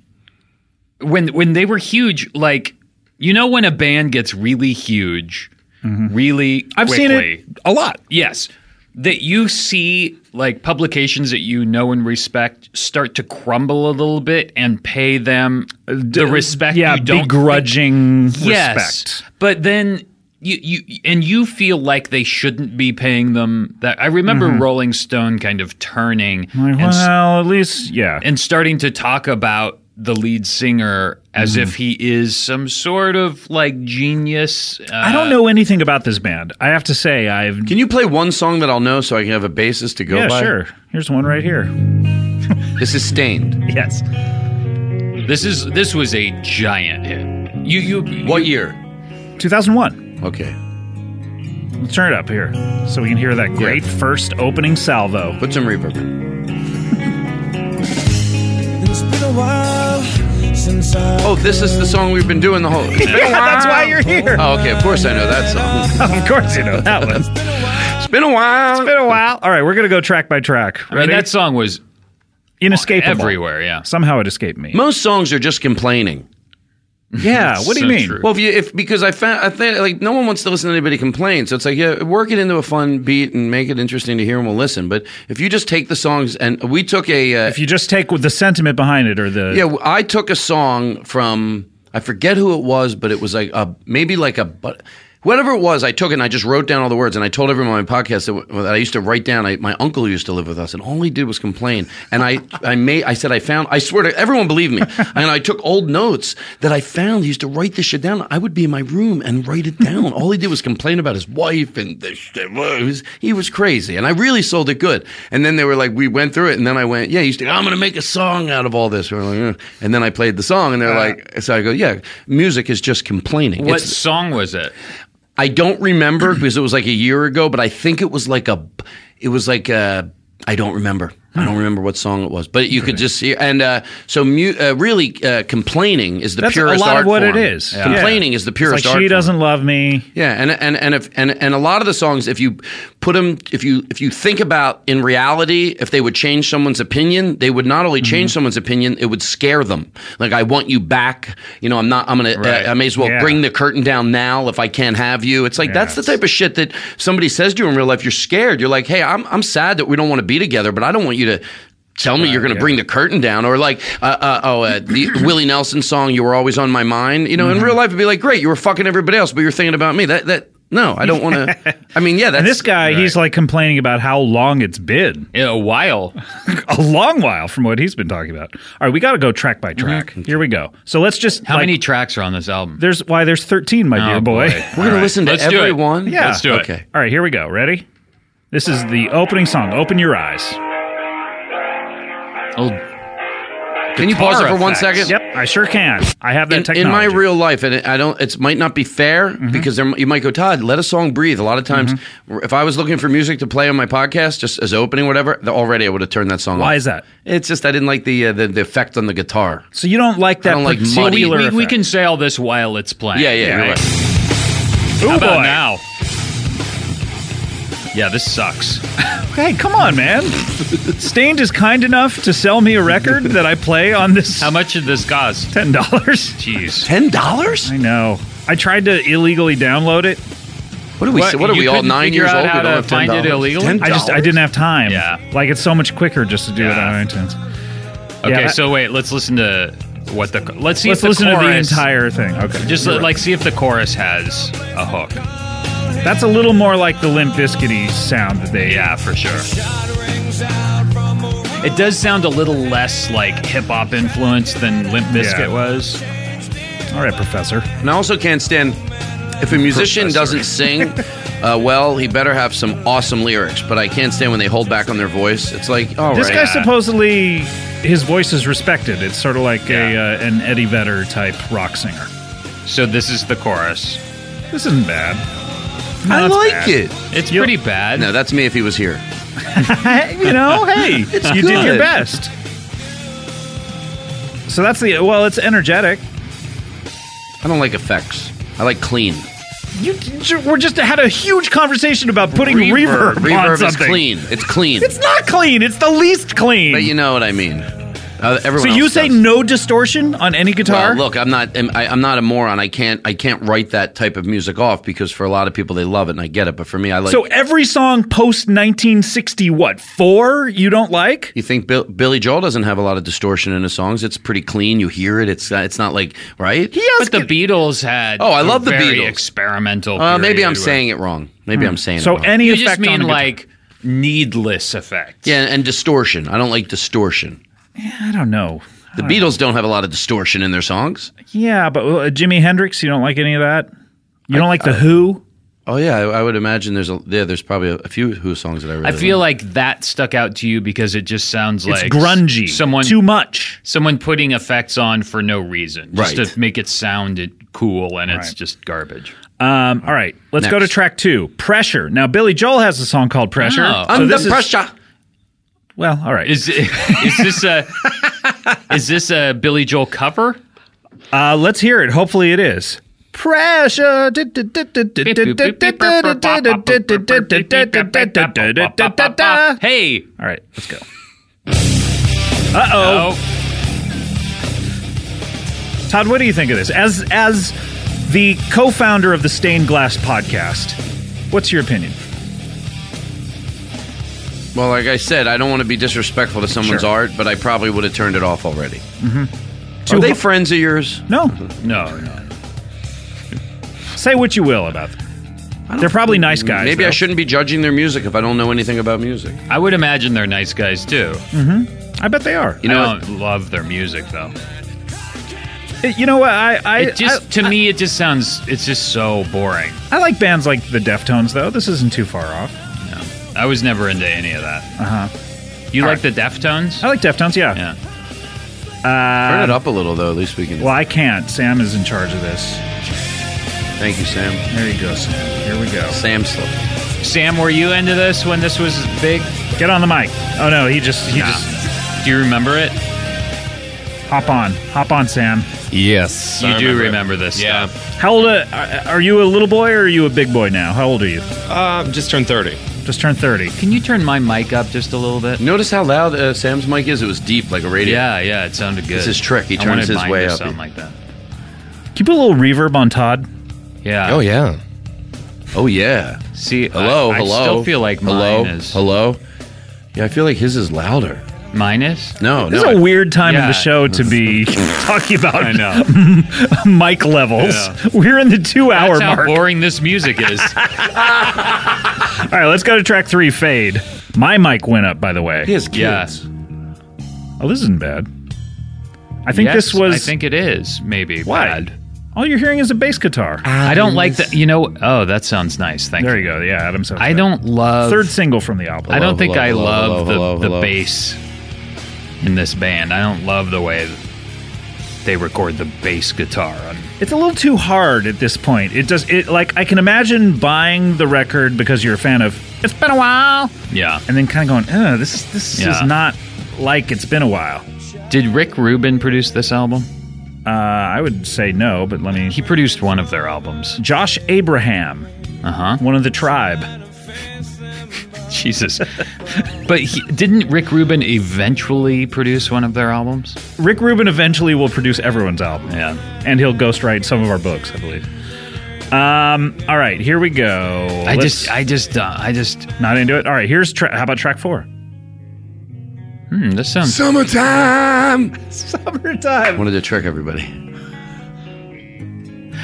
D: when when they were huge. Like you know when a band gets really huge, really.
C: Mm-hmm. I've seen it
D: quickly.
C: a lot.
D: Yes. That you see like publications that you know and respect start to crumble a little bit and pay them the respect
C: Uh, yeah,
D: you don't think-
C: begrudging
D: Yes.
C: respect.
D: But then you, you and you feel like they shouldn't be paying them that I remember Rolling Stone kind of turning
C: Mm-hmm. Like,
D: and, s-
C: well, at least, yeah.
D: and starting to talk about the lead singer as
C: Mm-hmm.
D: if he is some sort of like genius. Uh,
C: I don't know anything about this band. I have to say, I've.
E: Can you play one song that I'll know so I can have a basis to go
C: Yeah,
E: by?
C: sure. Here's one right here.
E: This is Stained.
C: Yes.
D: This is this was a giant hit. You you
E: What year?
C: 2001.
E: Okay.
C: Let's turn it up here so we can hear that great first opening salvo.
E: Put some reverb. in.
F: It's been a while since I
E: Oh, this is the song we've been doing the whole.
C: That's why you're here.
E: Oh, okay. Of course I know that song.
C: Of course you know that one. It's
E: It's been a while.
C: been a while. All right, we're going to go track by track.
D: I mean,
C: Ready?
D: that song was
C: inescapable.
D: everywhere, yeah.
C: Somehow it escaped me.
E: Most songs are just complaining.
C: Yeah, what do you
D: so
C: mean?
D: true.
E: Well, if you if because I found I think like no one wants to listen to anybody complain, so it's like yeah, work it into a fun beat and make it interesting to hear, and we'll listen. But if you just take the songs and we took a uh,
C: If you just take the sentiment behind it or the.
E: yeah, w- I took a song from I forget who it was, but it was like a maybe like a but whatever it was, I took it and I just wrote down all the words and I told everyone on my podcast that, w- that I used to write down. I, my uncle used to live with us, and all he did was complain. And I I made I said I found I swear to everyone believed me, and I took old notes that I found. He used to write this shit down. I would be in my room and write it down. all he did was complain about his wife and the shit. He was, he was crazy, and I really sold it good. And then they were like, we went through it, and then I went, yeah, he used to. I'm gonna make a song out of all this. We were like, "Eh." and then I played the song, and they're like, so I go, yeah, music is just complaining.
D: What
E: It's-
D: song was it?
E: I don't remember because it was like a year ago, but I think it was like a, it was like a, I don't remember. I don't remember what song it was, but you could just hear. And uh, so, mu- uh, really, uh, complaining is the
C: That's
E: purest
C: a lot
E: art
C: of what
E: form.
C: it is. Yeah.
E: Complaining is the
C: It's
E: purest
C: Like,
E: art.
C: she
E: form.
C: doesn't love me.
E: Yeah, and and and if and and a lot of the songs, if you put them, if you if you think about in reality, if they would change someone's opinion, they would not only change
C: Mm-hmm.
E: someone's opinion, it would scare them. Like I want you back. You know, I'm not. I'm gonna.
D: Right.
E: Uh, I may as well
C: Yeah.
E: bring the curtain down now if I can't have you. It's like that's the type of shit that somebody says to you in real life. You're scared. You're like, hey, I'm I'm sad that we don't want to be together, but I don't want you to. Tell me you're going to bring the curtain down, or like, uh, uh, oh, uh, the Willie Nelson song "You Were Always on My Mind." You know, in real life, it'd be like, great, you were fucking everybody else, but you're thinking about me. That that no, I don't want to. I mean, yeah, that's
C: And this guy, he's like complaining about how long it's been.
D: Yeah, a while.
C: A long while from what he's been talking about. All right, we got to go track by track. Here we go. So let's just.
D: Mm-hmm. How
C: like,
D: many tracks are on this album?
C: There's why there's 13, my dear boy.
E: We're going to listen to
D: Let's do it.
E: everyone.
C: Yeah.
D: Let's do it.
E: Okay.
C: All right, here we go. Ready? This is the opening song. Open your eyes.
D: Oh,
E: Can you pause it for
D: Guitar
E: one
D: effects.
E: second?
C: Yep, I sure can. I have that
E: In, in
C: technology.
E: my real life, and I don't. It might not be fair
D: Mm-hmm.
E: because there, you might go, Todd. Let a song breathe. A lot of times, if I was looking for music to play on my podcast, just as opening, whatever, the- already I would have turned that song.
C: Why
E: off.
C: is that?
E: It's just I didn't like the uh, the, the effect on the guitar.
C: So you don't like that
E: don't like
C: particular
E: muddy.
D: we, we, we
C: effect.
D: can say all this while it's playing.
E: Yeah, yeah, you're right.
C: Ooh,
D: How about
C: boy.
D: now? Yeah, this sucks.
C: Hey, come on, man. Stained is kind enough to sell me a record that I play on this
D: How much did this cost?
C: ten dollars.
D: Jeez.
E: Ten dollars?
C: I know. I tried to illegally download it.
E: What are we? What, what are
D: you
E: we all
D: couldn't
E: nine
D: figure
E: years
D: out
E: old?
D: how
E: we don't
D: to
E: have
D: find it
E: $10?
D: illegally?
E: $10?
D: I
C: I just I didn't have time.
D: Yeah.
C: Like it's so much quicker just to do it
D: Yeah.
C: on iTunes.
D: Okay,
C: Yeah, that-
D: so wait, let's listen to what the let's see
C: Let's
D: if the
C: listen to the
D: chorus,
C: entire thing. Okay.
D: Just uh,
C: You're right.
D: like see if the chorus has a hook.
C: that's a little more like the Limp Bizkity sound that they
D: Yeah, for sure. It does sound a little less like hip hop influence than Limp Bizkit
C: Yeah.
D: was.
C: All right, Professor.
E: And I also can't stand if a musician doesn't sing uh, well, he better have some awesome lyrics. But I can't stand when they hold back on their voice. It's like, all right,
C: This guy supposedly his voice is respected. It's sort of like a uh, an Eddie Vedder type rock singer.
D: So this is the chorus.
C: This isn't bad. No,
E: I
C: it's
E: like
C: bad.
E: it.
D: It's
C: You-
D: pretty bad.
E: No, that's me if he was here.
C: you know, hey, you did your
E: good.
C: best. So that's the well. It's energetic.
E: I don't like effects. I like clean.
C: You, you we're just had a huge conversation about putting reverb, on
E: Reverb is
C: something.
E: clean. It's clean.
C: It's not clean. It's the least clean.
E: but you know what I mean. Uh,
C: so
E: everyone
C: you
E: else
C: say
E: does.
C: no distortion on any guitar?
E: Well, look, I'm not. I'm, I, I'm not a moron. I can't. I can't write that type of music off because for a lot of people they love it and I get it. But for me, I like.
C: so every song post 1960, what four? You don't like?
E: You think Bill, Billy Joel doesn't have a lot of distortion in his songs? It's pretty clean. You hear it. It's not, it's not like right.
C: He has
D: But the Beatles had
E: Oh, I
D: a
E: love the
D: very
E: Beatles.
D: experimental.
E: Uh, maybe
D: period
E: I'm
D: where-
E: saying it wrong. Maybe I'm saying
C: Hmm. so
E: it wrong.
C: any
D: you
C: effect
D: just mean
C: on a guitar-
D: like needless effects.
E: yeah, and distortion. I don't like distortion.
C: I don't know.
E: The Beatles don't have a lot of distortion in their songs.
C: Yeah, but uh, Jimi Hendrix, you don't like any of that. You don't like
E: Uh,
C: the Who.
E: Oh yeah, I, I would imagine there's a yeah, there's probably a, a few Who songs that I really
D: I feel
E: like.
D: like that stuck out to you because it just sounds like
C: it's grungy.
D: Someone
C: too much.
D: someone putting effects on for no reason, just
E: Right.
D: to make it sound it- cool, and it's
C: Right.
D: just garbage.
C: Um, all right, let's go to
E: Next.
C: track two, Pressure. Now, Billy Joel has a song called Pressure.
D: Oh.
C: So
E: Under
C: this is-
E: pressure.
C: well, all right.
D: Is is this a is this a Billy Joel cover?
C: Uh, let's hear it. Hopefully, it is. Pressure. All
D: Hey,
C: right, let's go. Uh oh.
D: oh,
C: Todd, what do you think of this? As as the co-founder of the Stained Glass podcast, what's your opinion?
E: Well, like I said, I don't want to be disrespectful to someone's
C: Sure.
E: art, but I probably would have turned it off already.
D: Mm-hmm.
E: Are
C: Too
E: they
C: hu-
E: friends of yours?
C: No.
E: Mm-hmm.
D: no, no.
C: Say what you will about them. They're probably nice guys.
E: Mm, Maybe I
C: though.
E: shouldn't be judging their music if I don't know anything about music.
D: I would imagine they're nice guys too.
C: Hmm. I bet they are.
E: You know,
D: I don't love their music though.
C: You know what? I I
D: It just to me, it just sounds it's just so boring.
C: I, I like bands like the Deftones though. This isn't too far off.
D: No, I was never into any of that. Uh
C: Uh-huh.
D: huh. You like the Deftones?
C: I like Deftones. Yeah.
D: yeah. Uh,
E: turn it up a little though. At least we can.
C: Well, I can't. Sam is in charge of this.
E: Thank you, Sam.
C: There you go, Sam. Here we go.
E: Sam Slip.
D: Sam, were you into this when this was big?
C: Get on the mic. Oh no, he just he
D: Nah.
C: just
D: Do you remember it?
C: hop on, hop on, Sam.
I: Yes.
D: You
I: I
D: do
I: it.
D: remember this
I: Yeah.
D: stuff.
C: How old uh, are are you? A little boy or are you a big boy now? How old are you?
I: Um, just turned 30.
C: Just turned thirty.
D: Can you turn my mic up just a little bit?
E: Notice how loud uh, Sam's mic is. It was deep, like a radio.
D: Yeah, yeah, it sounded good.
E: It's his trick. He
D: I
E: turns
D: wanted
E: his
D: mine
E: way
D: to
E: up.
D: Sound like that.
C: Can you put a little reverb on Todd?
D: Yeah.
I: Oh, yeah.
E: Oh yeah.
D: See,
E: Hello.
D: I,
E: hello.
D: I still feel like
E: hello.
D: mine is.
E: Hello. Yeah, I feel like his is louder.
D: Mine is?
E: No,
C: This
E: no.
C: is a weird time in
D: yeah.
C: the show to be talking about
D: I know.
C: mic levels.
D: Yeah.
C: We're in the two hour
D: That's how
C: mark.
D: boring this music is.
C: All right, let's go to track three, Fade. My mic went up, by the way.
E: he has kids.
D: Yeah.
C: Oh, this isn't bad. I think
D: Yes,
C: this was.
D: I think it is, maybe.
C: Why?
D: Bad. Ah.
C: All you're hearing is a bass guitar.
D: I don't like that. You know, oh, that sounds nice. Thank
C: There
D: you.
C: you go. Yeah, Adam said
D: I
C: that.
D: don't love.
C: Third single from the album.
D: I don't
E: Hello,
D: think I
E: hello,
D: love
E: hello,
D: the,
E: hello,
D: the
E: hello.
D: bass in this band. I don't love the way they record the bass guitar. Um, on
C: It's a little too hard at this point. It does. It like I can imagine buying the record because you're a fan of. It's been a while,
D: yeah.
C: and then kind of going, "Oh, this is this
D: Yeah.
C: is not like it's been a while."
D: Did Rick Rubin produce this album?
C: Uh, I would say no, but let me.
D: He produced one of their albums.
C: Josh Abraham,
D: Uh huh.
C: one of the tribe.
D: Jesus. but he, didn't Rick Rubin eventually produce one of their albums?
C: Rick Rubin eventually will produce everyone's album,
D: Yeah.
C: and he'll ghostwrite some of our books, I believe. Um, all right, here we go.
D: I
C: Let's-
D: just, I just, uh, I just.
C: not into it. All right, here's tra- how about track four?
D: Hmm, this sounds.
E: Summertime.
C: Summertime.
E: Wanted to trick everybody.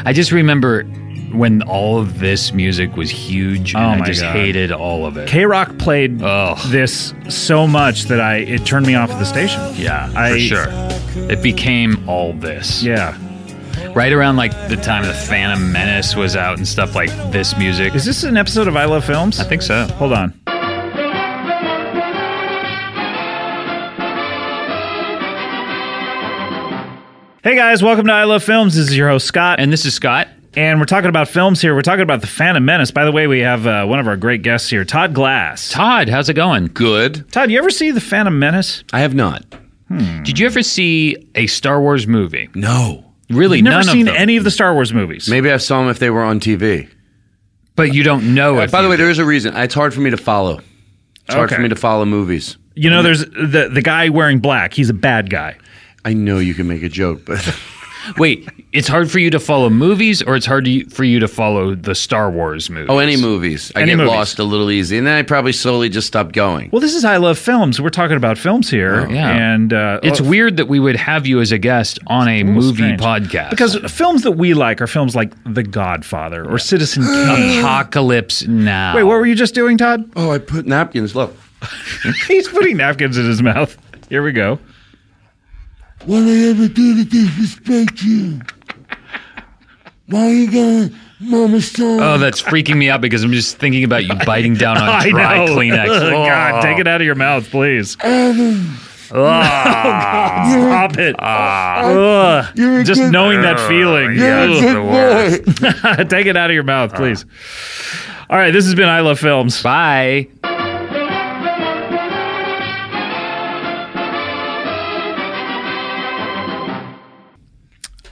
D: I just remember when all of this music was huge, and
C: Oh
D: I
C: my
D: just
C: God.
D: hated all of it.
C: K Rock played
D: Ugh.
C: this so much that I it turned me off of the station.
D: yeah,
C: I-
D: for sure. It became all this.
C: Yeah.
D: Right around like the time the Phantom Menace was out and stuff like this music.
C: Is this an episode of I Love Films?
D: I think so.
C: Hold on. Hey guys, welcome to I Love Films. This is your host Scott, and,
D: And this is Scott.
C: and we're talking about films here. We're talking about The Phantom Menace. By the way, we have uh, one of our great guests here, Todd Glass.
D: Todd, how's it going?
E: Good.
C: Todd, you ever see The Phantom Menace?
E: I have not.
D: Did you ever see a Star Wars movie?
E: No.
D: Really,
C: You've never
D: none
C: seen
D: of them.
C: any of the Star Wars movies.
E: Maybe I saw them if they were on TV.
D: but you don't know it.
E: By the way, there is a reason. It's hard for me to follow. It's hard for
C: Okay.
E: me to follow movies.
C: You know, there's the the guy wearing black. He's a bad guy.
E: I know you can make a joke, but
D: Wait, it's hard for you to follow movies, or it's hard to, for you to follow the Star Wars movies.
E: oh, any movies. I
C: Any
E: get
C: movies.
E: lost a little easy, and then I probably slowly just stop going.
C: Well, this is I love films. We're talking about films here,
D: Oh, yeah.
C: and uh,
D: It's
C: oh,
D: weird that we would have you as a guest on a
C: it's
D: movie
C: strange.
D: podcast
C: because films that we like are films like The Godfather or Citizen Kane.
D: apocalypse now.
C: uh, Wait, what were you just doing, Todd?
E: Oh, I put napkins. Look.
C: He's putting napkins in his mouth. Here we go.
E: What I ever do to disrespect you? Why you gonna, Mama Stone?
D: Oh, that's freaking me out because I'm just thinking about you biting down on
C: I
D: dry
C: know.
D: Kleenex.
C: God,
D: Oh.
C: take it out of your mouth, please. oh God, stop it.
D: Ah.
C: Ugh.
E: Ah. a
C: Just
E: good-
C: knowing that feeling. Ugh. Take it out of your mouth, please. All right, this has been I Love Films.
D: Ah. Bye.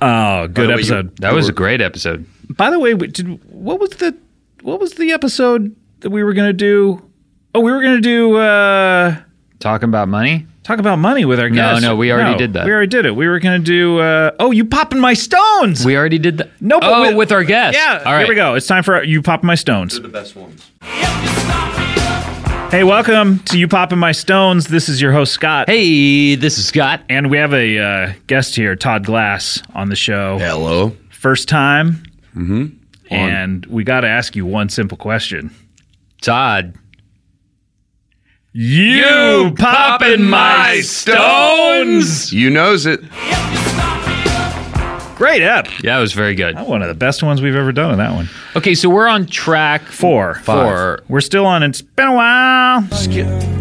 C: Oh, good
E: way, you-
C: episode.
D: That was a great episode.
C: By the way, we- did what was the what was the episode that we were gonna do? Oh, we were gonna do uh,
D: Talking about money.
C: talk about money with our guests.
D: no, we already did that.
C: We already did it. We were gonna do uh, oh, you popping my stones.
D: We already did that.
C: no, but
D: oh, with, our guest.
C: Yeah,
D: All right.
C: here we go. It's time for you popping my stones.
E: The best ones.
C: Hey, welcome to you popping my stones. This is your host Scott.
D: Hey, this is Scott.
C: and we have a uh, guest here, Todd Glass, on the show.
E: Hello.
C: first time. Mm-hmm. And we got to ask you one simple question.
D: Todd.
C: You
D: poppin' my stones?
E: You knows it.
C: Great app.
D: Yeah, it was very good.
C: One of the best ones we've ever done in that one.
D: Okay, so we're on track
C: Four.
D: four.
C: We're still on It's Been a While.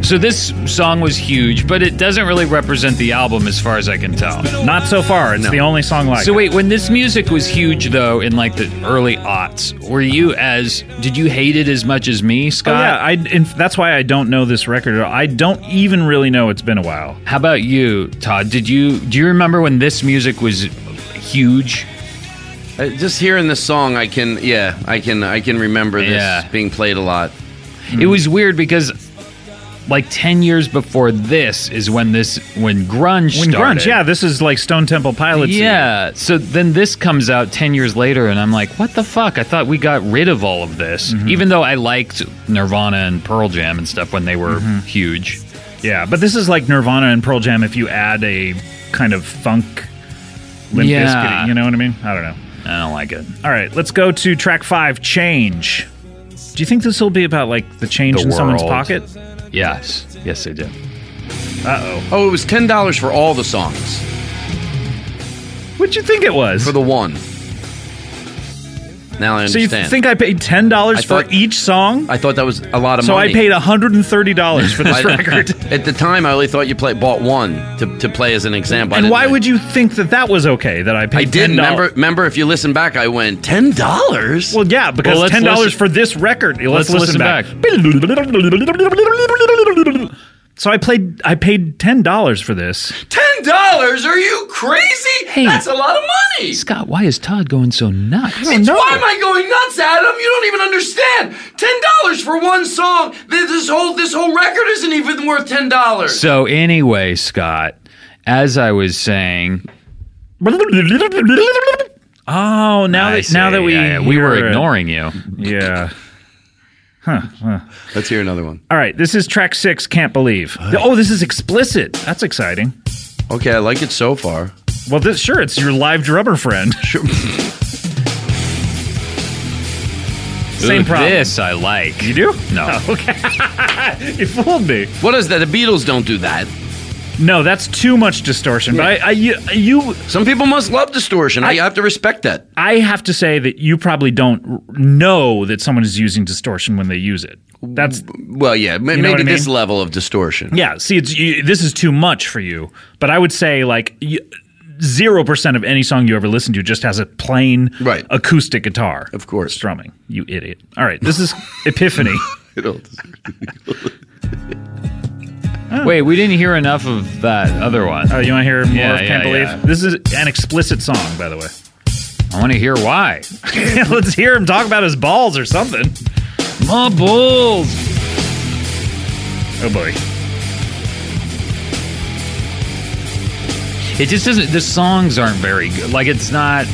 D: So this song was huge, but it doesn't really represent the album as far as I can tell.
C: Not so far. It's the only song like
D: So
C: it.
D: wait, when this music was huge though in like the early aughts, were you as did you hate it as much as me,
C: Oh,
D: Scott?
C: yeah, I, and that's why I don't know this record at all. I don't even really know It's Been a While.
D: How about you, Todd? Did you do you remember when this music was huge?
E: I, just hearing this song, I can yeah, I can I can remember this
D: Yeah.
E: being played a lot.
D: It
C: Hmm.
D: was weird because like 10 years before this is when this when grunge
C: When
D: started.
C: grunge, yeah, this is like Stone Temple Pilots.
D: Yeah. So then this comes out 10 years later, and I'm like, what the fuck? I thought we got rid of all of this,
C: Mm-hmm.
D: even though I liked Nirvana and Pearl Jam and stuff when they were
C: Mm-hmm.
D: huge.
C: Yeah, but this is like Nirvana and Pearl Jam if you add a kind of funk limp
D: Yeah.
C: Bizkit, you know what I mean? I don't know.
D: I don't like it.
C: All right, let's go to track five, Change. Do you think this will be about like the change
D: The
C: in someone's
D: world.
C: pocket?
D: Yes. Yes, they did.
E: Oh, it was ten dollars for all the songs
C: What'd you think it was?
E: for the one. Now I
C: so you
E: understand.
C: think I paid ten dollars
E: I
C: for
E: thought-
C: each song?
E: I thought that was a lot of
C: so
E: money.
C: I paid hundred and thirty dollars for this
E: I-
C: record.
E: At the time, I only thought you play, bought one to, to play as an example. I
C: And
E: didn't
C: why
E: like-
C: would you think that that was okay? That I
E: I
C: paid.
E: did
C: $10?
E: remember. Remember, if you listen back, I went ten dollars.
C: Well, yeah, because
D: Well, let's
C: ten dollars
D: listen-
C: for this record. Let's,
D: Let's
C: listen,
D: listen
C: back. So I played. I paid ten dollars for this.
E: ten dollars? Are you crazy? That's a lot of money.
D: Scott, why is Todd going so nuts?
E: It's- Why am I going nuts, Adam? You don't even understand. Ten dollars for one song. Th- This whole this whole record isn't even worth ten dollars.
D: So, anyway, Scott, as I was saying,
C: Oh, now
D: I
C: that now
D: see.
C: that we
D: Yeah, yeah. we were
C: hear it-
D: ignoring you.
C: Yeah.
E: Let's hear another one.
C: All right, this is track six. Can't believe. Oh, this is explicit. That's exciting.
E: Okay, I like it so far.
C: Well, this sure it's your live drummer friend.
E: Sure.
C: Same
D: Ooh,
C: problem.
D: This I like.
C: You do?
D: No.
C: You fooled me.
E: What is that? The Beatles don't do that.
C: No, that's too much distortion. But I, I you, you
E: Some people must love distortion. I, have to respect that.
C: I have to say that you probably don't r- know that someone is using distortion when they use it. That's
E: Well, yeah, ma-
C: know
E: maybe
C: what I
E: this
C: mean?
E: level of distortion.
C: yeah. See, it's you, this is too much for you. But I would say like zero percent of any song you ever listen to just has a plain
E: Right.
C: acoustic guitar.
E: Of course.
C: strumming. You idiot. All right, this is Epiphany.
D: Wait, we didn't hear enough of that other one.
C: Oh, you want to hear more
D: Yeah,
C: of Can't
D: yeah,
C: Believe?
D: yeah.
C: This is an explicit song, by the way.
D: I want to hear why.
C: Let's hear him talk about his balls or something.
D: My balls.
C: Oh boy.
D: It just doesn't. The songs aren't very good. Like it's not.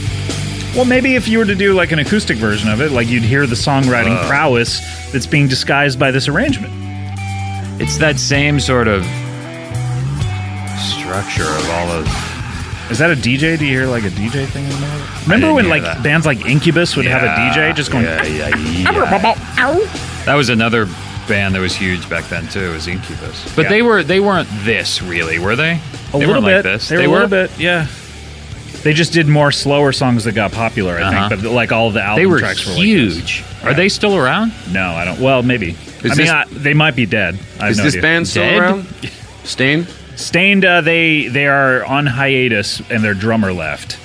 C: Well, maybe if you were to do like an acoustic version of it, like you'd hear the songwriting
D: Uh.
C: prowess that's being disguised by this arrangement.
D: It's that same sort of structure of all of.
C: Is that a DJ? Do you hear like a DJ thing in the middle? of it? Remember
D: didn't
C: when
D: hear
C: like
D: that.
C: bands like Incubus would have a
D: Yeah,
C: DJ just going?
D: yeah, yeah, yeah. that was another band that was huge back then too. Was Incubus, but
C: Yeah.
D: they were they weren't this really, were they?
C: A
D: they
C: little
D: weren't
C: bit.
D: like this.
C: They, were a little bit. Yeah. They just did more slower songs that got popular, I
D: Uh-huh.
C: think. But like all the album
D: They were
C: tracks were like this.
D: huge. Are they still around?
C: No, I don't. Well, maybe. I mean,
E: this-
C: I, they might be dead. I have
E: Is
C: no
E: this
C: idea.
E: band still
D: Dead?
E: around? Stain?
C: Stained? Uh, they they are on hiatus, and their drummer left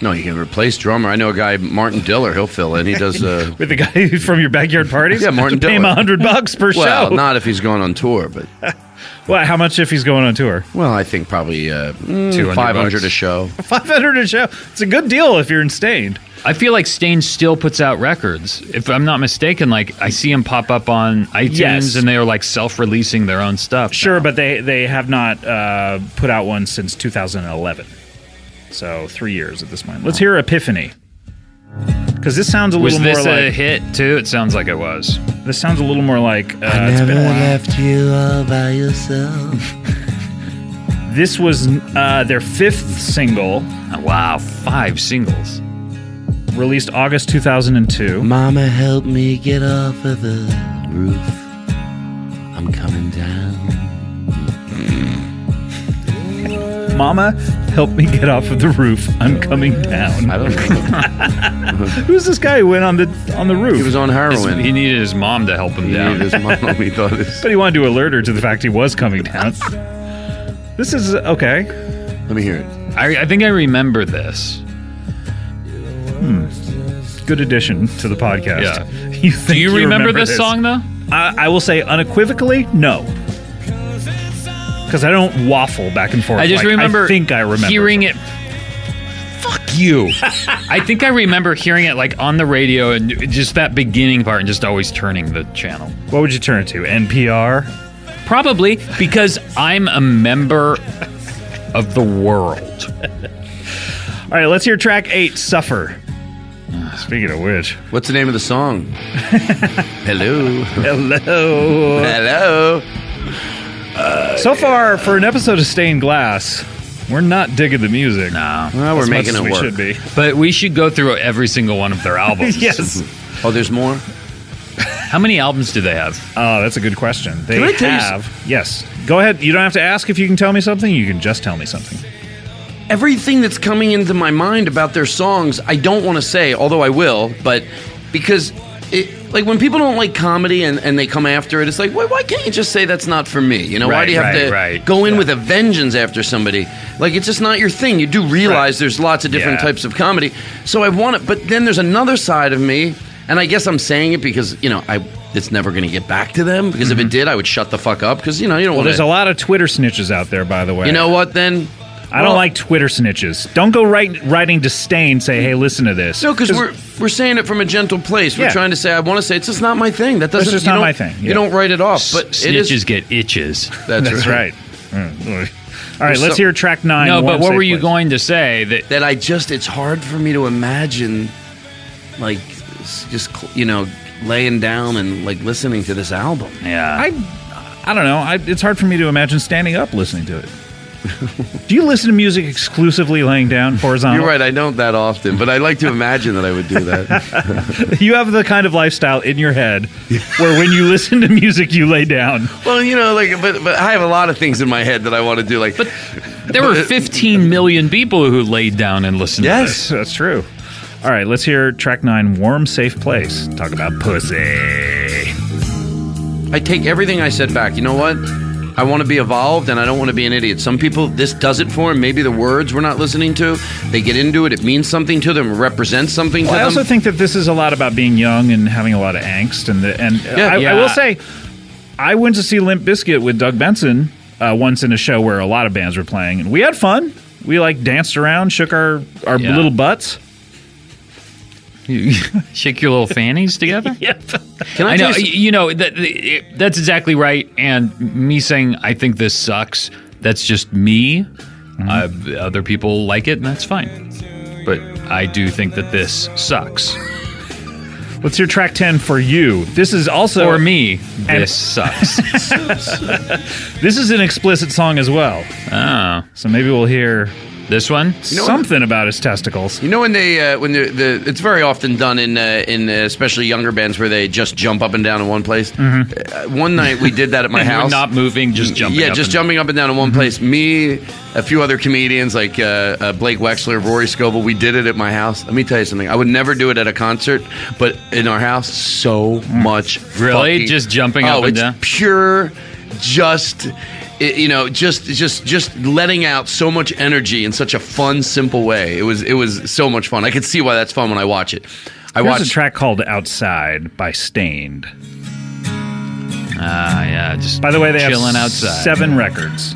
E: No, you can replace drummer. I know a guy, Martin Diller. He'll fill in. He does. Uh,
C: with the guy from your backyard parties.
E: Yeah, Martin
C: Pay him
E: Dillon.
C: a hundred bucks per
E: well,
C: show.
E: not if he's going on tour, but
C: well, how much if he's going on tour?
E: well, I think probably uh, mm,
D: 200
E: 500
D: bucks.
E: a show.
C: Five hundred a show. It's a good deal if you're in Stained.
D: I feel like Stain still puts out records. If I'm not mistaken, like I see them pop up on iTunes,
C: Yes.
D: and they are like self-releasing their own stuff.
C: Sure,
D: now.
C: but they they have not uh, put out one since 2011. So three years at this point. Let's hear Epiphany. Because this sounds a
D: was
C: little more
D: this a
C: like
D: hit too? It sounds like it was.
C: this sounds a little more like uh, it's been a while.
F: you all by yourself.
C: This was uh, their fifth single,
D: Oh, wow, five singles.
C: released August 2002.
F: Mama, help me get off of the roof. I'm coming down.
C: Mama, help me get off of the roof. I'm coming down.
E: I don't know.
C: Who's this guy who went on the on the roof?
E: he was on
D: His-
E: heroin.
D: he needed his mom to help him
E: He
D: down.
E: needed his mom. He thought his-
C: but he wanted to alert her to the fact he was coming down. this is okay.
E: Let me hear it.
D: I, I think I remember this.
C: Good addition to the podcast.
D: Yeah.
C: You think
D: Do you, remember, this, song though?
C: I, I will say unequivocally, no. Because I don't waffle back and forth.
D: I just
C: like,
D: remember.
C: I think I remember
D: hearing it. Fuck you. I think I remember hearing it like on the radio and just that beginning part and just always turning the channel.
C: What would you turn to? NPR.
D: Probably because I'm a member of the world.
C: All right, let's hear track eight. Suffer. Speaking of which,
E: What's the name of the song? Hello. Oh.
C: hello.
E: Hello.
C: So far, for an episode of Stained Glass, we're not digging the music. No,
E: Well, we're making
C: as
E: it
C: we
E: work.
C: Should be.
D: But we should go through every single one of their albums.
C: yes.
E: Oh, there's more?
D: How many albums do they have?
C: Oh, that's a good question. They
E: Can I tell you s-
C: have. yes. Go ahead. You don't have to ask if you can tell me something. You can just tell me something.
E: everything that's coming into my mind about their songs, I don't want to say, although I will, but because it, like when people don't like comedy and, and they come after it, it's like, why, why can't you just say that's not for me? You know, why
D: Right,
E: do you have
D: right,
E: to
D: right.
E: go in with a vengeance after somebody? Like, it's just not your thing. You do realize there's lots of different
C: Yeah.
E: types of comedy. So I want it, but then there's another side of me, and I guess I'm saying it because, you know, I. It's never going to get back to them because if it did, I would shut the fuck up because you know you don't
C: Mm-hmm. Well,
E: want
C: there's a
E: to.
C: lot of Twitter snitches out there, by the way.
E: You know what? Then
C: I don't like Twitter snitches. Don't go write, writing disdain. Say, hey, listen to this.
E: No, because we're we're saying it from a gentle place. We're
C: Yeah.
E: trying to say I want to say it's just not my thing. That doesn't.
C: just
E: you
C: not
E: don't-
C: my thing, yeah.
E: You don't write it off, but
D: Snitches
E: it is.
D: get itches.
E: That's,
C: that's right.
E: right.
C: Mm. All All right,
E: There's
C: let's
E: some-
C: hear track nine.
D: No,
C: Warm,
D: but what
C: Safe
D: were you
C: Place.
D: going to say? That
E: that I just it's hard for me to imagine like s- just cl- you know laying down and like listening to this album.
D: yeah.
C: I, I don't know. I, it's hard for me to imagine standing up listening to it. Do you listen to music exclusively laying down horizontal?
E: You're right, I don't that often, but I like to imagine that I would do that.
C: You have the kind of lifestyle in your head where when you listen to music, you lay down.
E: well, you know, like but but I have a lot of things in my head that I want to do like
D: there
C: uh,
D: were 15 million people who laid down and listened. to this.
E: yes.
C: That's true. All right, let's hear track nine, Warm Safe Place. Talk about pussy.
E: I take everything I said back. You know what? I want to be evolved and I don't want to be an idiot. Some people, this does it for them. Maybe the words we're not listening to, they get into it. It means something to them, represents something
C: Well,
E: to
C: I also
D: um,
E: them.
C: think that this is a lot about being young and having a lot of angst. And the, and uh, I, I
D: Yeah.
C: will say, I went to see Limp Bizkit with Doug Benson uh, once in a show where a lot of bands were playing, and we had fun. We like danced around, shook our our
D: Yeah.
C: little butts.
D: You shake your little fannies together.
C: Yep.
E: Can
D: I know.
E: tell you
D: y- You know that it- that's exactly right. And me saying I think this sucks. That's just me.
C: Mm-hmm.
D: Uh, other people like it, and that's fine. But I do think that this sucks.
C: Let's hear track ten for you. This is also
D: For me,
C: And-
D: this sucks.
C: This is an explicit song as well.
D: oh,
C: So maybe we'll hear
D: this one.
E: know what?
C: something about his testicles.
E: You know when they uh, when the, the it's very often done in uh, in uh, especially younger bands where they just jump up and down in one place. Uh, one night we did that at my
D: Mm-hmm. We're
E: house.
D: not moving, just jumping.
E: yeah,
D: up and-
E: just
D: Mm-hmm.
E: jumping up and down in one place. Me, a few other comedians like uh, uh, Blake Wexler, Rory Scovel. We did it at my house. Let me tell you something. I would never do it at a concert, but in our house, so much.
D: Really?
E: fucking-
D: Just jumping
E: oh,
D: up and
E: it's
D: down?
E: Pure, just. It, you know, just just just letting out so much energy in such a fun, simple way. It was it was so much fun. I could see why that's fun when I watch it. I
C: There's
E: watched
C: a track called "Outside" by Stained.
D: Ah, yeah. Just
C: By the way, they
D: chilling
C: have
D: outside.
C: seven records.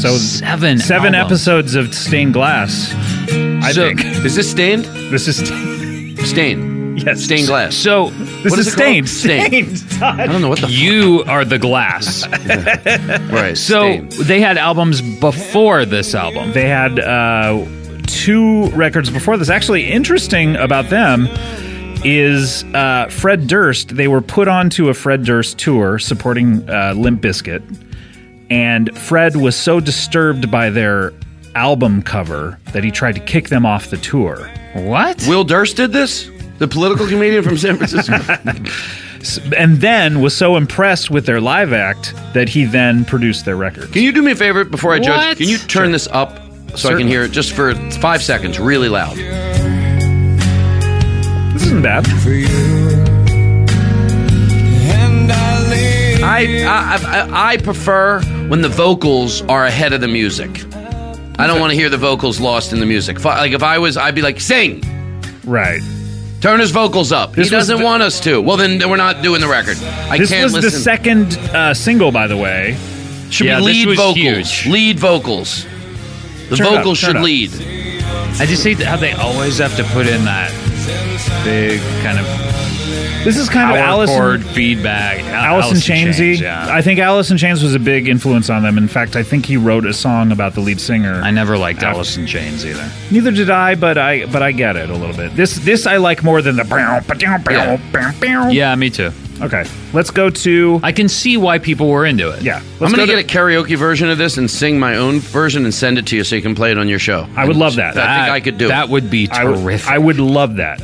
C: So
D: Seven
C: seven
D: albums.
C: episodes of Stained Glass. I
D: So-
C: think
E: Is this stained?
C: this is stained.
E: Stained.
C: Yes,
E: Stained glass.
D: So
C: This
E: What
C: is
E: is it
C: stained.
E: called? Stained. I
C: Todd.
E: don't know what the
D: you are the glass.
E: f- right.
D: So
E: stained.
D: they had albums before this album.
C: They had uh, two records before this. Actually, interesting about them is uh, Fred Durst. They were put onto a Fred Durst tour supporting uh, Limp Bizkit, and Fred was so disturbed by their album cover that he tried to kick them off the tour.
D: What?
E: Will Durst did this? The political comedian from San Francisco.
C: and then was so impressed with their live act that he then produced their record.
E: Can you do me a favor before I
D: What?
E: judge? Can you turn this up so I can hear it just for five seconds, really loud?
C: This isn't bad.
E: I I, I, I prefer when the vocals are ahead of the music. I don't want to hear the vocals lost in the music. Fi- Like if I was, I'd be like, sing,
C: Right.
E: turn his vocals up.
C: This
E: he
C: was
E: doesn't
C: the-
E: want us to. Well, then we're not doing the record. I
C: This
E: can't
C: was
E: listen.
C: the second uh, single, by the way.
E: should
D: Yeah,
E: be
D: this
E: lead
D: was
E: vocals.
D: huge.
E: Lead vocals. The
C: Turn it up,
E: vocals
C: turn
E: should
C: it up.
E: lead.
D: I just hate how they always have to put in that big kind of
C: This is kind
D: power
C: of Allison.
D: chord feedback. Al-
C: Allison Chainsy.
D: Chains, yeah.
C: I
D: I,
C: think Allison Chains was a big influence on them. In fact, I think he wrote a song about the lead singer.
D: never liked Allison Chains either.
C: Neither did I, but I but I get it a little bit. This this I like more than the bow, ba-dow, bow,
E: Yeah.
C: bow, bow.
D: Yeah, me too.
C: Okay, let's go to
D: I can see why people were into it.
C: yeah.
E: I'm
C: Let's
E: gonna
C: go to-
E: get a karaoke version of this and sing my own version and send it to you so you can play it on your show.
C: I would love that.
E: I think I could do
D: That
E: it.
D: would be
C: I would-
D: terrific.
C: I would love that.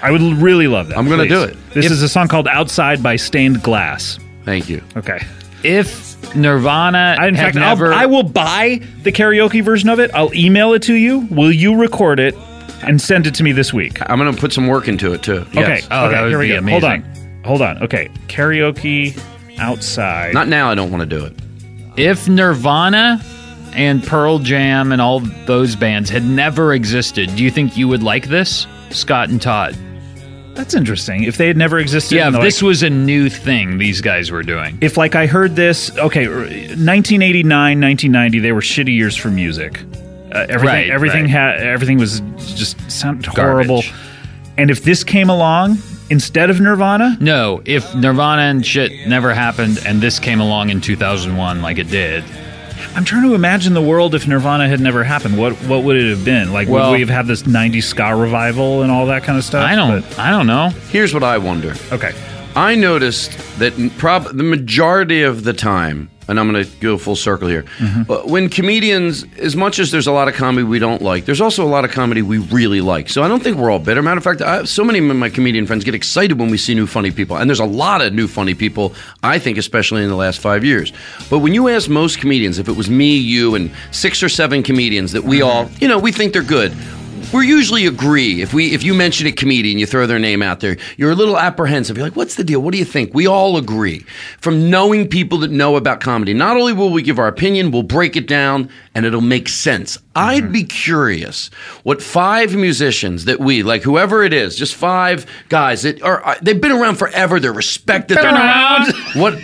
C: I would really love that.
E: I'm gonna
C: please.
E: do it.
C: This
E: If-
C: is a song called "Outside" by Stained Glass.
E: Thank you.
C: Okay.
D: if Nirvana
C: I, in
D: had
C: fact,
D: never,
C: I'll, I will buy the karaoke version of it. I'll email it to you. Will you record it and send it to me this week?
E: I'm gonna put some work into it too.
C: Okay.
E: Yes.
D: Oh,
C: okay.
D: that would
C: here we
D: be
C: go. Hold on. Hold on. Okay. Karaoke outside.
E: Not now. I don't want to do it.
D: if Nirvana and Pearl Jam and all those bands had never existed, do you think you would like this, Scott and Todd?
C: That's interesting. If they had never existed.
D: Yeah,
C: in the,
D: if
C: like-
D: this was a new thing these guys were doing.
C: if like I heard this, okay, r- 1989, 1990, they were shitty years for music. Uh, everything,
D: Right,
C: everything,
D: right.
C: had everything was just sound horrible.
D: Garbage.
C: And if this came along instead of Nirvana,
D: No, if Nirvana and shit never happened and this came along in 2001 like it did,
C: I'm trying to imagine the world if Nirvana had never happened. What what would it have been? Like
D: Well-
C: would we have had this '90s ska revival and all that kind of stuff?
D: I don't. I don't know.
E: Here's what I wonder.
C: But- okay.
E: I noticed that prob- the majority of the time, and I'm going to go full circle here, but when comedians, as much as there's a lot of comedy we don't like, there's also a lot of comedy we really like. So I don't think we're all bitter. Matter of fact, I, so many of my comedian friends get excited when we see new funny people, and there's a lot of new funny people, I think, especially in the last five years. But when you ask most comedians, if it was me, you, and six or seven comedians that we all, you know, we think they're good we usually agree if we if you mention a comedian you throw their name out there you're a little apprehensive you're like what's the deal what do you think we all agree from knowing people that know about comedy not only will we give our opinion we'll break it down and it'll make sense
D: Mm-hmm.
E: i'd be curious what five musicians that we like whoever it is just five guys that are uh, they've been around forever they're respected
D: Been
E: they're-
D: around.
E: what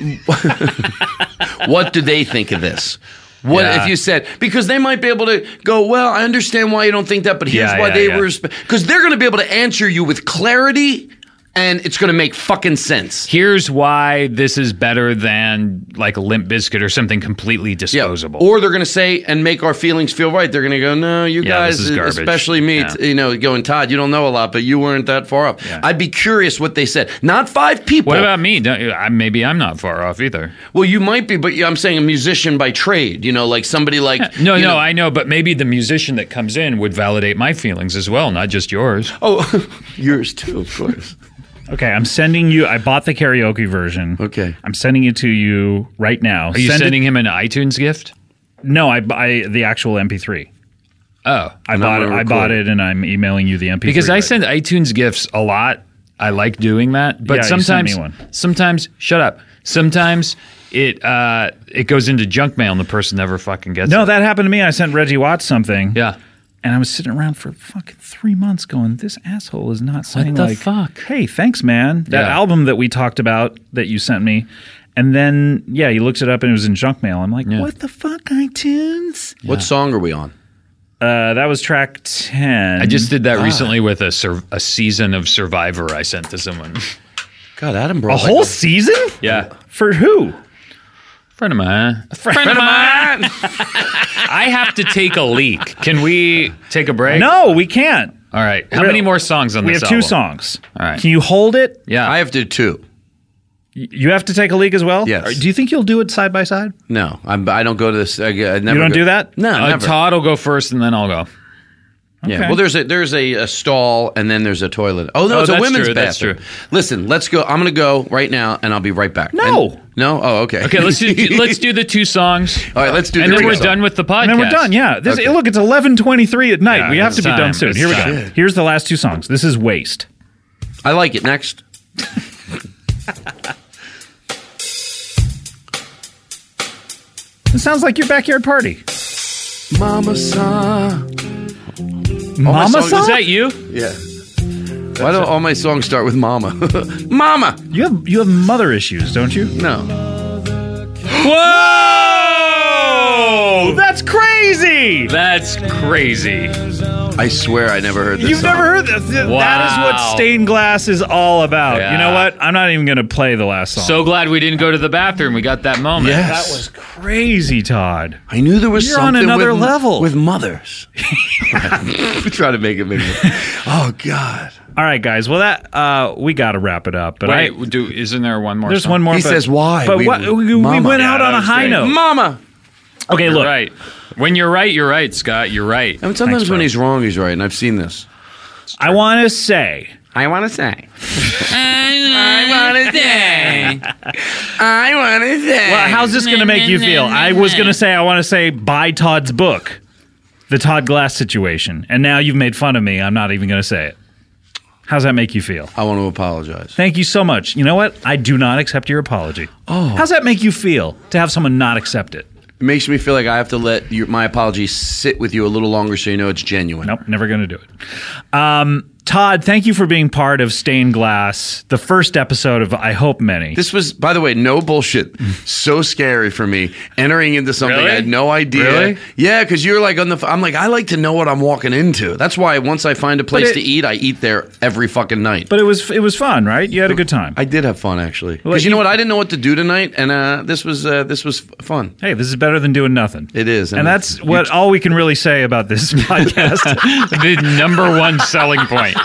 E: what do they think of this? What if you said because they might be able to go? Well, I understand why you don't think that, but here's
C: Yeah,
E: why
C: yeah,
E: they
C: yeah.
E: were because they're going to be able to answer you with clarity, and it's going to make fucking sense.
D: Here's why this is better than like a limp biscuit or something completely
E: Yeah.
D: disposable.
E: Or they're going to say and make our feelings feel right. They're going to go, no, you
D: Yeah, this
E: guys,
D: is garbage.
E: especially me,
D: Yeah.
E: t- you know, going Todd, you don't know a lot, but you weren't that far up.
D: Yeah.
E: I'd be curious what they said. Not five people.
D: what about me? Don't, I, maybe I'm not far off either.
E: Well, you might be, but I'm saying a musician by trade. You know, like somebody like
D: No,
E: you
D: no,
E: know-
D: I know, but maybe the musician that comes in would validate my feelings as well, not just yours.
E: Oh, yours too, of course.
C: Okay, I'm sending you. I bought the karaoke version.
E: Okay.
C: I'm sending it to you right now.
D: Are you
C: Send it-
D: sending him an iTunes gift?
C: no, I, I the actual MP3.
D: Oh,
C: I bought it.
E: gonna
C: I
E: record
C: bought
E: it.
C: it, and I'm emailing you the MP3.
D: because I
C: right
D: send iTunes gifts a lot. I like doing that, but
C: Yeah, you sent
D: sometimes,
C: me one.
D: sometimes, shut up. Sometimes it uh, it goes into junk mail and the person never fucking gets
C: No,
D: it.
C: that happened to me. I sent Reggie Watts something.
D: yeah,
C: And I was sitting around for fucking three months going, this asshole is not saying
D: the
C: like,
D: fuck?
C: hey, thanks, man. That
D: Yeah.
C: album that we talked about that you sent me. And then, yeah, he looked it up and it was in junk mail. I'm like, what the fuck, iTunes?
E: What song are we on?
C: Uh, that was track 10.
D: I just did that
C: Ah.
D: recently with a sur- a season of Survivor I sent to someone.
E: God, Adam brought
C: A whole season?
D: Yeah,
C: For who?
D: friend of mine. A friend, of mine. I have to take a leak. Can we take a break?
C: No, we can't.
D: All right. How
C: We're-
D: many more songs on
C: We
D: this
C: have two
D: album?
C: songs.
D: All right.
C: Can you hold it?
D: Yeah.
E: I have to do two.
C: Y- You have to take a leak as well?
E: Yes.
C: Or Do you think you'll do it side by side?
E: No, I'm, I don't go to this. I, I never
C: You don't
E: go-
C: do that?
E: No,
D: uh,
E: never.
D: Todd will go first, and then I'll go.
E: Yeah.
C: Okay.
E: Well, there's a there's a, a stall and then there's a toilet. Oh
D: Oh,
E: no, it's a
D: that's
E: women's
D: true, that's
E: bathroom.
D: true.
E: Listen, let's go. I'm gonna go right now, and I'll be right back.
C: No.
E: And- no. Oh, okay.
D: Okay, let's do let's do the two songs.
E: All right, let's do.
D: and
E: the
D: then
E: two
D: we're
E: songs.
D: done with the podcast.
C: And then we're done. Yeah. This,
E: Okay.
C: Look, it's 11:23 at night.
D: Yeah,
C: we have to
D: it's
C: be done
D: time.
C: soon.
D: It's
C: Here we go.
D: time.
C: Here's the last two songs. This is Waste.
E: I like it. Next.
C: It sounds like your backyard party.
E: Mama saw.
C: Mama
E: songs-
C: song?
D: Is that you?
E: Yeah. Why do all my songs start with mama? mama.
C: You have you have mother issues, don't you?
E: No.
D: Whoa!
C: That's crazy.
D: That's crazy.
E: I swear I never heard this.
C: You've
E: song.
C: never heard that. Th- That is
D: Wow.
C: what stained glass is all about. You know
D: Yeah.
C: what? I'm not even going to play the last song.
D: So glad we didn't go to the bathroom. We got that moment.
E: Yes.
C: that was crazy, Todd.
E: I knew there was
C: You're on
E: something
C: another
E: with,
C: level.
E: with mothers. we try to make it make it- Oh God.
C: All right, guys. Well, that uh, we got to wrap it up. But I,
D: Wait, do isn't there one more?
C: there's
D: song?
C: one more.
E: He
C: but-
E: says why?
C: But
E: We-
C: what, we, we
E: Mama.
C: went
E: Yeah,
C: out
D: that
C: on a
D: was
C: high
D: great.
C: note.
E: Mama.
C: okay,
D: You're
C: look.
D: right. When you're right, you're right, Scott. You're right.
E: I mean, sometimes
C: Thanks,
E: when
C: bro.
E: he's wrong, he's right, and I've seen this.
C: I want to say
E: I want to say. I want to say. I want to say.
C: Well, Uh, how's this going to make you feel? I was going to say, I want to say, buy Todd's book, The Todd Glass Situation. And now you've made fun of me. I'm not even going to say it. How's that make you feel?
E: I want to apologize.
C: Thank you so much. You know what? I do not accept your apology. Oh. How's that make you feel to have someone not accept it?
E: It makes me feel like I have to let your, my apology sit with you a little longer, so you know it's genuine.
C: Nope, never going to do it. Um, Todd, thank you for being part of Stained Glass, the first episode of I hope many.
E: This was, by the way, no bullshit. so scary for me entering into something
C: Really?
E: I had no idea.
C: Really?
E: Yeah, because you're like on the. f- I'm like, I like to know what I'm walking into. That's why once I find a place
C: it-
E: to eat, I eat there every fucking night.
C: but it was it was fun, right? You had a good time.
E: I did have fun actually, because
C: Well,
E: you, know
C: you-
E: what? I didn't know what to do tonight, and uh, this was uh, this was f- fun.
C: hey, this is better than doing nothing.
E: It is,
C: and
E: and
C: that's
E: you-
C: what all we can really say about this podcast.
D: the number one selling point.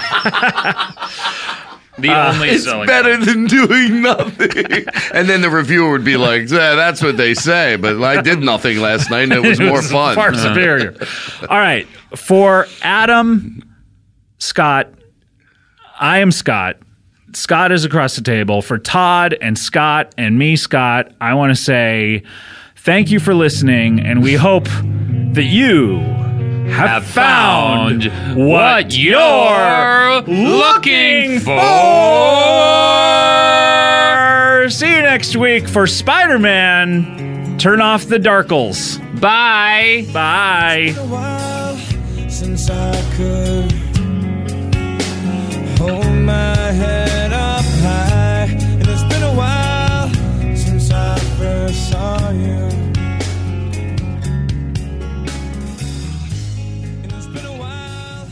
G: The only
E: It's
G: selling.
E: better than doing nothing. and then the reviewer would be like, "Yeah, "That's what they say," but I did nothing last night, and it was more fun.
C: Far superior. All right. For Adam Scott, I am Scott. Scott is across the table. For Todd and Scott and me, Scott, I want to say thank you for listening, and we hope that you have,
D: Have found what you're looking
C: for. See you next week for Spider Man. Turn off the darkles.
D: Bye.
C: Bye.
F: a while since I could hold my head up high. And it's been a while since I first saw you. And it's been a while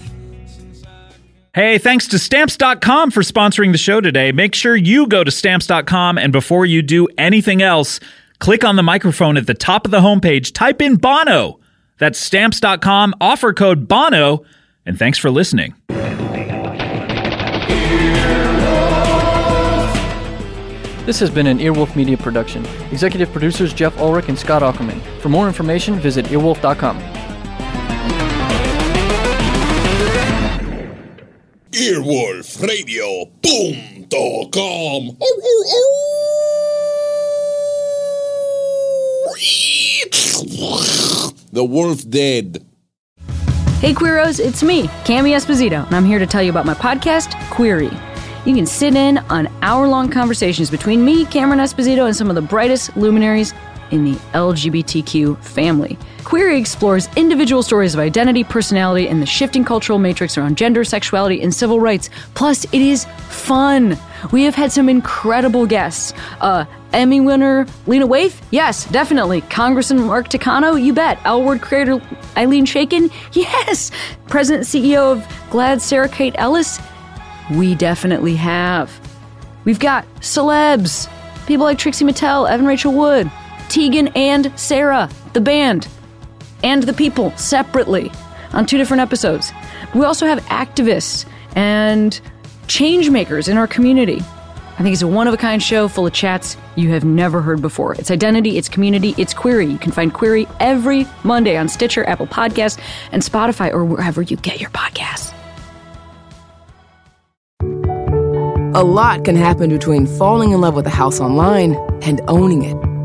F: since I.
C: Hey, thanks to stamps.com for sponsoring the show today. Make sure you go to stamps.com and before you do anything else, click on the microphone at the top of the homepage, type in Bono. That's stamps.com, offer code Bono, and thanks for listening.
J: This has been an Earwolf Media production. Executive producers Jeff Ulrich and Scott Ackerman. For more information, visit earwolf.com.
H: Earwolfradio.com. The wolf dead.
K: Hey, Queeros, it's me, Cami Esposito, and I'm here to tell you about my podcast, Query. You can sit in on hour long conversations between me, Cameron Esposito, and some of the brightest luminaries in the LGBTQ family. Query explores individual stories of identity, personality, and the shifting cultural matrix around gender, sexuality, and civil rights. Plus, it is fun. We have had some incredible guests. Uh, Emmy winner Lena Waithe? Yes, definitely. Congressman Mark Takano? You bet. L Word creator Eileen Shaken? Yes. President and CEO of Glad Sarah Kate Ellis? We definitely have. We've got celebs, people like Trixie Mattel, Evan Rachel Wood, Tegan and Sarah, the band, and the people separately on two different episodes. We also have activists and change makers in our community. I think it's a one of a kind show full of chats you have never heard before. It's identity, it's community, it's query. You can find query every Monday on Stitcher, Apple Podcasts, and Spotify, or wherever you get your podcasts.
B: A lot can happen between falling in love with a house online and owning it,